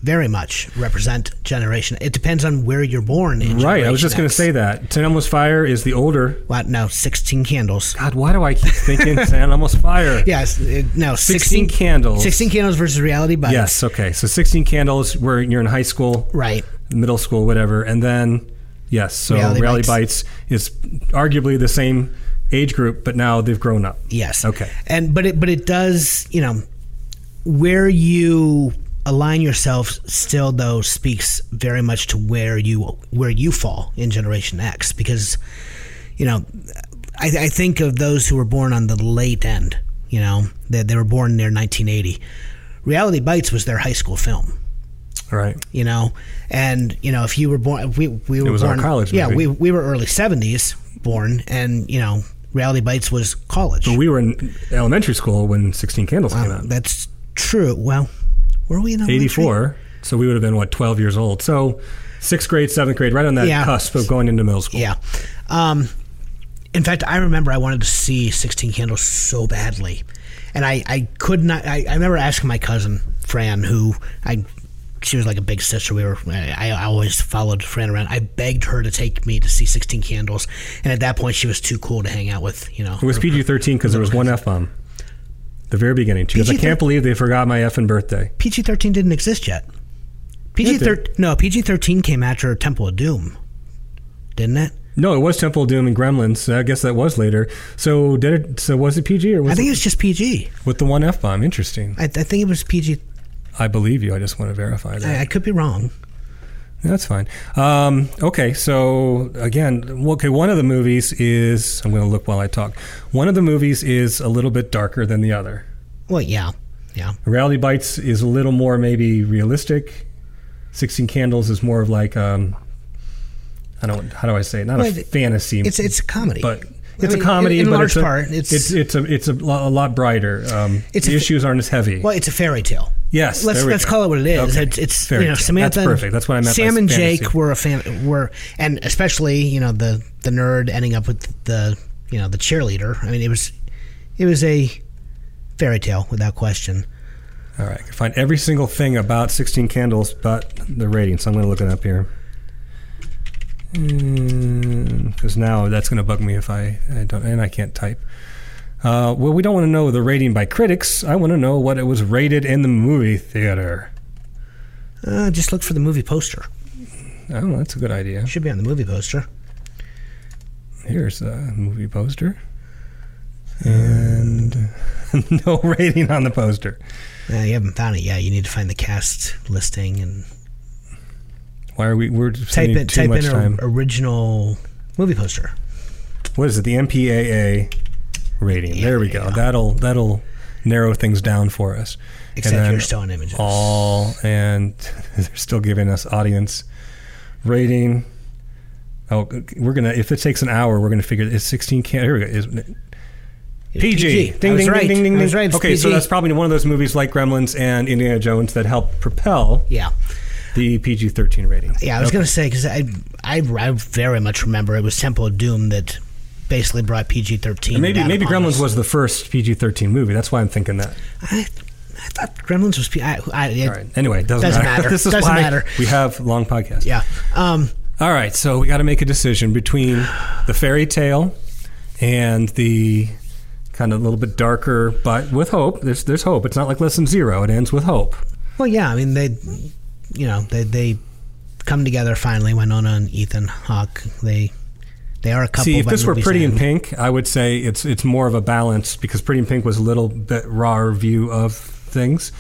Speaker 12: very much represent generation. It depends on where you're born. In
Speaker 11: Right, I was just going to
Speaker 12: Generation
Speaker 11: say
Speaker 12: X.
Speaker 11: that. St. Elmo's Fire is the older.
Speaker 12: What? No, Sixteen Candles.
Speaker 11: God, why do I keep thinking St. Elmo's Fire?
Speaker 12: Yes. it- no.
Speaker 11: 16 candles.
Speaker 12: Sixteen Candles versus Reality Bites.
Speaker 11: Yes, okay. So 16 candles where you're in high school.
Speaker 12: Right.
Speaker 11: middle school, whatever. And then, yes, so
Speaker 12: Reality
Speaker 11: Reality,
Speaker 12: Bites.
Speaker 11: Bites. is arguably the same age group, but now they've grown up.
Speaker 12: Yes.
Speaker 11: Okay.
Speaker 12: And but it but it does you know where you align yourself still though speaks very much to where you where you fall in Generation X because you know I, I think of those who were born on the late end You know, they, they were born there in 1980. Reality Bites was their high school film.
Speaker 11: Right.
Speaker 12: You know, and you know if you were born, we we were
Speaker 11: was our
Speaker 12: born
Speaker 11: college
Speaker 12: Yeah,
Speaker 11: movie.
Speaker 12: we we were early 70s born, and you know, Reality Bites was college.
Speaker 11: But we were in elementary school when 16 Candles came out.
Speaker 12: That's true. Well, were we in elementary?
Speaker 11: 84. So we would have been, what, 12 years old? So sixth grade, seventh grade, right on that
Speaker 12: Yeah.
Speaker 11: cusp of going into middle school.
Speaker 12: Yeah. Um, in fact, I remember I wanted to see 16 Candles so badly. And I, I could not, I, I remember asking my cousin, Fran, who I, she was like a big sister. We were, I, I always followed Fran around. I begged her to take me to see 16 Candles. And at that point, she was too cool to hang out with, you know.
Speaker 11: It was PG 13 because there was one F bomb. The very beginning. She goes, I
Speaker 12: PG-13
Speaker 11: can't believe they forgot my effing birthday.
Speaker 12: PG 13 didn't exist yet. PG 13, no, PG 13 came after Temple of Doom, didn't it?
Speaker 11: No, it was Temple of Doom and Gremlins. so I guess that was later. So did it? So was it PG or was
Speaker 12: I think
Speaker 11: it,
Speaker 12: it was just PG.
Speaker 11: with the one F bomb? Interesting.
Speaker 12: I, I think it was PG.
Speaker 11: I believe you. I just want to verify that.
Speaker 12: I, I could be wrong.
Speaker 11: That's fine. Um, okay, so again, okay, one of the movies is I'm going to look while I talk. One of the movies is a little bit darker than the other.
Speaker 12: Well, yeah. Yeah.
Speaker 11: Reality Bites is a little more maybe realistic. Sixteen Candles is more of like um, I don't how do I say it? Not
Speaker 12: Well,
Speaker 11: a fantasy.
Speaker 12: it's- it's a comedy.
Speaker 11: but
Speaker 12: I
Speaker 11: it's
Speaker 12: mean,
Speaker 11: a comedy.
Speaker 12: in- in
Speaker 11: but
Speaker 12: large
Speaker 11: it's a,
Speaker 12: part, it's-
Speaker 11: it's it's a it's a, lo- a lot brighter. Um,
Speaker 12: It's
Speaker 11: the
Speaker 12: a-
Speaker 11: issues aren't as heavy.
Speaker 12: Well, it's a fairy tale.
Speaker 11: Yes,
Speaker 12: let's
Speaker 11: there we
Speaker 12: let's
Speaker 11: go.
Speaker 12: call it what it is.
Speaker 11: Okay.
Speaker 12: It's, it's
Speaker 11: Fairy
Speaker 12: you know
Speaker 11: tale.
Speaker 12: Samantha.
Speaker 11: That's
Speaker 12: and-
Speaker 11: perfect. That's what I meant by
Speaker 12: Sam and
Speaker 11: fantasy.
Speaker 12: Jake were a fan. Were and especially you know the the nerd ending up with the you know the cheerleader. I mean, it was it was a fairy tale without question.
Speaker 11: All right, I can find every single thing about 16 Candles, but the rating. So I'm going to look it up here. Because Mm, now that's going to bug me if I, I don't, and I can't type. Uh, well, we don't want to know the rating by critics. I want to know what it was rated in the movie theater.
Speaker 12: Uh, just look for the movie poster.
Speaker 11: Oh, that's a good idea.
Speaker 12: It should be on the movie poster.
Speaker 11: Here's a movie poster. And no rating on the poster.
Speaker 12: Uh, you haven't found it yet. You need to find the cast listing and
Speaker 11: Why are we? We're
Speaker 12: type
Speaker 11: spending
Speaker 12: in
Speaker 11: too
Speaker 12: type
Speaker 11: much
Speaker 12: in
Speaker 11: time.
Speaker 12: or, original movie poster.
Speaker 11: what is it? The MPAA rating. there we go. That'll that'll narrow things down for us. And
Speaker 12: Except
Speaker 11: then
Speaker 12: you're still on images.
Speaker 11: All and they're still giving us audience rating. Oh, we're gonna. If it takes an hour, we're gonna figure. It's sixteen. Can here we go. Is,
Speaker 12: It's
Speaker 11: PG.
Speaker 12: PG. I
Speaker 11: Ding,
Speaker 12: was
Speaker 11: ding,
Speaker 12: right.
Speaker 11: ding, ding, ding,
Speaker 12: I was right. It's
Speaker 11: Okay, so
Speaker 12: PG.
Speaker 11: that's probably one of those movies like Gremlins and Indiana Jones that helped propel
Speaker 12: Yeah.
Speaker 11: the PG thirteen rating.
Speaker 12: Yeah, I was
Speaker 11: Okay.
Speaker 12: gonna say because I, I I very much remember it was Temple of Doom that basically brought PG thirteen.
Speaker 11: And maybe maybe Gremlins was the first PG thirteen movie. That's why I'm thinking that.
Speaker 12: I, I thought Gremlins was. P- I, I, it,
Speaker 11: All right. Anyway, it doesn't,
Speaker 12: Doesn't
Speaker 11: matter.
Speaker 12: matter.
Speaker 11: this is
Speaker 12: Doesn't
Speaker 11: why
Speaker 12: matter.
Speaker 11: we have long podcasts.
Speaker 12: Yeah. Um.
Speaker 11: All right, so we got to make a decision between the fairy tale and the kind of a little bit darker, but with hope. There's there's hope. It's not like lesson zero. It ends with hope.
Speaker 12: Well, yeah. I mean, they, you know, they they come together finally. Winona and Ethan Hawke. They they are a couple.
Speaker 11: See, if
Speaker 12: by
Speaker 11: this were
Speaker 12: movie's
Speaker 11: Pretty in
Speaker 12: end.
Speaker 11: Pink, I would say it's it's more of a balance because Pretty in Pink was a little bit rawer view of things.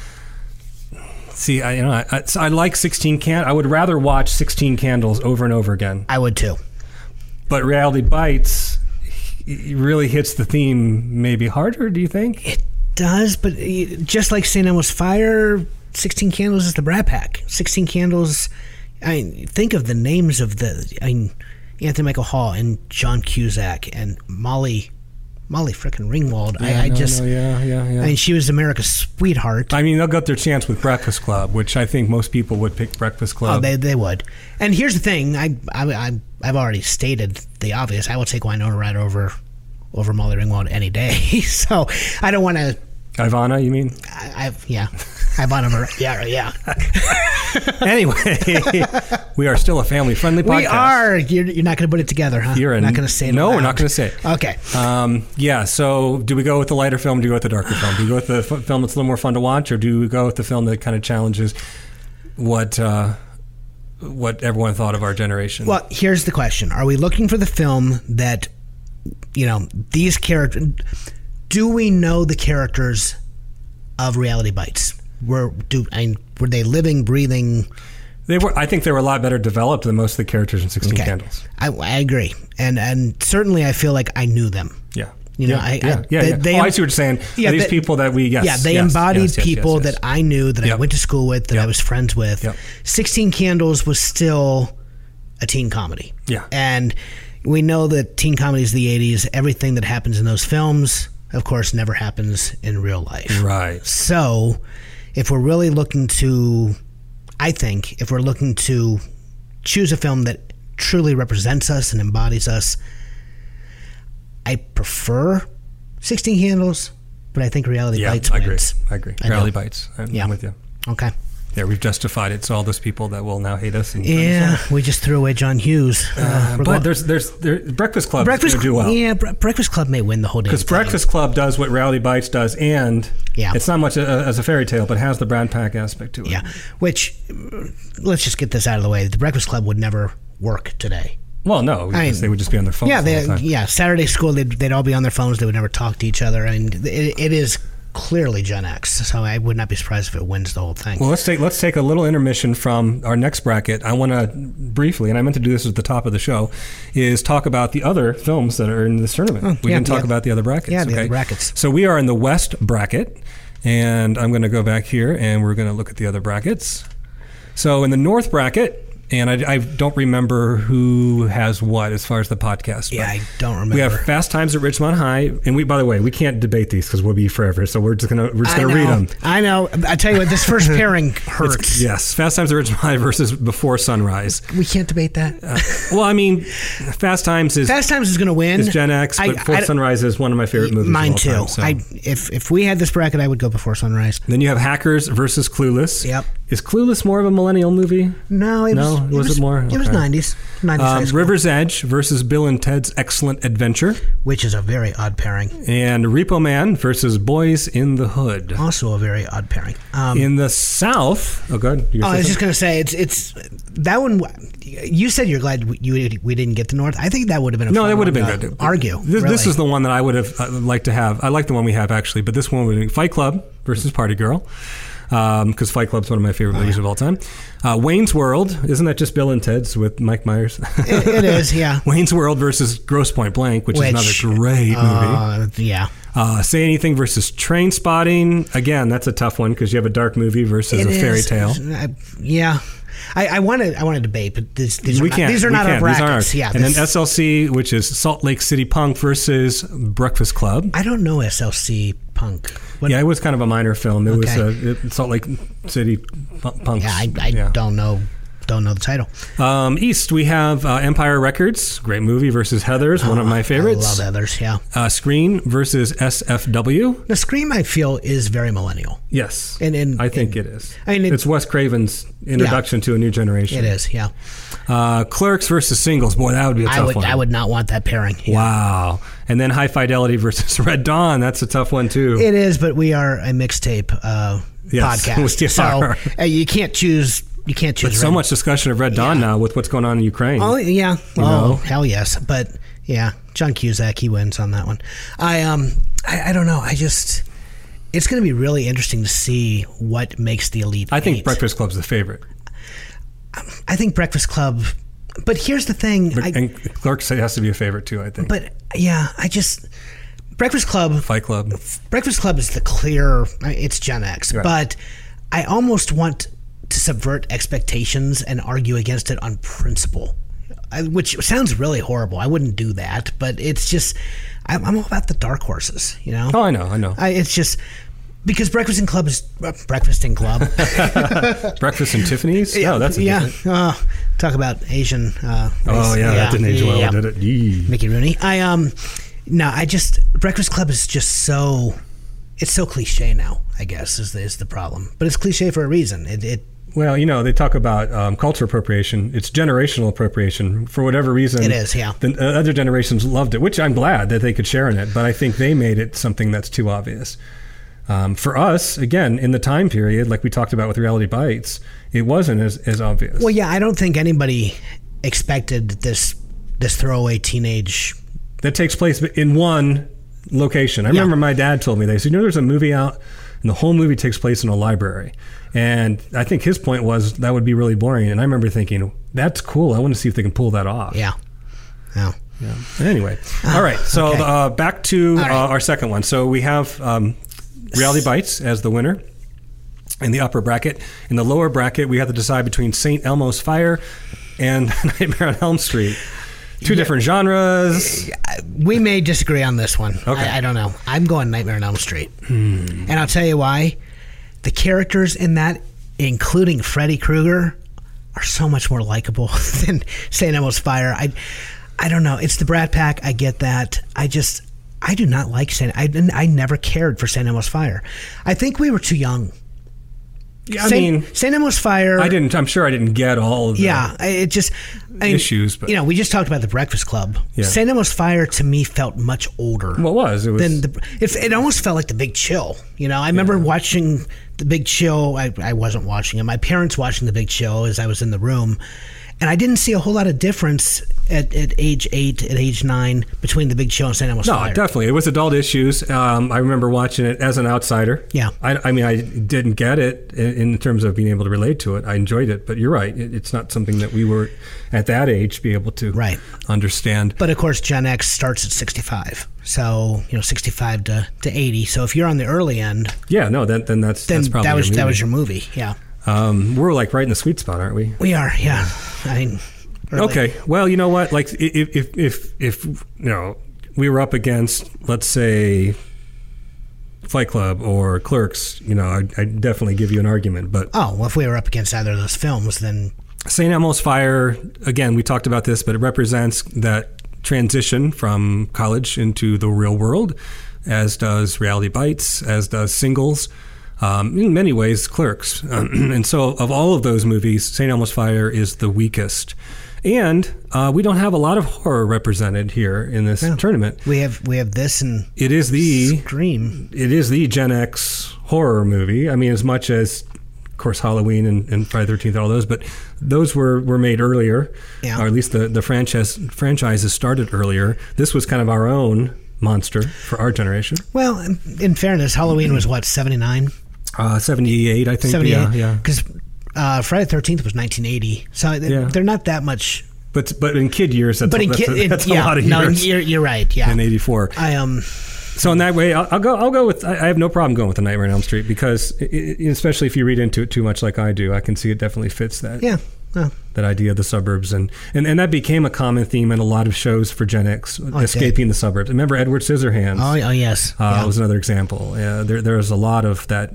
Speaker 11: See, I you know I, I, so I like sixteen can. I would rather watch sixteen candles over and over again.
Speaker 12: I would too.
Speaker 11: But Reality Bites he- he really hits the theme maybe harder, do you think?
Speaker 12: Does but uh, just like St. Elmo's Fire, sixteen candles is the Brat Pack. Sixteen candles. I mean, think of the names of the. I mean, Anthony Michael Hall and John Cusack and Molly, Molly frickin' Ringwald. I, I
Speaker 11: no,
Speaker 12: just.
Speaker 11: no, yeah, yeah, yeah.
Speaker 12: I mean, she was America's sweetheart.
Speaker 11: I mean, they'll get their chance with Breakfast Club, which I think most people would pick Breakfast
Speaker 12: Oh,
Speaker 11: Club.
Speaker 12: they, they would. And here's the thing. I, I, I, I've already stated the obvious. I will take Winona Ryder over, over Molly Ringwald any day. so I don't want to.
Speaker 11: Ivana, you mean?
Speaker 12: I, I've yeah, Ivana. Mar- yeah, yeah.
Speaker 11: anyway, we are still a family-friendly podcast.
Speaker 12: We are. You're, you're not going to put it together, huh?
Speaker 11: You're a-
Speaker 12: not going to say it
Speaker 11: No, we're
Speaker 12: aloud.
Speaker 11: not going to say it.
Speaker 12: Okay.
Speaker 11: Um, yeah. So, do we go with the lighter film? Do we go with the darker film? Do we go with the f- film that's a little more fun to watch, or do we go with the film that kind of challenges what uh, what everyone thought of our generation?
Speaker 12: Well, here's the question: Are we looking for the film that, you know, these characters? Do we know the characters of Reality Bites? Were do I mean, were they living, breathing?
Speaker 11: they were. I think they were a lot better developed than most of the characters in Sixteen
Speaker 12: Okay.
Speaker 11: Candles.
Speaker 12: I, I agree, and and certainly I feel like I knew them.
Speaker 11: Yeah.
Speaker 12: You
Speaker 11: yeah,
Speaker 12: know, I,
Speaker 11: yeah,
Speaker 12: I,
Speaker 11: yeah,
Speaker 12: they,
Speaker 11: yeah.
Speaker 12: they-
Speaker 11: oh, I see what you're saying.
Speaker 12: Yeah,
Speaker 11: these
Speaker 12: they-
Speaker 11: people that we yes,
Speaker 12: yeah, they
Speaker 11: yes,
Speaker 12: embodied
Speaker 11: yes, yes, yes,
Speaker 12: people
Speaker 11: yes.
Speaker 12: that I knew, that I
Speaker 11: Yep.
Speaker 12: went to school with, that I was friends with.
Speaker 11: Yep.
Speaker 12: Sixteen Candles was still a teen comedy.
Speaker 11: Yeah.
Speaker 12: and we know that teen comedy is the '80s. Everything that happens in those films, of course, never happens in real life.
Speaker 11: Right.
Speaker 12: So, if we're really looking to, I think, if we're looking to choose a film that truly represents us and embodies us, I prefer 16 Candles, but I think Reality
Speaker 11: Yeah,
Speaker 12: Bites
Speaker 11: I agree.
Speaker 12: wins.
Speaker 11: I agree.
Speaker 12: know.
Speaker 11: Reality Bites. I'm, I'm
Speaker 12: Yeah.
Speaker 11: with you.
Speaker 12: Okay.
Speaker 11: Yeah, we've justified it. So all those people that will now hate us. And
Speaker 12: Yeah, we just threw away John Hughes. Uh, we're
Speaker 11: but
Speaker 12: going-
Speaker 11: there's there's there, Breakfast Club
Speaker 12: Breakfast
Speaker 11: do well.
Speaker 12: Yeah, Bre- Breakfast Club may win the whole damn
Speaker 11: Because
Speaker 12: thing.
Speaker 11: Breakfast Club does what Reality Bites does, and
Speaker 12: Yeah.
Speaker 11: it's not much a, a- as a fairy tale, but has the Brad Pack aspect to it.
Speaker 12: Yeah, which uh, let's just get this out of the way. The Breakfast Club would never work today.
Speaker 11: Well, no,
Speaker 12: I
Speaker 11: because
Speaker 12: mean-
Speaker 11: they would just be on their phones.
Speaker 12: yeah,
Speaker 11: the whole
Speaker 12: they,
Speaker 11: time.
Speaker 12: yeah. Saturday school, they'd, they'd all be on their phones. They would never talk to each other. I mean, it, it is clearly Gen X, so I would not be surprised if it wins the whole thing.
Speaker 11: Well, let's take let's take a little intermission from our next bracket. I want to briefly, and I meant to do this at the top of the show, is talk about the other films that are in this tournament.
Speaker 12: Oh,
Speaker 11: we
Speaker 12: yeah,
Speaker 11: didn't talk
Speaker 12: the-
Speaker 11: about the other brackets.
Speaker 12: yeah, the
Speaker 11: okay?
Speaker 12: other brackets.
Speaker 11: So we are in the West bracket, and I'm going to go back here, and we're going to look at the other brackets. So in the North bracket. And I, I don't remember who has what as far as the podcast.
Speaker 12: yeah,
Speaker 11: but-
Speaker 12: I don't remember.
Speaker 11: We have Fast Times at Richmond High, and we. By the way, we can't debate these because we'll be forever. So we're just gonna we're just
Speaker 12: I
Speaker 11: gonna
Speaker 12: know,
Speaker 11: read them.
Speaker 12: I know. I tell you what, this first pairing hurts.
Speaker 11: It's- yes, Fast Times at Richmond High versus Before Sunrise.
Speaker 12: We can't debate that.
Speaker 11: Well, I mean, Fast Times is
Speaker 12: Fast Times is going to win.
Speaker 11: is Gen X, but
Speaker 12: I-
Speaker 11: Before
Speaker 12: I-
Speaker 11: Sunrise is one of my favorite movies. of
Speaker 12: Mine
Speaker 11: all
Speaker 12: too.
Speaker 11: time, so.
Speaker 12: I if if we had this bracket, I would go before sunrise.
Speaker 11: then you have Hackers versus Clueless.
Speaker 12: Yep.
Speaker 11: Is Clueless more of a millennial movie?
Speaker 12: No, it
Speaker 11: No?
Speaker 12: was,
Speaker 11: Was it more?
Speaker 12: It was
Speaker 11: Okay.
Speaker 12: nineties. Nineties
Speaker 11: Um,
Speaker 12: high school,
Speaker 11: River's Edge versus Bill and Ted's Excellent Adventure,
Speaker 12: which is a very odd pairing.
Speaker 11: and Repo Man versus Boys in the Hood.
Speaker 12: Also a very odd pairing. Um,
Speaker 11: In the South, oh, good.
Speaker 12: oh, I was just gonna say it's it's that one. You said you're glad we- you we didn't get the North. I think that would have been a
Speaker 11: No,
Speaker 12: fun
Speaker 11: that would have
Speaker 12: one
Speaker 11: been
Speaker 12: to
Speaker 11: good.
Speaker 12: Argue.
Speaker 11: This, this
Speaker 12: really.
Speaker 11: is the one that I would have uh, liked to have. I like the one we have actually, but this one would be Fight Club versus Party Girl, because Fight Club's one of my favorite
Speaker 12: Oh,
Speaker 11: movies of all time. Uh, Wayne's World, isn't that just Bill and Ted's with Mike Myers?
Speaker 12: It- it is yeah.
Speaker 11: Wayne's World versus Gross Point Blank, which, is
Speaker 12: Which,
Speaker 11: another great movie.
Speaker 12: Uh, yeah.
Speaker 11: Uh, Say Anything versus Train Spotting. Again, that's a tough one because you have a dark movie versus
Speaker 12: It
Speaker 11: a fairy
Speaker 12: is.
Speaker 11: tale.
Speaker 12: I- yeah, I, I want to I want to debate, but this, these
Speaker 11: we
Speaker 12: are
Speaker 11: can't.
Speaker 12: Not, these are
Speaker 11: we
Speaker 12: not
Speaker 11: can't.
Speaker 12: our
Speaker 11: These aren't
Speaker 12: brackets. Yeah,
Speaker 11: and then
Speaker 12: this-
Speaker 11: SLC, which is Salt Lake City Punk versus Breakfast Club.
Speaker 12: I don't know SLC punk. What-
Speaker 11: Yeah, it was kind of a minor film. It was
Speaker 12: Okay.
Speaker 11: uh, it- Salt Lake City pu- punks.
Speaker 12: yeah, I, I
Speaker 11: Yeah.
Speaker 12: don't know don't know the title.
Speaker 11: Um, East, we have uh, Empire Records, great movie versus Heather's, one of my
Speaker 12: Oh, I
Speaker 11: favorites.
Speaker 12: love others. Yeah,
Speaker 11: Uh, Screen versus SFW.
Speaker 12: the Scream I feel is very millennial.
Speaker 11: Yes,
Speaker 12: And- and-
Speaker 11: I think
Speaker 12: and-
Speaker 11: it is.
Speaker 12: I mean, it-
Speaker 11: it's Wes Craven's introduction to a new generation.
Speaker 12: It is. Yeah,
Speaker 11: Uh, Clerks versus Singles. Boy, that would be a tough
Speaker 12: I would
Speaker 11: one.
Speaker 12: I would not want that pairing. Yeah.
Speaker 11: Wow. And then High Fidelity versus Red Dawn. That's a tough one too.
Speaker 12: It is, but we are a mixtape uh,
Speaker 11: Yes,
Speaker 12: podcast,
Speaker 11: we are.
Speaker 12: so uh, you can't choose. You can't choose
Speaker 11: but so
Speaker 12: Red-
Speaker 11: much discussion of Red Dawn now with what's going on in Ukraine.
Speaker 12: Oh yeah.
Speaker 11: You
Speaker 12: oh
Speaker 11: know?
Speaker 12: hell yes. But yeah, John Cusack he wins on that one. I um I, I don't know. I just it's going to be really interesting to see what makes the elite.
Speaker 11: I think
Speaker 12: Eight.
Speaker 11: Breakfast Club's the favorite.
Speaker 12: I think Breakfast Club. But here's the thing.
Speaker 11: But-
Speaker 12: I,
Speaker 11: and Clerks has to be a favorite too, I think.
Speaker 12: but yeah, I just Breakfast Club.
Speaker 11: Fight Club.
Speaker 12: Breakfast Club is the clear. I mean, it's Gen X,
Speaker 11: Right.
Speaker 12: but I almost want to subvert expectations and argue against it on principle, I, which sounds really horrible. I wouldn't do that, but it's just I'm, I'm all about the dark horses, you know.
Speaker 11: Oh, I know, I know.
Speaker 12: I, it's just because Breakfast and Club is uh, Breakfast and Club.
Speaker 11: Breakfast and Tiffany's? No, that's a
Speaker 12: yeah.
Speaker 11: different-
Speaker 12: Uh, talk about Asian. Uh,
Speaker 11: Oh,
Speaker 12: race.
Speaker 11: yeah, that didn't age well,
Speaker 12: yeah.
Speaker 11: did it? Yee.
Speaker 12: Mickey Rooney. I um, no, I just Breakfast Club is just so, it's so cliche now. I guess is the, is the problem, but it's cliche for a reason. It, it
Speaker 11: Well, you know, they talk about um, culture appropriation. It's generational appropriation. For whatever reason,
Speaker 12: It is, yeah.
Speaker 11: The uh, other generations loved it, which I'm glad that they could share in it, but I think they made it something that's too obvious. Um, for us, again, in the time period, like we talked about with Reality Bites, it wasn't as, as obvious.
Speaker 12: well, yeah, I don't think anybody expected this this throwaway teenage.
Speaker 11: that takes place in one location. I remember my dad told me they said, "You know, there's a movie out, and the whole movie takes place in a library." And I think his point was that would be really boring. And I remember thinking, "That's cool. I want to see if they can pull that off."
Speaker 12: Yeah, yeah.
Speaker 11: Yeah. Anyway, all right. So
Speaker 12: Ah, Okay.
Speaker 11: uh, back to uh, our second one. So we have um, Reality Bites as the winner in the upper bracket. In the lower bracket, we have to decide between St. Elmo's Fire and Nightmare on Elm Street. Two different genres.
Speaker 12: We may disagree on this one. Okay. I, I don't know. I'm going Nightmare on Elm Street.
Speaker 11: Hmm.
Speaker 12: And I'll tell you why. The characters in that, including Freddy Krueger, are so much more likable than St. Elmo's Fire. I, I don't know. It's the Brat Pack. I get that. I just, I do not like St. I, didn't- I never cared for St. Elmo's Fire. I think we were too young.
Speaker 11: Yeah, I
Speaker 12: Eh, Saint-
Speaker 11: mean,
Speaker 12: St. Elmo's Fire.
Speaker 11: I didn't. I'm sure I didn't get all of the
Speaker 12: Yeah, I- it just I mean,
Speaker 11: Issues, but-
Speaker 12: you know, we just talked about the Breakfast Club.
Speaker 11: Yeah.
Speaker 12: St. Elmo's Fire to me felt much older.
Speaker 11: Well, it was. It was.
Speaker 12: than the it, it almost felt like the Big Chill. You know, I remember watching the Big Chill. I, I wasn't watching it. My parents watching the Big Chill as I was in the room, and I didn't see a whole lot of difference at, at age eight, at age nine between the Big Chill and St. Elmo's
Speaker 11: no,
Speaker 12: Fire.
Speaker 11: Oh, definitely. It was adult issues. Um, I remember watching it as an outsider.
Speaker 12: Yeah.
Speaker 11: I, I mean, I didn't get it in, in terms of being able to relate to it. I enjoyed it, but you're right. It, it's not something that we were at that age be able to
Speaker 12: Right.
Speaker 11: understand.
Speaker 12: But of course, Gen X starts at 65. So, you know, 65 to, to 80. So if you're on the early end,
Speaker 11: Yeah, no, that, then that's,
Speaker 12: then
Speaker 11: that's probably
Speaker 12: that was
Speaker 11: your
Speaker 12: that was
Speaker 11: medium.
Speaker 12: your movie. Yeah.
Speaker 11: Um, we're like right in the sweet spot, aren't we?
Speaker 12: We are, yeah. I mean, early-
Speaker 11: Okay. Well, you know what? Like, i- if if if, if you know, we were up against, let's say, Fight Club or Clerks, you know, I'd, I'd definitely give you an argument. But
Speaker 12: Oh, well, if we were up against either of those films, then
Speaker 11: St. Elmo's Fire, again, we talked about this, but it represents that transition from college into the real world, as does Reality Bites, as does Singles, um, in many ways, Clerks. and so, of all of those movies, St. Elmo's Fire is the weakest. And uh, we don't have a lot of horror represented here in this tournament.
Speaker 12: we have we have this and
Speaker 11: It is the
Speaker 12: Scream.
Speaker 11: it is the Gen X horror movie. I mean, as much as, of course, Halloween and, and Friday the Thirteenth, all those, but those were, were made earlier,
Speaker 12: Yeah.
Speaker 11: or at least the the franchise franchises started earlier. This was kind of our own monster for our generation.
Speaker 12: Well, in- in fairness, Halloween was what 79,
Speaker 11: Uh, Seventy eight, I think.
Speaker 12: 78?
Speaker 11: Yeah, yeah.
Speaker 12: Because uh, Friday the Thirteenth was nineteen eighty, so they-
Speaker 11: Yeah.
Speaker 12: they're not that much.
Speaker 11: But but in kid years, that's,
Speaker 12: but
Speaker 11: a,
Speaker 12: in
Speaker 11: that's,
Speaker 12: kid,
Speaker 11: a,
Speaker 12: in-
Speaker 11: that's a
Speaker 12: yeah,
Speaker 11: lot of
Speaker 12: no,
Speaker 11: years.
Speaker 12: you're, you're right. Yeah,
Speaker 11: in eighty four.
Speaker 12: I um,
Speaker 11: So in that way, I'll, I'll go. I'll go with. I I have no problem going with the Nightmare on Elm Street because, i- i- especially if you read into it too much, like I do, I can see it definitely fits that.
Speaker 12: yeah. Well,
Speaker 11: that idea of the suburbs and, and and that became a common theme in a lot of shows for Gen X
Speaker 12: Oh, it
Speaker 11: escaping the suburbs. Remember Edward Scissorhands?
Speaker 12: oh, oh yes.
Speaker 11: Uh,
Speaker 12: yeah.
Speaker 11: was another example. Yeah, there there is a lot of that,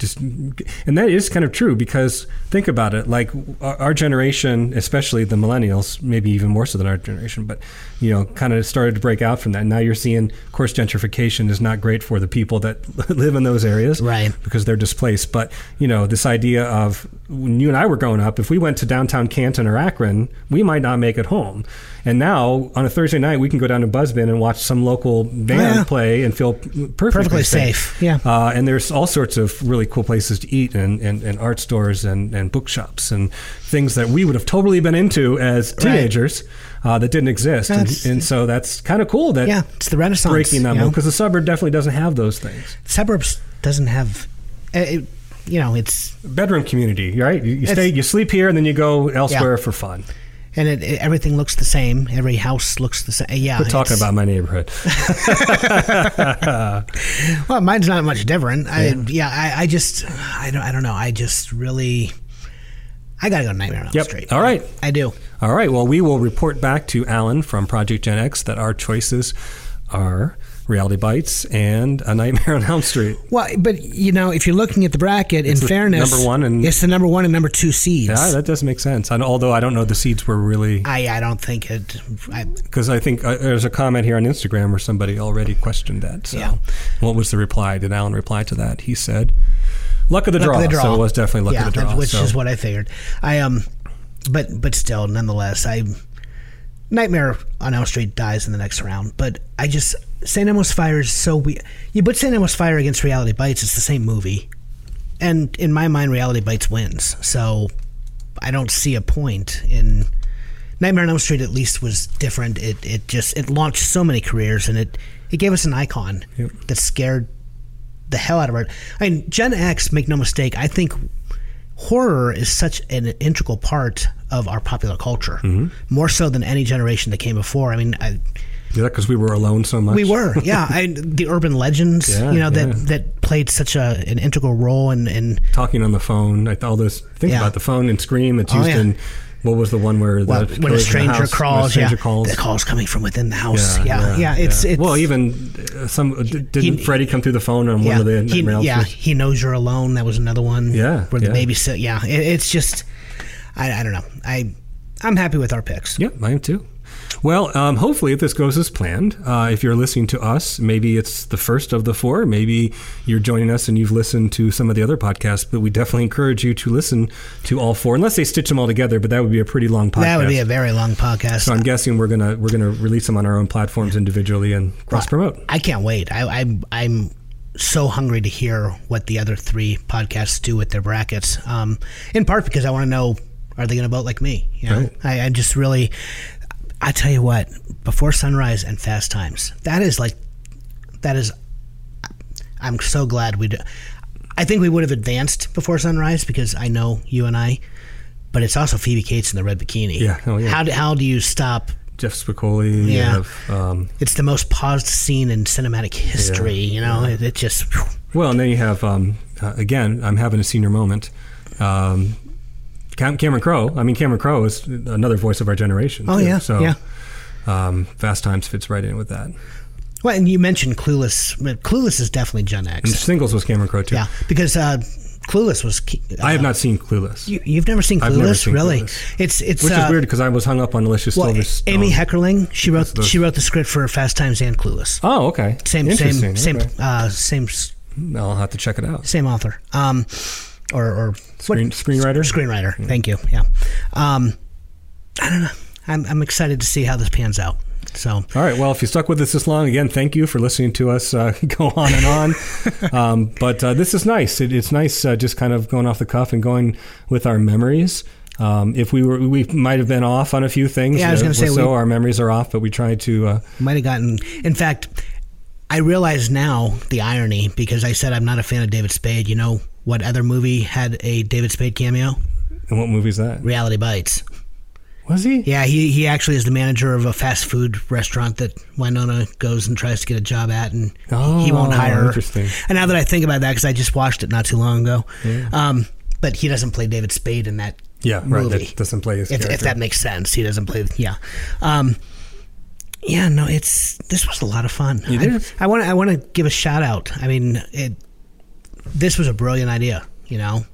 Speaker 11: just and that is kind of true because think about it. Like our, our generation, especially the millennials, maybe even more so than our generation, but you know, kind of started to break out from that. Now you're seeing, of course, gentrification is not great for the people that live in those areas,
Speaker 12: Right.
Speaker 11: Because they're displaced. But you know, this idea of when you and I were growing up, if we went to downtown Canton or Akron, we might not make it home. And now on a Thursday night, we can go down to Busbin and watch some local band
Speaker 12: Yeah.
Speaker 11: play and feel perfectly,
Speaker 12: Perfectly safe, yeah.
Speaker 11: Uh, and there's all sorts of really cool places to eat and, and, and art stores and, and bookshops and things that we would have totally been into as teenagers uh, that didn't exist. And,
Speaker 12: That's-
Speaker 11: and so that's kind of cool that
Speaker 12: yeah, it's the Renaissance.
Speaker 11: breaking that
Speaker 12: you know?
Speaker 11: because the suburb definitely doesn't have those things.
Speaker 12: suburbs doesn't have, uh, it, you know, it's
Speaker 11: Bedroom community, right? You, you
Speaker 12: It's-
Speaker 11: stay, you sleep here, and then you go elsewhere for fun.
Speaker 12: and it, it- everything looks the same. Every house looks the same. Yeah,
Speaker 11: We're talking
Speaker 12: it's-
Speaker 11: about my neighborhood.
Speaker 12: Well, mine's not much different. I, yeah, I, I just, I don't, I don't know. I just really, I gotta go Nightmare on Elm
Speaker 11: Yep.
Speaker 12: Street.
Speaker 11: All right.
Speaker 12: I do.
Speaker 11: All right. Well, we will report back to Alan from Project Gen X that our choices are Reality Bites and A Nightmare on Elm Street.
Speaker 12: Well, but you know, if you're looking at the bracket,
Speaker 11: It's
Speaker 12: in
Speaker 11: the
Speaker 12: fairness,
Speaker 11: number one and-
Speaker 12: it's the number one and number two seeds.
Speaker 11: Yeah, that does make sense. And although I don't know the seeds were really
Speaker 12: I, I don't think it. I,
Speaker 11: because I think uh, there's a comment here on Instagram where somebody already questioned that. So,
Speaker 12: Yeah.
Speaker 11: what was the reply? Did Alan reply to that? He said, "Luck of the,
Speaker 12: luck
Speaker 11: draw.
Speaker 12: of the
Speaker 11: So it was definitely luck
Speaker 12: yeah,
Speaker 11: of the draw.
Speaker 12: which
Speaker 11: so.
Speaker 12: is what I figured. I um, but but still, nonetheless, I Nightmare on Elm Street dies in the next round. But I just St. Elmo's Fire is so we you put St. Elmo's Fire against Reality Bites. It's the same movie, and in my mind, Reality Bites wins. So I don't see a point in. Nightmare on Elm Street at least was different. It it just it launched so many careers and it it gave us an icon that scared the hell out of our. I mean, Gen X, make no mistake. I think horror is such an integral part of our popular culture,
Speaker 11: Mhm.
Speaker 12: more so than any generation that came before. I mean, I,
Speaker 11: Yeah, because we were alone so much.
Speaker 12: we were, yeah. I, the urban legends,
Speaker 11: Yeah,
Speaker 12: you know,
Speaker 11: yeah.
Speaker 12: that that played such a an integral role in, in
Speaker 11: talking on the phone, like all those things
Speaker 12: Yeah.
Speaker 11: about the phone and scream. That's
Speaker 12: Oh,
Speaker 11: used
Speaker 12: yeah.
Speaker 11: in what was the one where the
Speaker 12: well,
Speaker 11: goes in
Speaker 12: when
Speaker 11: the
Speaker 12: a stranger
Speaker 11: house, when a
Speaker 12: crawls,
Speaker 11: stranger
Speaker 12: yeah,
Speaker 11: calls.
Speaker 12: the calls coming from within the house, yeah, yeah. it's it's
Speaker 11: well, even uh, some uh, d- didn't Freddy come through the phone on
Speaker 12: yeah,
Speaker 11: one of the
Speaker 12: he,
Speaker 11: Nightmare on
Speaker 12: yeah,
Speaker 11: Elm Street?
Speaker 12: he knows you're alone. That was another one.
Speaker 11: Yeah,
Speaker 12: where the
Speaker 11: yeah.
Speaker 12: baby sit. Yeah, it, it's just, I, I don't know. I I'm happy with our picks.
Speaker 11: Yep, I am too. Well, um, hopefully, if this goes as planned, uh, if you're listening to us, maybe it's the first of the four. Maybe you're joining us and you've listened to some of the other podcasts, but we definitely encourage you to listen to all four, unless they stitch them all together. But that would be a pretty long podcast.
Speaker 12: That would be a very long podcast.
Speaker 11: so I'm guessing we're gonna we're gonna release them on our own platforms individually and cross promote.
Speaker 12: I can't wait. I, I'm I'm so hungry to hear what the other three podcasts do with their brackets. Um, in part because I want to know are they going to vote like me? You know,
Speaker 11: Right.
Speaker 12: I, I just really, I tell you what, before sunrise and fast times, that is like, that is. I'm so glad we. d- I think we would have advanced before sunrise because I know you and I, but it's also Phoebe Cates in the red bikini.
Speaker 11: Yeah, oh, yeah.
Speaker 12: How do, how do you stop
Speaker 11: Jeff Spicoli. you
Speaker 12: Yeah.
Speaker 11: have, um,
Speaker 12: it's the most paused scene in cinematic history. You know, it, it just
Speaker 11: well, and then you have um, uh, again. I'm having a senior moment. Um, Cam- Cameron Crowe. I mean, Cameron Crowe is another voice of our generation.
Speaker 12: Oh,
Speaker 11: too.
Speaker 12: yeah,
Speaker 11: So,
Speaker 12: yeah.
Speaker 11: Um, Fast Times fits right in with that.
Speaker 12: well. And you mentioned Clueless. but Clueless is definitely Gen
Speaker 11: And
Speaker 12: X.
Speaker 11: Singles was Cameron Crowe too.
Speaker 12: Yeah, because uh, Clueless was. ki- Uh,
Speaker 11: I have not seen Clueless.
Speaker 12: You, you've never seen Clueless,
Speaker 11: I've never seen
Speaker 12: really?
Speaker 11: Clueless.
Speaker 12: It's it's
Speaker 11: which
Speaker 12: uh,
Speaker 11: is weird because I was hung up on Alicia
Speaker 12: Well,
Speaker 11: Silverstone.
Speaker 12: Amy Heckerling, she wrote
Speaker 11: the-
Speaker 12: she wrote the script for Fast Times and Clueless.
Speaker 11: Oh, okay.
Speaker 12: Same
Speaker 11: Interesting,
Speaker 12: same same
Speaker 11: okay.
Speaker 12: uh, same s-
Speaker 11: I'll have to check it out.
Speaker 12: same author. Um, or or
Speaker 11: Screen, screenwriter.
Speaker 12: Screenwriter.
Speaker 11: Hmm.
Speaker 12: Thank you. Yeah. Um, I don't know. I'm I'm excited to see how this pans out. So.
Speaker 11: All right. Well, if you stuck with us this long, again, thank you for listening to us uh, go on and on. um, but uh, this is nice. It, it's nice uh, just kind of going off the cuff and going with our memories. Um, if we were, we might have been off on a few things. Uh,
Speaker 12: Yeah, I was gonna say
Speaker 11: so
Speaker 12: we-
Speaker 11: our memories are off, but we tried to. Uh,
Speaker 12: Might have gotten. In fact, I realize now the irony because I said I'm not a fan of David Spade. You know what other movie had a David Spade cameo?
Speaker 11: and what movie is that?
Speaker 12: Reality Bites.
Speaker 11: Was he?
Speaker 12: Yeah, he, he actually is the manager of a fast food restaurant that Winona goes and tries to get a job at, and he won't
Speaker 11: Oh,
Speaker 12: hire her.
Speaker 11: interesting.
Speaker 12: And now that I think about that, because I just watched it not too long ago,
Speaker 11: Yeah.
Speaker 12: um, but he doesn't play David Spade in that
Speaker 11: Yeah, right.
Speaker 12: movie.
Speaker 11: That doesn't play his
Speaker 12: if, if
Speaker 11: character.
Speaker 12: that makes sense. He doesn't play. Yeah, um, yeah. No, it's this was a lot of fun.
Speaker 11: It
Speaker 12: I-
Speaker 11: is.
Speaker 12: I want to I want to give a shout out. I mean, it. This was a brilliant idea. You know,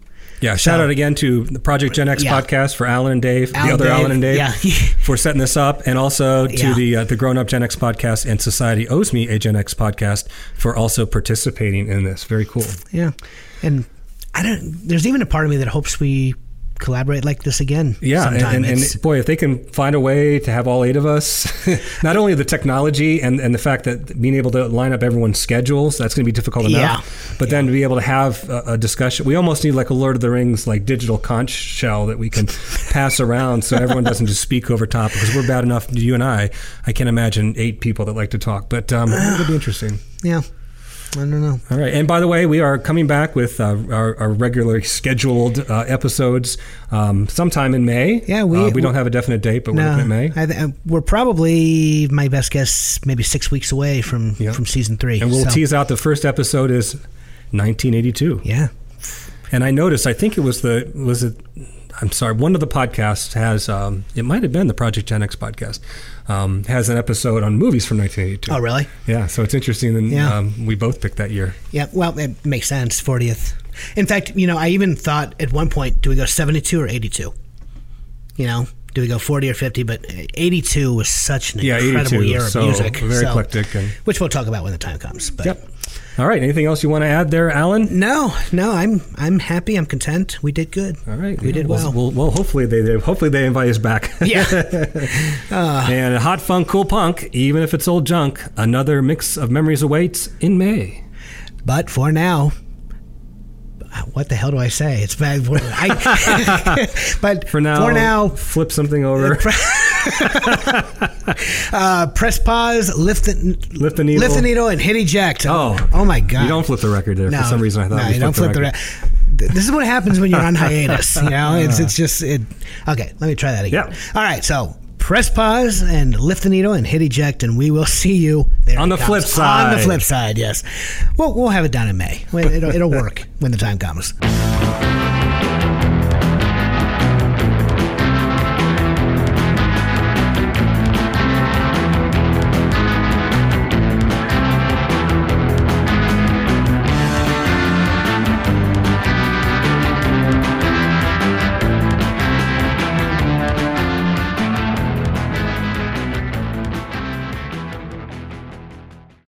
Speaker 11: Yeah, shout out again to the Project Gen X
Speaker 12: Yeah.
Speaker 11: podcast for Alan and Dave,
Speaker 12: Alan
Speaker 11: the other
Speaker 12: Dave,
Speaker 11: Alan and Dave,
Speaker 12: yeah.
Speaker 11: for setting this up, and also to
Speaker 12: Yeah.
Speaker 11: the uh, the Grown Up Gen X podcast and Society Owes Me a Gen X podcast for also participating in this. Very cool.
Speaker 12: yeah, and I don't. There's even a part of me that hopes we collaborate like this again.
Speaker 11: Yeah, and,
Speaker 12: sometime.
Speaker 11: and,
Speaker 12: It's-
Speaker 11: and boy, if they can find a way to have all eight of us, not only the technology and, and the fact that being able to line up everyone's schedules, that's going to be difficult enough. But then to be able to have a, a discussion, we almost need like a Lord of the Rings like digital conch shell that we can pass around so everyone doesn't just speak over top because we're bad enough, you and I. I can't imagine eight people that like to talk, but um, it'll be interesting.
Speaker 12: yeah, I don't know.
Speaker 11: All right. And by the way, we are coming back with uh, our, our regularly scheduled uh, episodes um, sometime in May. Yeah,
Speaker 12: we-
Speaker 11: uh, we don't have a definite date, but we're looking at May.
Speaker 12: I th- uh, we're probably my best guess, maybe six weeks away from from season three.
Speaker 11: And we'll
Speaker 12: so-
Speaker 11: tease out the first episode is 1982.
Speaker 12: Yeah.
Speaker 11: And I noticed, I think it was the, was it, I'm sorry, one of the podcasts has, um, it might have been the Project Gen X podcast, um, has an episode on movies from 1982.
Speaker 12: Oh, really?
Speaker 11: Yeah. So it's interesting. And
Speaker 12: Yeah.
Speaker 11: um, we both picked that year.
Speaker 12: Yeah, well, it makes sense. 40th. In fact, you know, I even thought at one point, do we go 72 or 82? You know, do we go 40 or 50? But 82 was such an
Speaker 11: Yeah,
Speaker 12: incredible
Speaker 11: 82,
Speaker 12: year of
Speaker 11: so
Speaker 12: music.
Speaker 11: very eclectic and-
Speaker 12: Which we'll talk about when the time comes. But
Speaker 11: Yep. All right. Anything else you want to add there, Alan?
Speaker 12: no, no, I'm I'm happy. I'm content. We did good.
Speaker 11: All right.
Speaker 12: We did well.
Speaker 11: Well, well hopefully they, they hopefully they invite us back.
Speaker 12: Yeah.
Speaker 11: and hot funk, cool punk, even if it's old junk, another mix of memories awaits in May.
Speaker 12: But for now, uh, what the hell do I say? It's bad. I, but
Speaker 11: For now,
Speaker 12: for now,
Speaker 11: flip something over,
Speaker 12: uh, press pause, lift the
Speaker 11: lift the needle.
Speaker 12: lift the needle, and hit eject.
Speaker 11: Oh,
Speaker 12: oh my god!
Speaker 11: You don't flip the record there for some reason. I thought
Speaker 12: no,
Speaker 11: we
Speaker 12: you don't
Speaker 11: flipped
Speaker 12: flip the
Speaker 11: record.
Speaker 12: record. this is what happens when you're on hiatus. You know, it's
Speaker 11: Uh.
Speaker 12: it's just it. Okay, let me try that again. All right, so press pause and lift the needle and hit eject, and we will see you there.
Speaker 11: On
Speaker 12: it
Speaker 11: the flip
Speaker 12: comes. On the
Speaker 11: side.
Speaker 12: flip side, yes. We'll we'll have it down in May. When- It'll it'll work when the time comes.